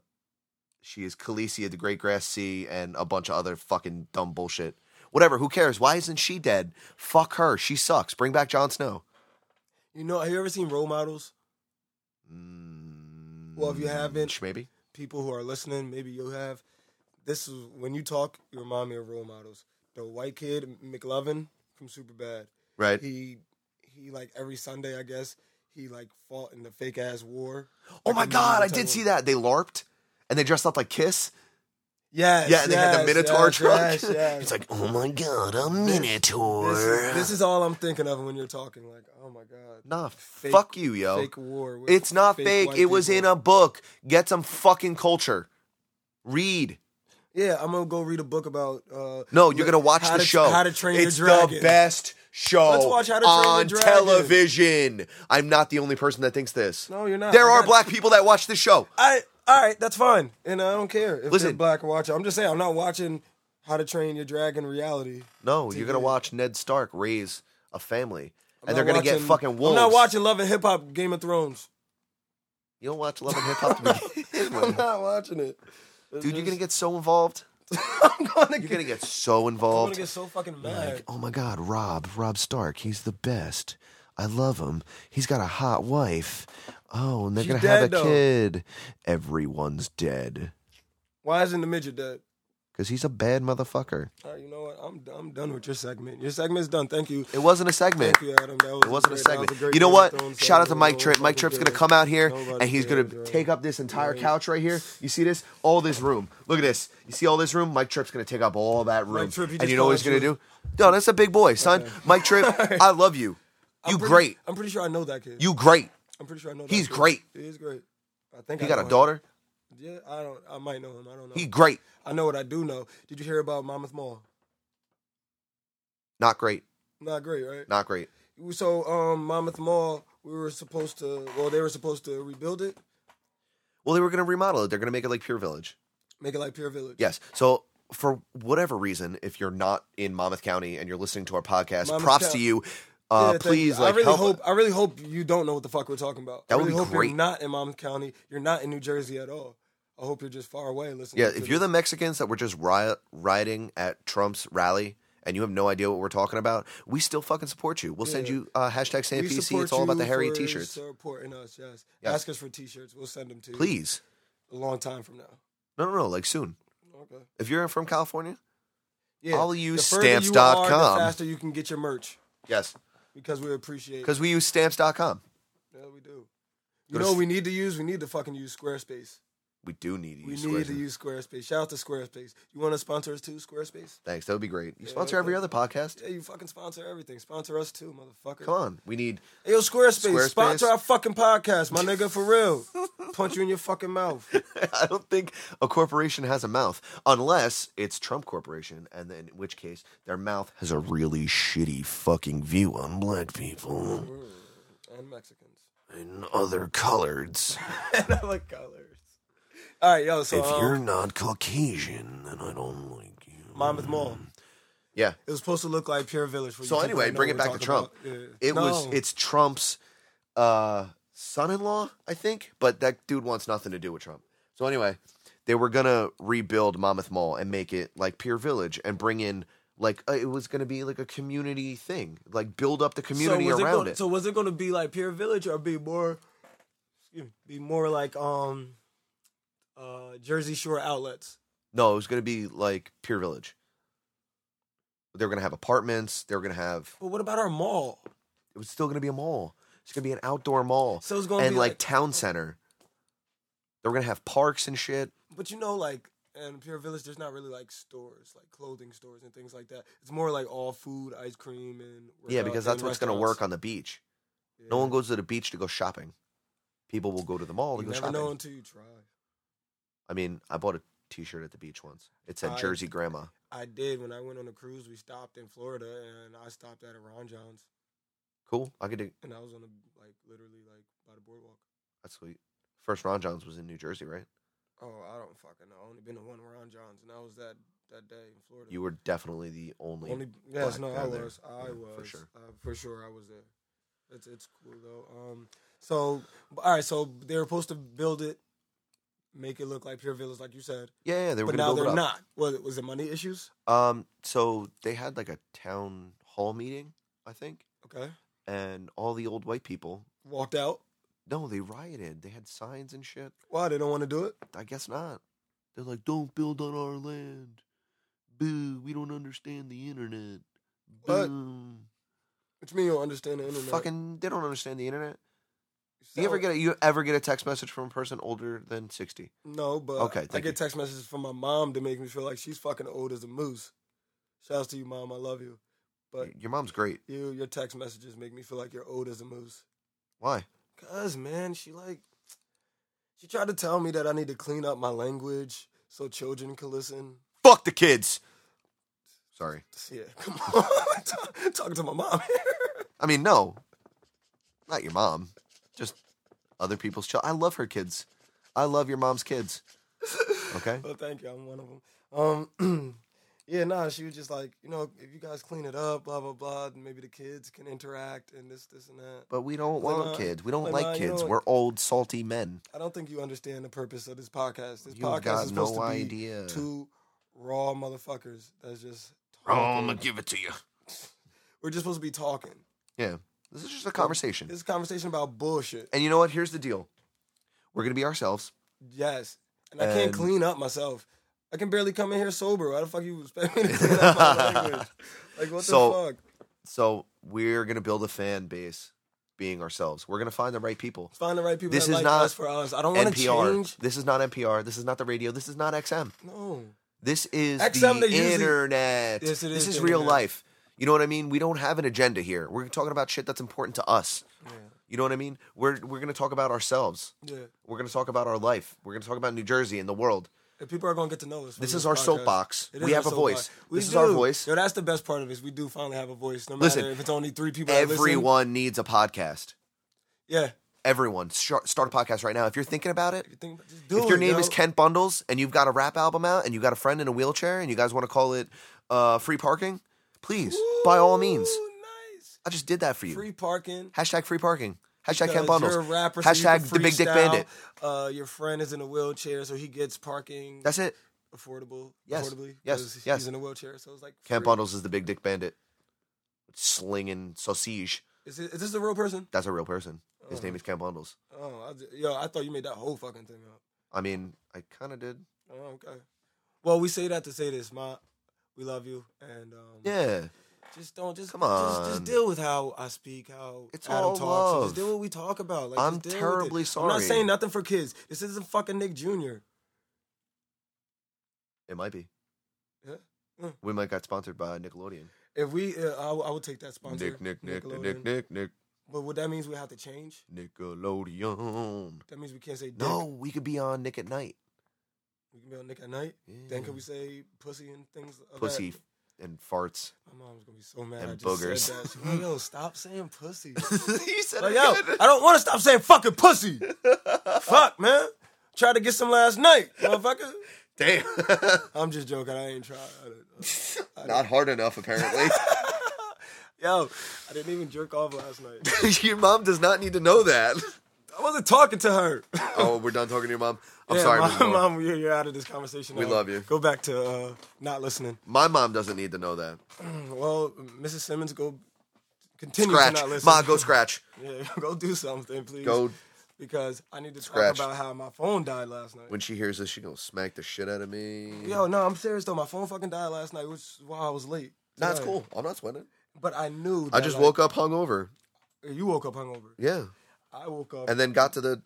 She is Khaleesi of the Great Grass Sea and a bunch of other fucking dumb bullshit. Whatever. Who cares? Why isn't she dead? Fuck her. She sucks. Bring back Jon Snow. You know, have you ever seen role models? Mm. Well, if you haven't, maybe. people who are listening, maybe you have. This is when you talk, you remind me of role models. The white kid McLovin from Superbad. Right. He he like every Sunday, I guess. He like fought in the fake ass war. oh Like my a god, I medieval did type see war. that. They LARPed and they dressed up like Kiss. Yes. Yeah, and they had the yes, Minotaur yes, truck. (laughs) Yes, yes. It's like, oh my god, a this, minotaur. is, this is all I'm thinking of when you're talking. Like, oh my god, Nah, Fake- fuck you, yo. fake war. with It's not fake. white It was people. in a book. Get some fucking culture. Read. Yeah, I'm gonna go read a book about. Uh, No, you're gonna watch how the to, show. How to Train it's Your Dragon. the best show Let's watch How to Train Your on Dragon. television. I'm not the only person that thinks this. No, you're not. There I are got- black people that watch this show. I all right, that's fine, and I don't care if Listen. they're black or watch it. I'm just saying I'm not watching How to Train Your Dragon reality. No, you're gonna TV. watch Ned Stark raise a family, and I'm not they're gonna get watching- fucking wolves. I'm not watching Love and Hip Hop, Game of (laughs) Thrones. You don't watch Love and Hip Hop, to (laughs) begin I'm with. not watching it, dude. You're gonna get so involved. (laughs) I'm gonna You're get. gonna get so I'm gonna involved. get so fucking mad. Like, oh my god, Rob, Rob Stark, he's the best. I love him. He's got a hot wife. Oh, and they're She's gonna have a dead, though. kid. Everyone's dead Why isn't the midget dead? because he's a bad motherfucker. All right, you know what? I'm I'm done with your segment. Your segment's done. Thank you. It wasn't a segment. Thank you, Adam. That was It wasn't a great. That was segment. great you know Game of what? Thrones Shout out to segment. Mike No Tripp. Mike fucking Tripp's going to good. come out here Nobody and he's going cares, to right? take up this entire couch right here. You see this? All this room. Look at this. You see all this room? Mike Tripp's going to take up all that room. Tripp, he and you just know what he's called going to do? No, that's a big boy, son. Mike (laughs) Tripp, I love you. You I'm pretty- great. I'm pretty sure I know that kid. You great. I'm pretty sure I know. He's that kid. great. He's great. I think He I got know a him. daughter. Yeah, I don't. I might know him. I don't know. He great. I know what I do know. Did you hear about Monmouth Mall? Not great. Not great, right? Not great. So, um, Monmouth Mall, we were supposed to. Well, they were supposed to rebuild it, Well, they were going to remodel it. They're going to make it like Pure Village. make it like Pier Village. Yes. So for whatever reason, if you're not in Monmouth County and you're listening to our podcast, Monmouth props County. to you. Uh, Yeah, thank please, you. like, I really help. hope. I really hope you don't know what the fuck we're talking about. That I would really be hope great. You're not in Monmouth County. You're not in New Jersey at all. I hope you're just far away listening. Yeah, to if you're the Mexicans that were just riot, rioting at Trump's rally and you have no idea what we're talking about, we still fucking support you. We'll send Yeah. you uh, hashtag We SandPC. support It's all about the you Harry for t-shirts. Supporting us, yes. Yes. Ask us for t-shirts. We'll send them to you Please. a long time from now. No, no, no, like soon. Okay. If you're from California, Yeah. I'll use the further you are, stamps.com. The faster you can get your merch yes, because we appreciate. because we use stamps.com. Yeah, we do. Go You to know, s- what we need to use. We need to fucking use Squarespace. We do need you. We need to use Squarespace. Shout out to Squarespace. You want to sponsor us too, Squarespace? Thanks. That would be great. You Yeah, sponsor every other podcast. Yeah, you fucking sponsor everything. Sponsor us too, motherfucker. Come on. We need Hey, yo, Squarespace, Squarespace. sponsor our fucking podcast, my nigga, (laughs) for real. Punch you in your fucking mouth. I don't think a corporation has a mouth unless it's Trump Corporation, and then in which case their mouth has a really shitty fucking view on black people (laughs) And Mexicans. And other coloreds. and other colors. All right, yo. So If you're um, not Caucasian, then I don't like you. Monmouth Mall. Yeah. It was supposed to look like Pure Village for you. So people anyway, that know bring it what back we're to Trump. talking about. Yeah. It was. No. It's Trump's uh, son-in-law, I think, but that dude wants nothing to do with Trump. So anyway, they were gonna rebuild Monmouth Mall and make it like Pier Village and bring in like uh, it was gonna be like a community thing, like build up the community so was around gonna, it. So was it going to be like Pure Village or be more, excuse me, be more like um, uh, Jersey Shore outlets? No, it was gonna be like Pier Village. They were gonna have apartments. They were gonna have. But what about our mall? It was still gonna be a mall. It's gonna be an outdoor mall So it's going to and be like like, town center. They were gonna have parks and shit. but you know, like in Pure Village, there's not really like stores, like clothing stores and things like that. It's more like all food, ice cream, and Yeah, because that's what's going to work on the beach. No one goes to the beach to go shopping. People will go to the mall to You go never shopping. know until you try. I mean, I bought a T-shirt at the beach once. It said I- Jersey Grandma. I did when I went on a cruise. We stopped in Florida, and I stopped at a Ron Johns, Cool. I could. Do, and I was on a like literally like by the boardwalk. that's sweet. First Ron Johns was in New Jersey, right? Oh, I don't fucking know. I only been to one Ron Johns, and that was that that day in Florida. You were definitely the only. only yes, black no, I guy there. was, I Yeah, was for sure. uh, for sure, I was there. It's it's cool though. Um, so all right, so they were supposed to build it make it look like pure villains, like you said. Yeah, yeah, they were But gonna now build it they're up. not. Was it was it money issues? Um, so they had like a town hall meeting, I think, Okay, and all the old white people. walked out. No, they rioted. They had signs and shit. Why they don't want to do it? I guess not. They're like, "Don't build on our land." Boo! We don't understand the internet. What? Boo! Which means you don't understand the internet. Fucking, they don't understand the internet. So- you ever get a, you ever get a text message from a person older than sixty? No, but Okay, I thank get you. text messages from my mom to make me feel like she's fucking old as a moose. Shouts to you, mom. I love you. But Your mom's great. you, your text messages make me feel like you're old as a moose. Why? Cause man, she like, she tried to tell me that I need to clean up my language so children can listen. Fuck the kids. Sorry. Yeah, (laughs) come on, (laughs) T- talking to my mom here. I mean, no, not your mom. Just other people's child. I love her kids. I love your mom's kids. (laughs) Okay. well, thank you. I'm one of them. Um, (clears throat) yeah, nah. She was just like, you know, if you guys clean it up, blah blah blah, then maybe the kids can interact and this this and that. But we don't Well, want uh, kids. We don't well, uh, like you kids. know- We're old, salty men. I don't think you understand the purpose of this podcast. This You've podcast got is supposed no to be idea. two raw motherfuckers that's just Oh, I'm talking. gonna give it to you. We're just supposed to be talking. Yeah. This is just a conversation. This is a conversation about bullshit. And you know what? Here's the deal. We're gonna be ourselves. Yes. And I can't And- clean up myself. I can barely come in here sober. Why the fuck you expect (laughs) me to clean up (laughs) my language? Like what So- the fuck? So we're gonna build a fan base, being ourselves. We're gonna find the right people. Let's find the right people This that is like not us for us. I don't want to NPR. change. This is not NPR. This is not the radio. This is not XM. No. This is XM, the they usually- internet. Yes, it this is is the real internet. life. You know what I mean? We don't have an agenda here. We're talking about shit that's important to us. You know what I mean? We're we're gonna talk about ourselves. Yeah. We're gonna talk about our life. We're gonna talk about New Jersey and the world. And people are gonna get to know us. from This is our podcast. soapbox. It We is have our a voice. soapbox. We This is our do. voice. Yo, that's the best part of this. We do finally have a voice. No matter Listen, if it's only three people. that listen. Everyone needs a podcast. Yeah. Everyone, start, start a podcast right now. If you're thinking about it, You think about- just do if your it, name yo. is Kent Bundles and you've got a rap album out and you got a friend in a wheelchair and you guys want to call it uh, free parking, please, by all means. Ooh, nice. I just did that for you. Free parking. Hashtag free parking. Hashtag Kent because Bundles. You're a rapper, so you Hashtag can the Big Dick freestyle. Bandit. Uh, your friend is in a wheelchair, so he gets parking. That's it. affordable. Yes, Affordably, yes, 'cause yes. He's in a wheelchair, so it's like. Kent free. Bundles is the Big Dick Bandit. Slinging sausage. Is, it, is this a real person? That's a real person. His name is Kent Bundles. Oh, I just, yo, I thought you made that whole fucking thing up. I mean, I kind of did. Oh, okay. Well, we say that to say this, ma. We love you, and um, Yeah. just don't just Come Just, on. just deal with how I speak, how It's Adam all talks. and love. Just deal with what we talk about. Like, I'm just deal with it. terribly I'm sorry. not saying nothing for kids. This isn't fucking Nick Jr. It might be. Yeah. Mm. We might got sponsored by Nickelodeon. If we, uh, I, w- I would take that sponsor. Nick, Nick, Nick, Nick, Nickelodeon. Nick, Nick, Nick, But what that means, we have to change. Nickelodeon. That means we can't say dick. No, we could be on Nick at Night. We can be on Nick at night. Then can we say pussy and things? Of Mm. Pussy That? and farts. My mom's gonna be so mad. and I just Said boogers. that. She's like, yo, stop saying (laughs) (laughs) pussy. you said Like, yo, I don't want to stop saying fucking pussy. Fuck, man. Tried to get some last night, motherfucker. (laughs) Damn. I'm just joking. I ain't trying. I didn't- (laughs) uh, Not hard enough, apparently. Yo, I didn't even jerk off last (laughs) night. your mom does not need to know that. I wasn't talking to her. (laughs) Oh, we're done talking to your mom. I'm Yeah, sorry, mom, Ms. Moore. mom, you're, you're out of this conversation. We now. love you. Go back to uh, not listening. My mom doesn't need to know (laughs) that. (clears throat) Well, Mrs. Simmons, go continue to not Scratch. listen. Ma, go (laughs) scratch. (laughs) Yeah, go do something, please. Go. because I need to Scratch. talk about how my phone died last night. When she hears this, she gonna smack the shit out of me. Yo, no, I'm serious though. My phone fucking died last night, which is why I was late. Nah, it's Today. cool. I'm not sweating. But I knew. I That, just woke up hungover. up. You woke up hungover. Yeah, I woke up and then got to the,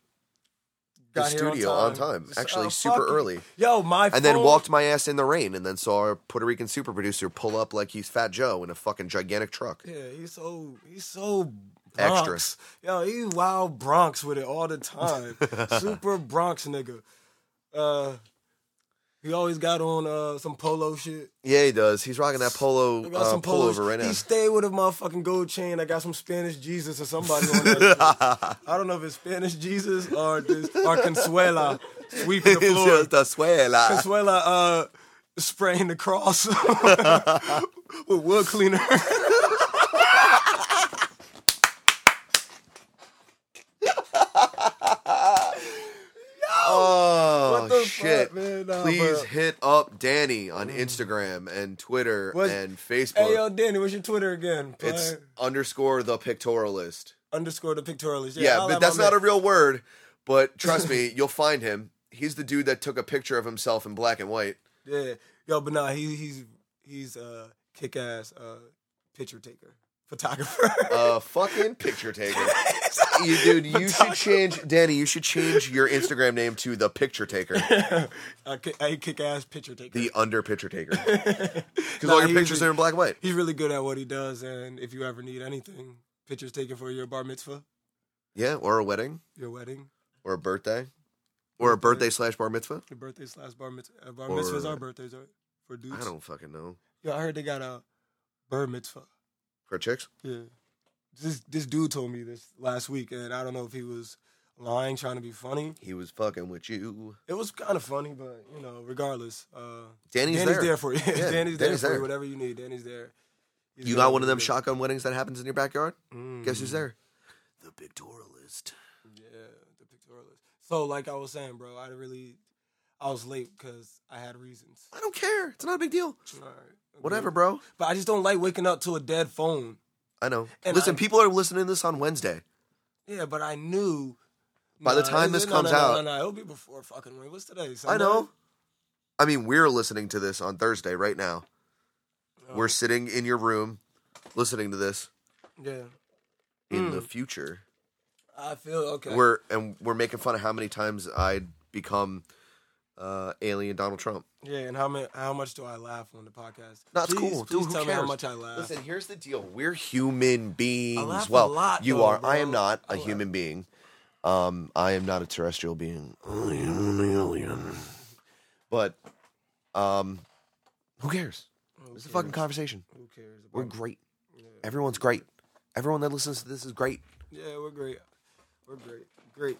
the got here studio on time. Just, Actually, uh, super fuck you. early. Yo, my and then phone- walked my ass in the rain, and then saw our Puerto Rican super producer pull up like he's Fat Joe in a fucking gigantic truck. Yeah, he's so he's so Extra. Bronx. Yo, he wild Bronx with it all (laughs) the time. Super Bronx nigga. Uh, he always got on uh some polo shit. Yeah, he does. He's rocking that polo I uh, got some polos. pullover right now. (laughs) He stayed with a motherfucking gold chain. I got some Spanish Jesus or somebody on that. (laughs) shit. I don't know if it's Spanish Jesus or this or Consuela sweeping the (laughs) It's floor. just a suela. Consuela uh, spraying the cross (laughs) with (laughs) wood cleaner. Oh, shit, man, nah, please but- hit up Danny on Instagram and Twitter What- and Facebook. Hey, yo, Danny, what's your Twitter again? Plug. it's underscore the pictorialist. underscore the pictorialist. Yeah, I'll but let that's my not a man- real word. (laughs) But trust me, you'll find him. He's the dude that took a picture of himself in black and white. Yeah, yo, but nah, he, he's he's a kick-ass uh, picture taker, photographer. Uh, fucking picture taker. You, dude, you should change, Danny. You should change your Instagram name to the picture taker, (laughs) a, kick, a kick-ass picture taker. (laughs) the under picture taker, because Nah, all your he pictures usually- are in black and white. He's really good at what he does, and if you ever need anything, pictures taken for your bar mitzvah, Yeah, or a wedding, your wedding, or a birthday, or a birthday slash bar mitzvah. your birthday slash bar mitzvah. Uh, bar mitzvahs Or- are birthdays, right? For dudes. I don't fucking know. Yo, I heard they got a bar mitzvah. For chicks, Yeah. This this dude told me this last week, and I don't know if he was lying, trying to be funny. he was fucking with you. It was kind of funny, but you know, regardless, uh, Danny's, there. for you. (laughs) Yeah, Danny's, Danny's there for there. you. Whatever you need, Danny's there. He's You there got one of for them you. shotgun weddings that happens in your backyard. Mm. Guess who's there? The pictorialist. Yeah, the pictorialist. So, like I was saying, bro, I really, I was late because I had reasons. I don't care. It's not a big deal. All right, okay. Whatever, bro. But I just don't like waking up to a dead phone. I know. And Listen, I'm- people are listening to this on Wednesday. Yeah, but I knew. By the time it's- this no, comes no, no, out- no, no, it'll be before fucking. Wait, what's today? I Sunday? know. I mean, we're listening to this on Thursday right now. Oh. We're sitting in your room listening to this Yeah, in the future. I feel Hmm. okay. We're and we're making fun of how many times I'd become uh, alien Donald Trump. yeah, and how many, how much do I laugh on the podcast? That's Please- cool. Please Dude, who tell me how cares? much I laugh. Listen, here's the deal. We're human beings. Uh. I laugh a well, lot, you though, are. I am bro. not I a laugh. human being. Um, I am not a terrestrial being. I am an alien. But um, who cares? It's a fucking conversation. Who cares? About We're me? great. Everyone's great. Everyone that listens to this is great. Yeah, we're great. We're great. Great.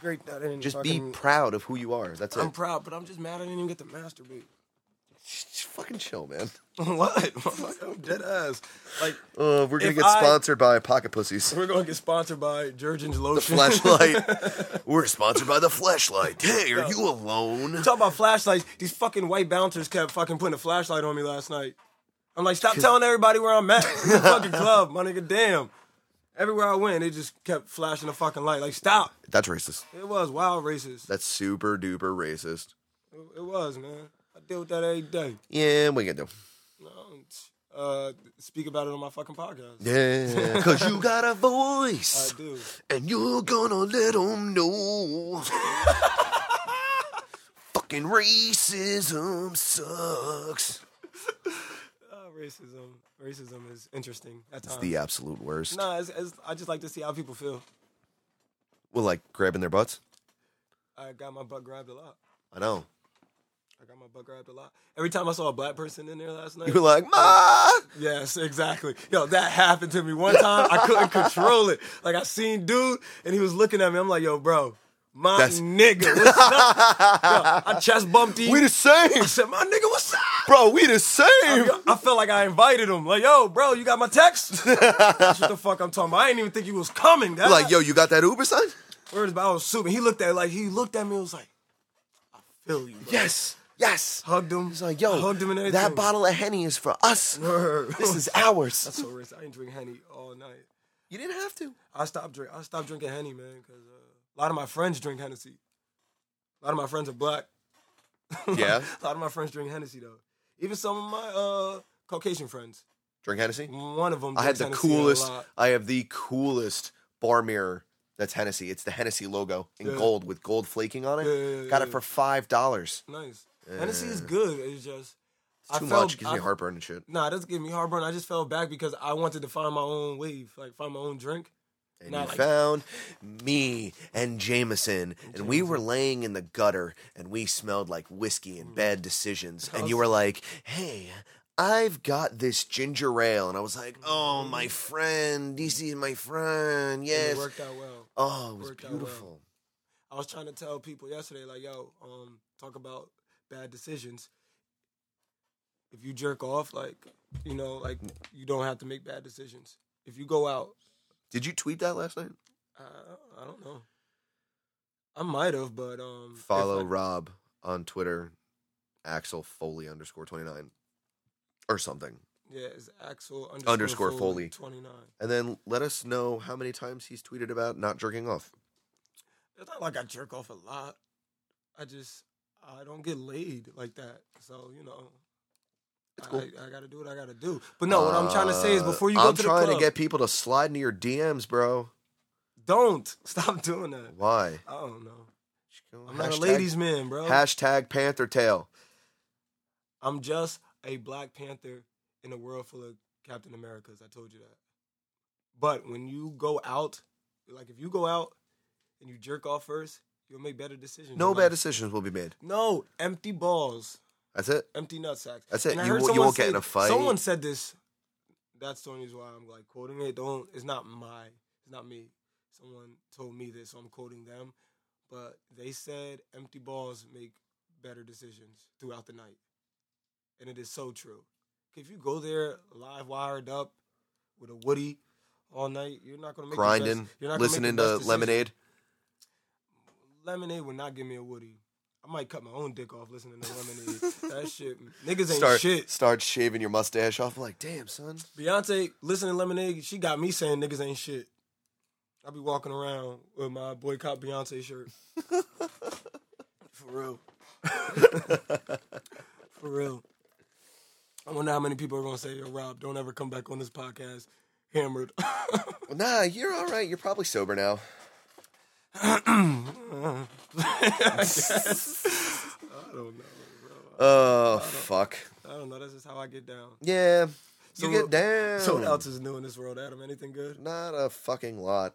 Great that I didn't Just be fucking, proud of who you are. That's it. I'm proud, but I'm just mad I didn't even get to masturbate. (laughs) Just fucking chill, man. what? (laughs) Fuck, I'm dead ass. Like, Uh, we're gonna If get I- sponsored by Pocket Pussies. we're going to get sponsored by Jurgen's The (laughs) Lotion. flashlight. (laughs) we're sponsored by the flashlight. Hey, are you alone? (laughs) Talk about flashlights. These fucking white bouncers kept fucking putting a flashlight on me last night. I'm like, stop telling everybody where I'm (laughs) at. In the fucking club, my nigga, damn. Everywhere I went, they just kept flashing a fucking light. Like, stop. That's racist. It was wild racist. That's super duper racist. It- It was, man. I deal with that every day. Yeah, we can do. No, uh, speak about it on my fucking podcast. Yeah, cause you got a I (laughs) voice, do. and you're gonna let 'em (laughs) know. Fucking racism sucks. Uh, racism, racism is interesting at It's times. the absolute worst. nah, it's, it's, I just like to see how people feel. Well, like grabbing their butts. I got my butt grabbed a lot. I know. I got my butt grabbed a lot. Every time I saw a black person in there last night. You were like, ma. yes, exactly. Yo, that happened to me one time. I couldn't control it. Like I seen dude, and he was looking at me. I'm like, yo, bro, my That's- nigga, what's (laughs) up? Yo, I chest bumped him. We the I (laughs) same, said, my nigga, what's up? bro. We the same. Yo, I felt like I invited him. Like, yo, bro, you got (laughs) my text? That's what the fuck I'm talking about. I didn't even think he was coming. That, Like, yo, you got that Uber sign? Words, but I was super. He looked at like he looked at me. and was like, I feel you. Bro. Yes, yes. Hugged him. He's like, yo, hugged him and everything. that bottle of henny is for us. (laughs) Word. This is ours. That's so racist. I didn't drink henny all night. You didn't have to. I stopped drink. I stopped drinking henny, man, because uh, a lot of my friends drink Hennessy. A lot of my friends are black. (laughs) Yeah. a lot of my friends drink Hennessy though. Even some of my uh, Caucasian friends. Drink Hennessy. One of them. I had drinks the Hennessy a coolest. lot. I have the coolest bar mirror. That's Hennessy. It's the Hennessy logo in Yeah. gold with gold flaking on it. Yeah, yeah, yeah, Got it yeah. for five dollars. Nice. Hennessy is good. It's just It's too I felt, much. Gives me I- heartburn and shit. Nah, that's giving me heartburn. I just fell back because I wanted to find my own wave, like find my own drink. And not you like- found me and Jameson, and we were laying in the gutter, and we smelled like whiskey Mm. and bad decisions. And you were like, "Hey, I've got this ginger ale," and I was like, "Oh, my friend, this is my friend. Mm-hmm. And Yes, It worked out well. oh, it was Worked out well. beautiful." I was trying to tell people yesterday, like, yo, um, talk about bad decisions. If you jerk off, like, you know, like you don't have to make bad decisions. If you go out, Did you tweet that last Mm, night? I, I don't know. I might have, but um, if Follow I- Rob on Twitter, Axel Foley underscore twenty nine, or something. Yeah, it's Axel underscore, Underscore Foley. twenty nine. And then let us know how many times he's tweeted about not jerking off. It's not like I jerk off a lot. I just I don't get laid like that. So you know, It's cool. I, I got to do what I got to do. But no, what I'm trying to say is Uh, before you go I'm to the trying club, to get people to slide into your DMs, bro. don't (laughs) stop doing that. Why? I don't know. I'm not Hashtag- a ladies' man, bro. Hashtag Panther Tail. I'm just a Black Panther in a world full of Captain Americas. I told you that. But when you go out, like if you go out and you jerk off first, you'll make better decisions. No in bad life. decisions will be made. No empty balls, That's it. empty nut sacks. That's it. And I You heard won't- you someone won't get say- in a fight. Someone said this. That's the only reason why I'm like quoting it. Don't. It's not my. It's not me. Someone told me this, so I'm quoting them. But they said empty balls make better decisions throughout the night, and it is so true. If you go there live wired up with a woody all night, you're not gonna make the best- Grinding, you're not gonna make listening the to best decision. Lemonade. Lemonade would not give me a woody. I might cut my own dick off listening to (laughs) lemonade. that shit, niggas ain't Start, shit. start shaving your mustache off. I'm like, damn, son. Beyonce, listening to Lemonade, she got me saying niggas ain't shit. I be walking around with my boycott Beyonce shirt. (laughs) For real. (laughs) For real. I wonder how many people are gonna say, yo, Rob, don't ever come back on this podcast hammered. (laughs) Well, nah, you're all right. You're probably sober now. I guess. (laughs) I don't know, bro. Oh, fuck. I don't know. That's just how I get down. Yeah. So- you get down. So what else is new in this world, Adam? Anything good? (laughs) Not a fucking lot.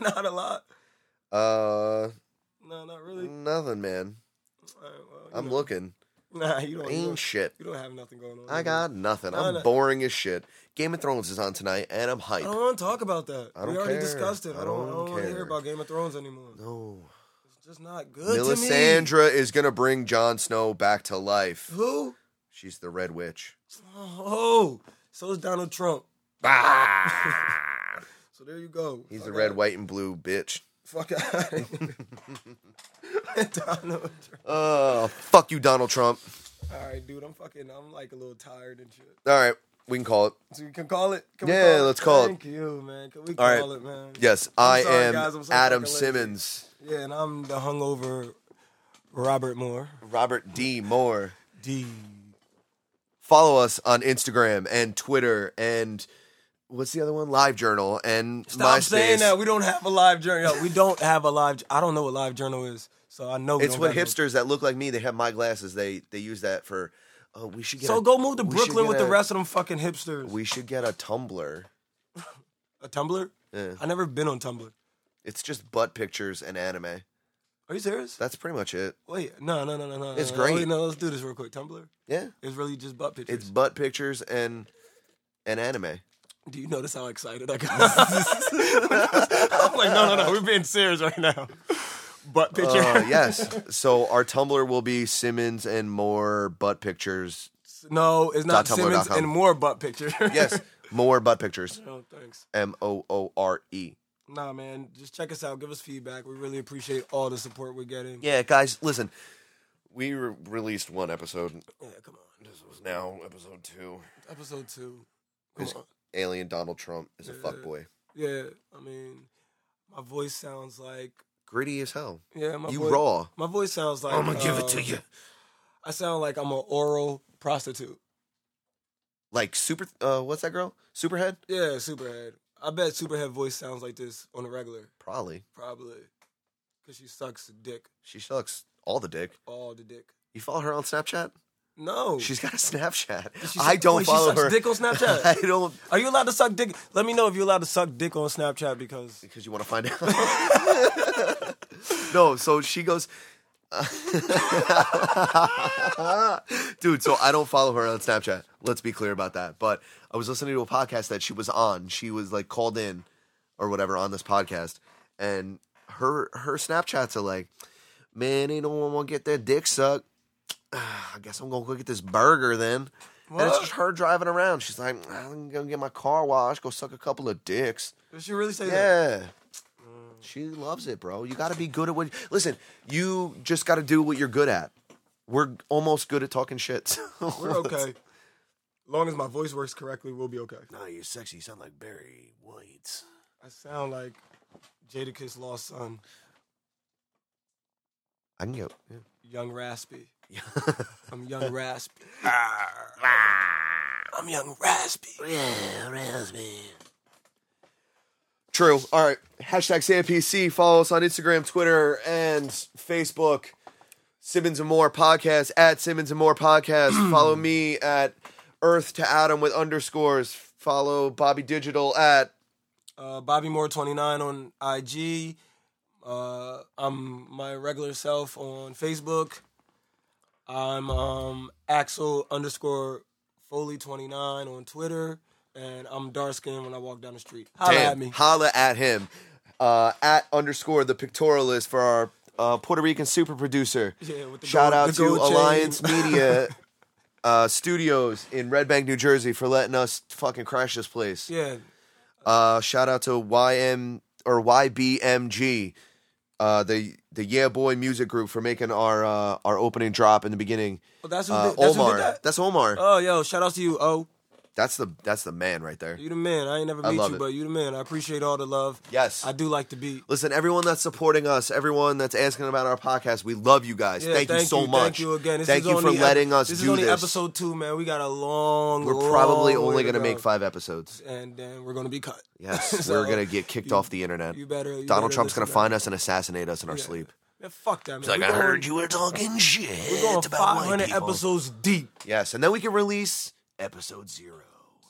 Not a lot. Uh, No, not really. nothing, man. All right, well, you I'm know. looking. Nah, you don't. You Ain't don't, shit. you don't have nothing going on. I got nothing. Mm-hmm. No, Oh, I'm no. boring as shit. Game of Thrones is on tonight, and I'm I hyped. don't want to talk about that. I don't we already care. discussed it. I I don't. I don't don't, want to care. hear about Game of Thrones anymore. No. It's just not good to Melisandre is gonna bring Jon Snow back to life. me. Who? She's the Red Witch. Oh, so is Donald Trump. Ah! So there you go. He's the Fuck red, out- white, and blue bitch. Fuck out. (laughs) (laughs) Donald Trump. Oh, fuck you, Donald Trump. All right, dude. I'm fucking. I'm like a little tired and shit. All right, we can call it. So you can call it. Can Yeah, we call let's it? call it. Thank you, man. Can we All right. call it, man? Yes, I'm I sorry, am guys, I'm so Adam fucking lazy. Simmons. Yeah, and I'm the hungover Robert Moore. Robert D. Moore. D. Follow us on Instagram and Twitter and what's the other one? Live Journal and Stop MySpace. saying that. We don't have a live journal. Yo, we don't have a live. I don't know what live journal is, so I know we It's don't what have no- hipsters that look like me. They have my glasses. They they use that for. Oh, we should get. So a- go move to we should Brooklyn get with the a- rest of them fucking hipsters. We should get a Tumblr. a Tumblr? Yeah. I never been on Tumblr. It's just butt pictures and anime. Are you serious? That's pretty much it. Wait, no, no, no, no, no. It's no, great. Wait, no, let's do this real quick. Tumblr. Yeah, It's really just butt pictures. it's butt pictures and and (laughs) anime. Do you notice how excited (laughs) I got? I'm like, no, no, no. We're being serious right now. Butt picture. Uh, yes. So our Tumblr will be Simmons and more butt pictures. (laughs) no, it's not Dot tumblr dot Simmons com. and more butt picture. (laughs) Yes, more butt pictures. (laughs) No, thanks. M O O R E. Nah, man. Just check us out. Give us feedback. We really appreciate all the support we're getting. Yeah, guys, listen. We re- released one episode. Yeah, come on. This was now episode two. Episode two. Come It's- on. Alien Donald Trump is a Yeah. fuckboy. Yeah, I mean, my voice sounds like Gritty as hell. yeah, my you voice, raw. My voice sounds like uh, I sound like I'm an oral prostitute. Like super. Uh, what's that girl? Superhead. Yeah, Superhead. I bet Superhead voice sounds like this on the regular, Probably. probably, because she sucks dick, She sucks all the dick. all the dick. You follow her on Snapchat? No, She's got a Snapchat. She I suck- don't wait, follow she sucks her. Dick (laughs) on I Snapchat. don't Are you allowed to suck dick? Let me know if you're allowed to suck dick on Snapchat because because you want to find out. (laughs) no, so she goes. (laughs) Dude, so I don't follow her on Snapchat. Let's be clear about that. But I was listening to a podcast that she was on. She was like called in or whatever on this podcast, and her her Snapchats are like, "Man, ain't no one want to get their dick sucked." (sighs) I guess I'm gonna go get this burger then. And it's What? just her driving around. She's like, "I'm gonna get my car washed, go suck a couple of dicks." does she really say that? Yeah. She loves it, bro. You got to be good at what. Listen, you just got to do what you're good at. We're almost good at talking shit. (laughs) Oh, We're okay. long as my voice works correctly, we'll be okay. Nah, you're sexy. You sound like Barry White. I sound like Jadakiss lost son, I can go. Yeah. young raspy. (laughs) I'm young raspy. I'm young raspy. True. All right. Hashtag SAMPC. Follow us on Instagram, Twitter, and Facebook. Simmons and More Podcast at Simmons and More Podcast. Follow me at Earth to Adam with underscores. Follow Bobby Digital at Uh, Bobby Moore 29 on IG. Uh, I'm my regular self on Facebook. I'm um, Axel underscore Foley 29 on Twitter. And I'm dark skinned when I walk down the street. Holla Damn, at me. holla at him. Uh, at underscore the pictorialist for our uh, Puerto Rican super producer. Yeah, with the Shout gold- out the to gold chain. (laughs) Alliance Media uh, Studios in Red Bank, New Jersey for letting us fucking crash this place. Yeah. Uh, shout out to YM or YBMG, uh, the the Yeah Boy music group for making our uh, our opening drop in the beginning. Well, that's who, Uh, did, that's who did Omar, that. that's Omar. Oh, yo, shout out to you, O. that's the that's the man right there. You the man. I ain't never I meet love you, it. but you the man. I appreciate all the love. Yes. I do like the beat. Listen, everyone that's supporting us, everyone that's asking about our podcast, we love you guys. Yeah, thank, you so much. Thank you again. This Thank is you for only ep- letting us this do is only this. episode two, man. We got a long. We're probably long only way to going to make go. five (laughs) episodes. and then we're gonna be cut. Yes, So, we're going to get kicked you- off the internet. You better. you Donald better Trump's going to listen find us and assassinate us in our Yeah. sleep. Yeah, fuck that, man. Like we're I going, heard you were talking shit We're going about white 500 people. episodes deep. Yes, and then we can release. Episode zero.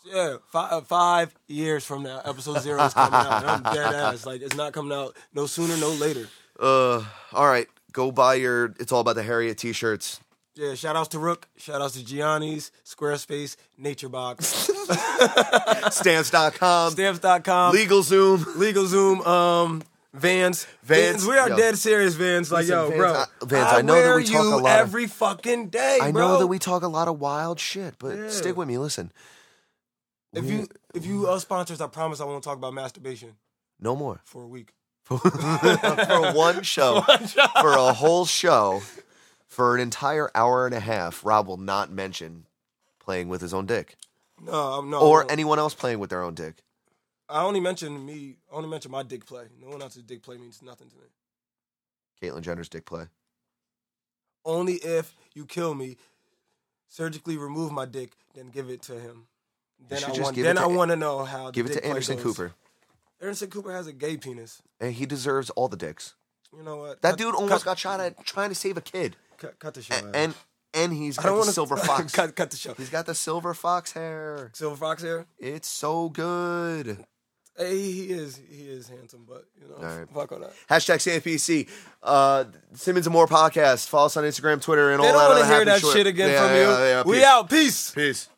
Yeah, five, uh, five years from now, episode zero is coming out. (laughs) And I'm dead ass. Like it's not coming out no sooner, no later. Uh, all right, go buy your "It's All About the Harriet" t-shirts. (laughs) Yeah, shout outs to Rook, shout outs to Gianni's, Squarespace, NatureBox, Stamps.com, Stamps.com, LegalZoom. LegalZoom, um, Vans. Vans, we are yo. dead serious, Vans. Like, Listen, yo, Vans, bro. I- Vans, I know that wear we talk a you lot of- every fucking day, I bro. know that we talk a lot of wild shit, but Yeah. stick with me. Listen, If you if you uh, sponsors, I promise I won't talk about masturbation no more for a week. (laughs) for one (laughs) show, for a whole show, for an entire hour and a half. Rob will not mention playing with his own dick No, I'm not. or no. anyone else playing with their own dick. I only mentioned me. I only mentioned my dick play. No one else's dick play means nothing to me. Caitlyn Jenner's dick play. Only if you kill me, surgically remove my dick, then give it to him. Then should I just want. give it Then to I An- want to know how. the Give it dick to play Anderson goes. Cooper, Anderson Cooper has a gay penis. and he deserves all the dicks. You know what? That Cut- dude almost cut, got shot at trying to save a kid, Cut, cut the show. and out. and, and he's I got don't the want to silver fox. (laughs) cut, cut the show. He's got the silver fox hair. Silver Fox here. It's so good. Hey, he is he is handsome, but you know, All right. fuck all that. Hashtag CFPC. Uh, Simmons and More podcast. Follow us on Instagram, Twitter, and They all don't that want to other hear happy that short- shit again Yeah, from yeah, you. yeah, we peace. out. Peace. Peace.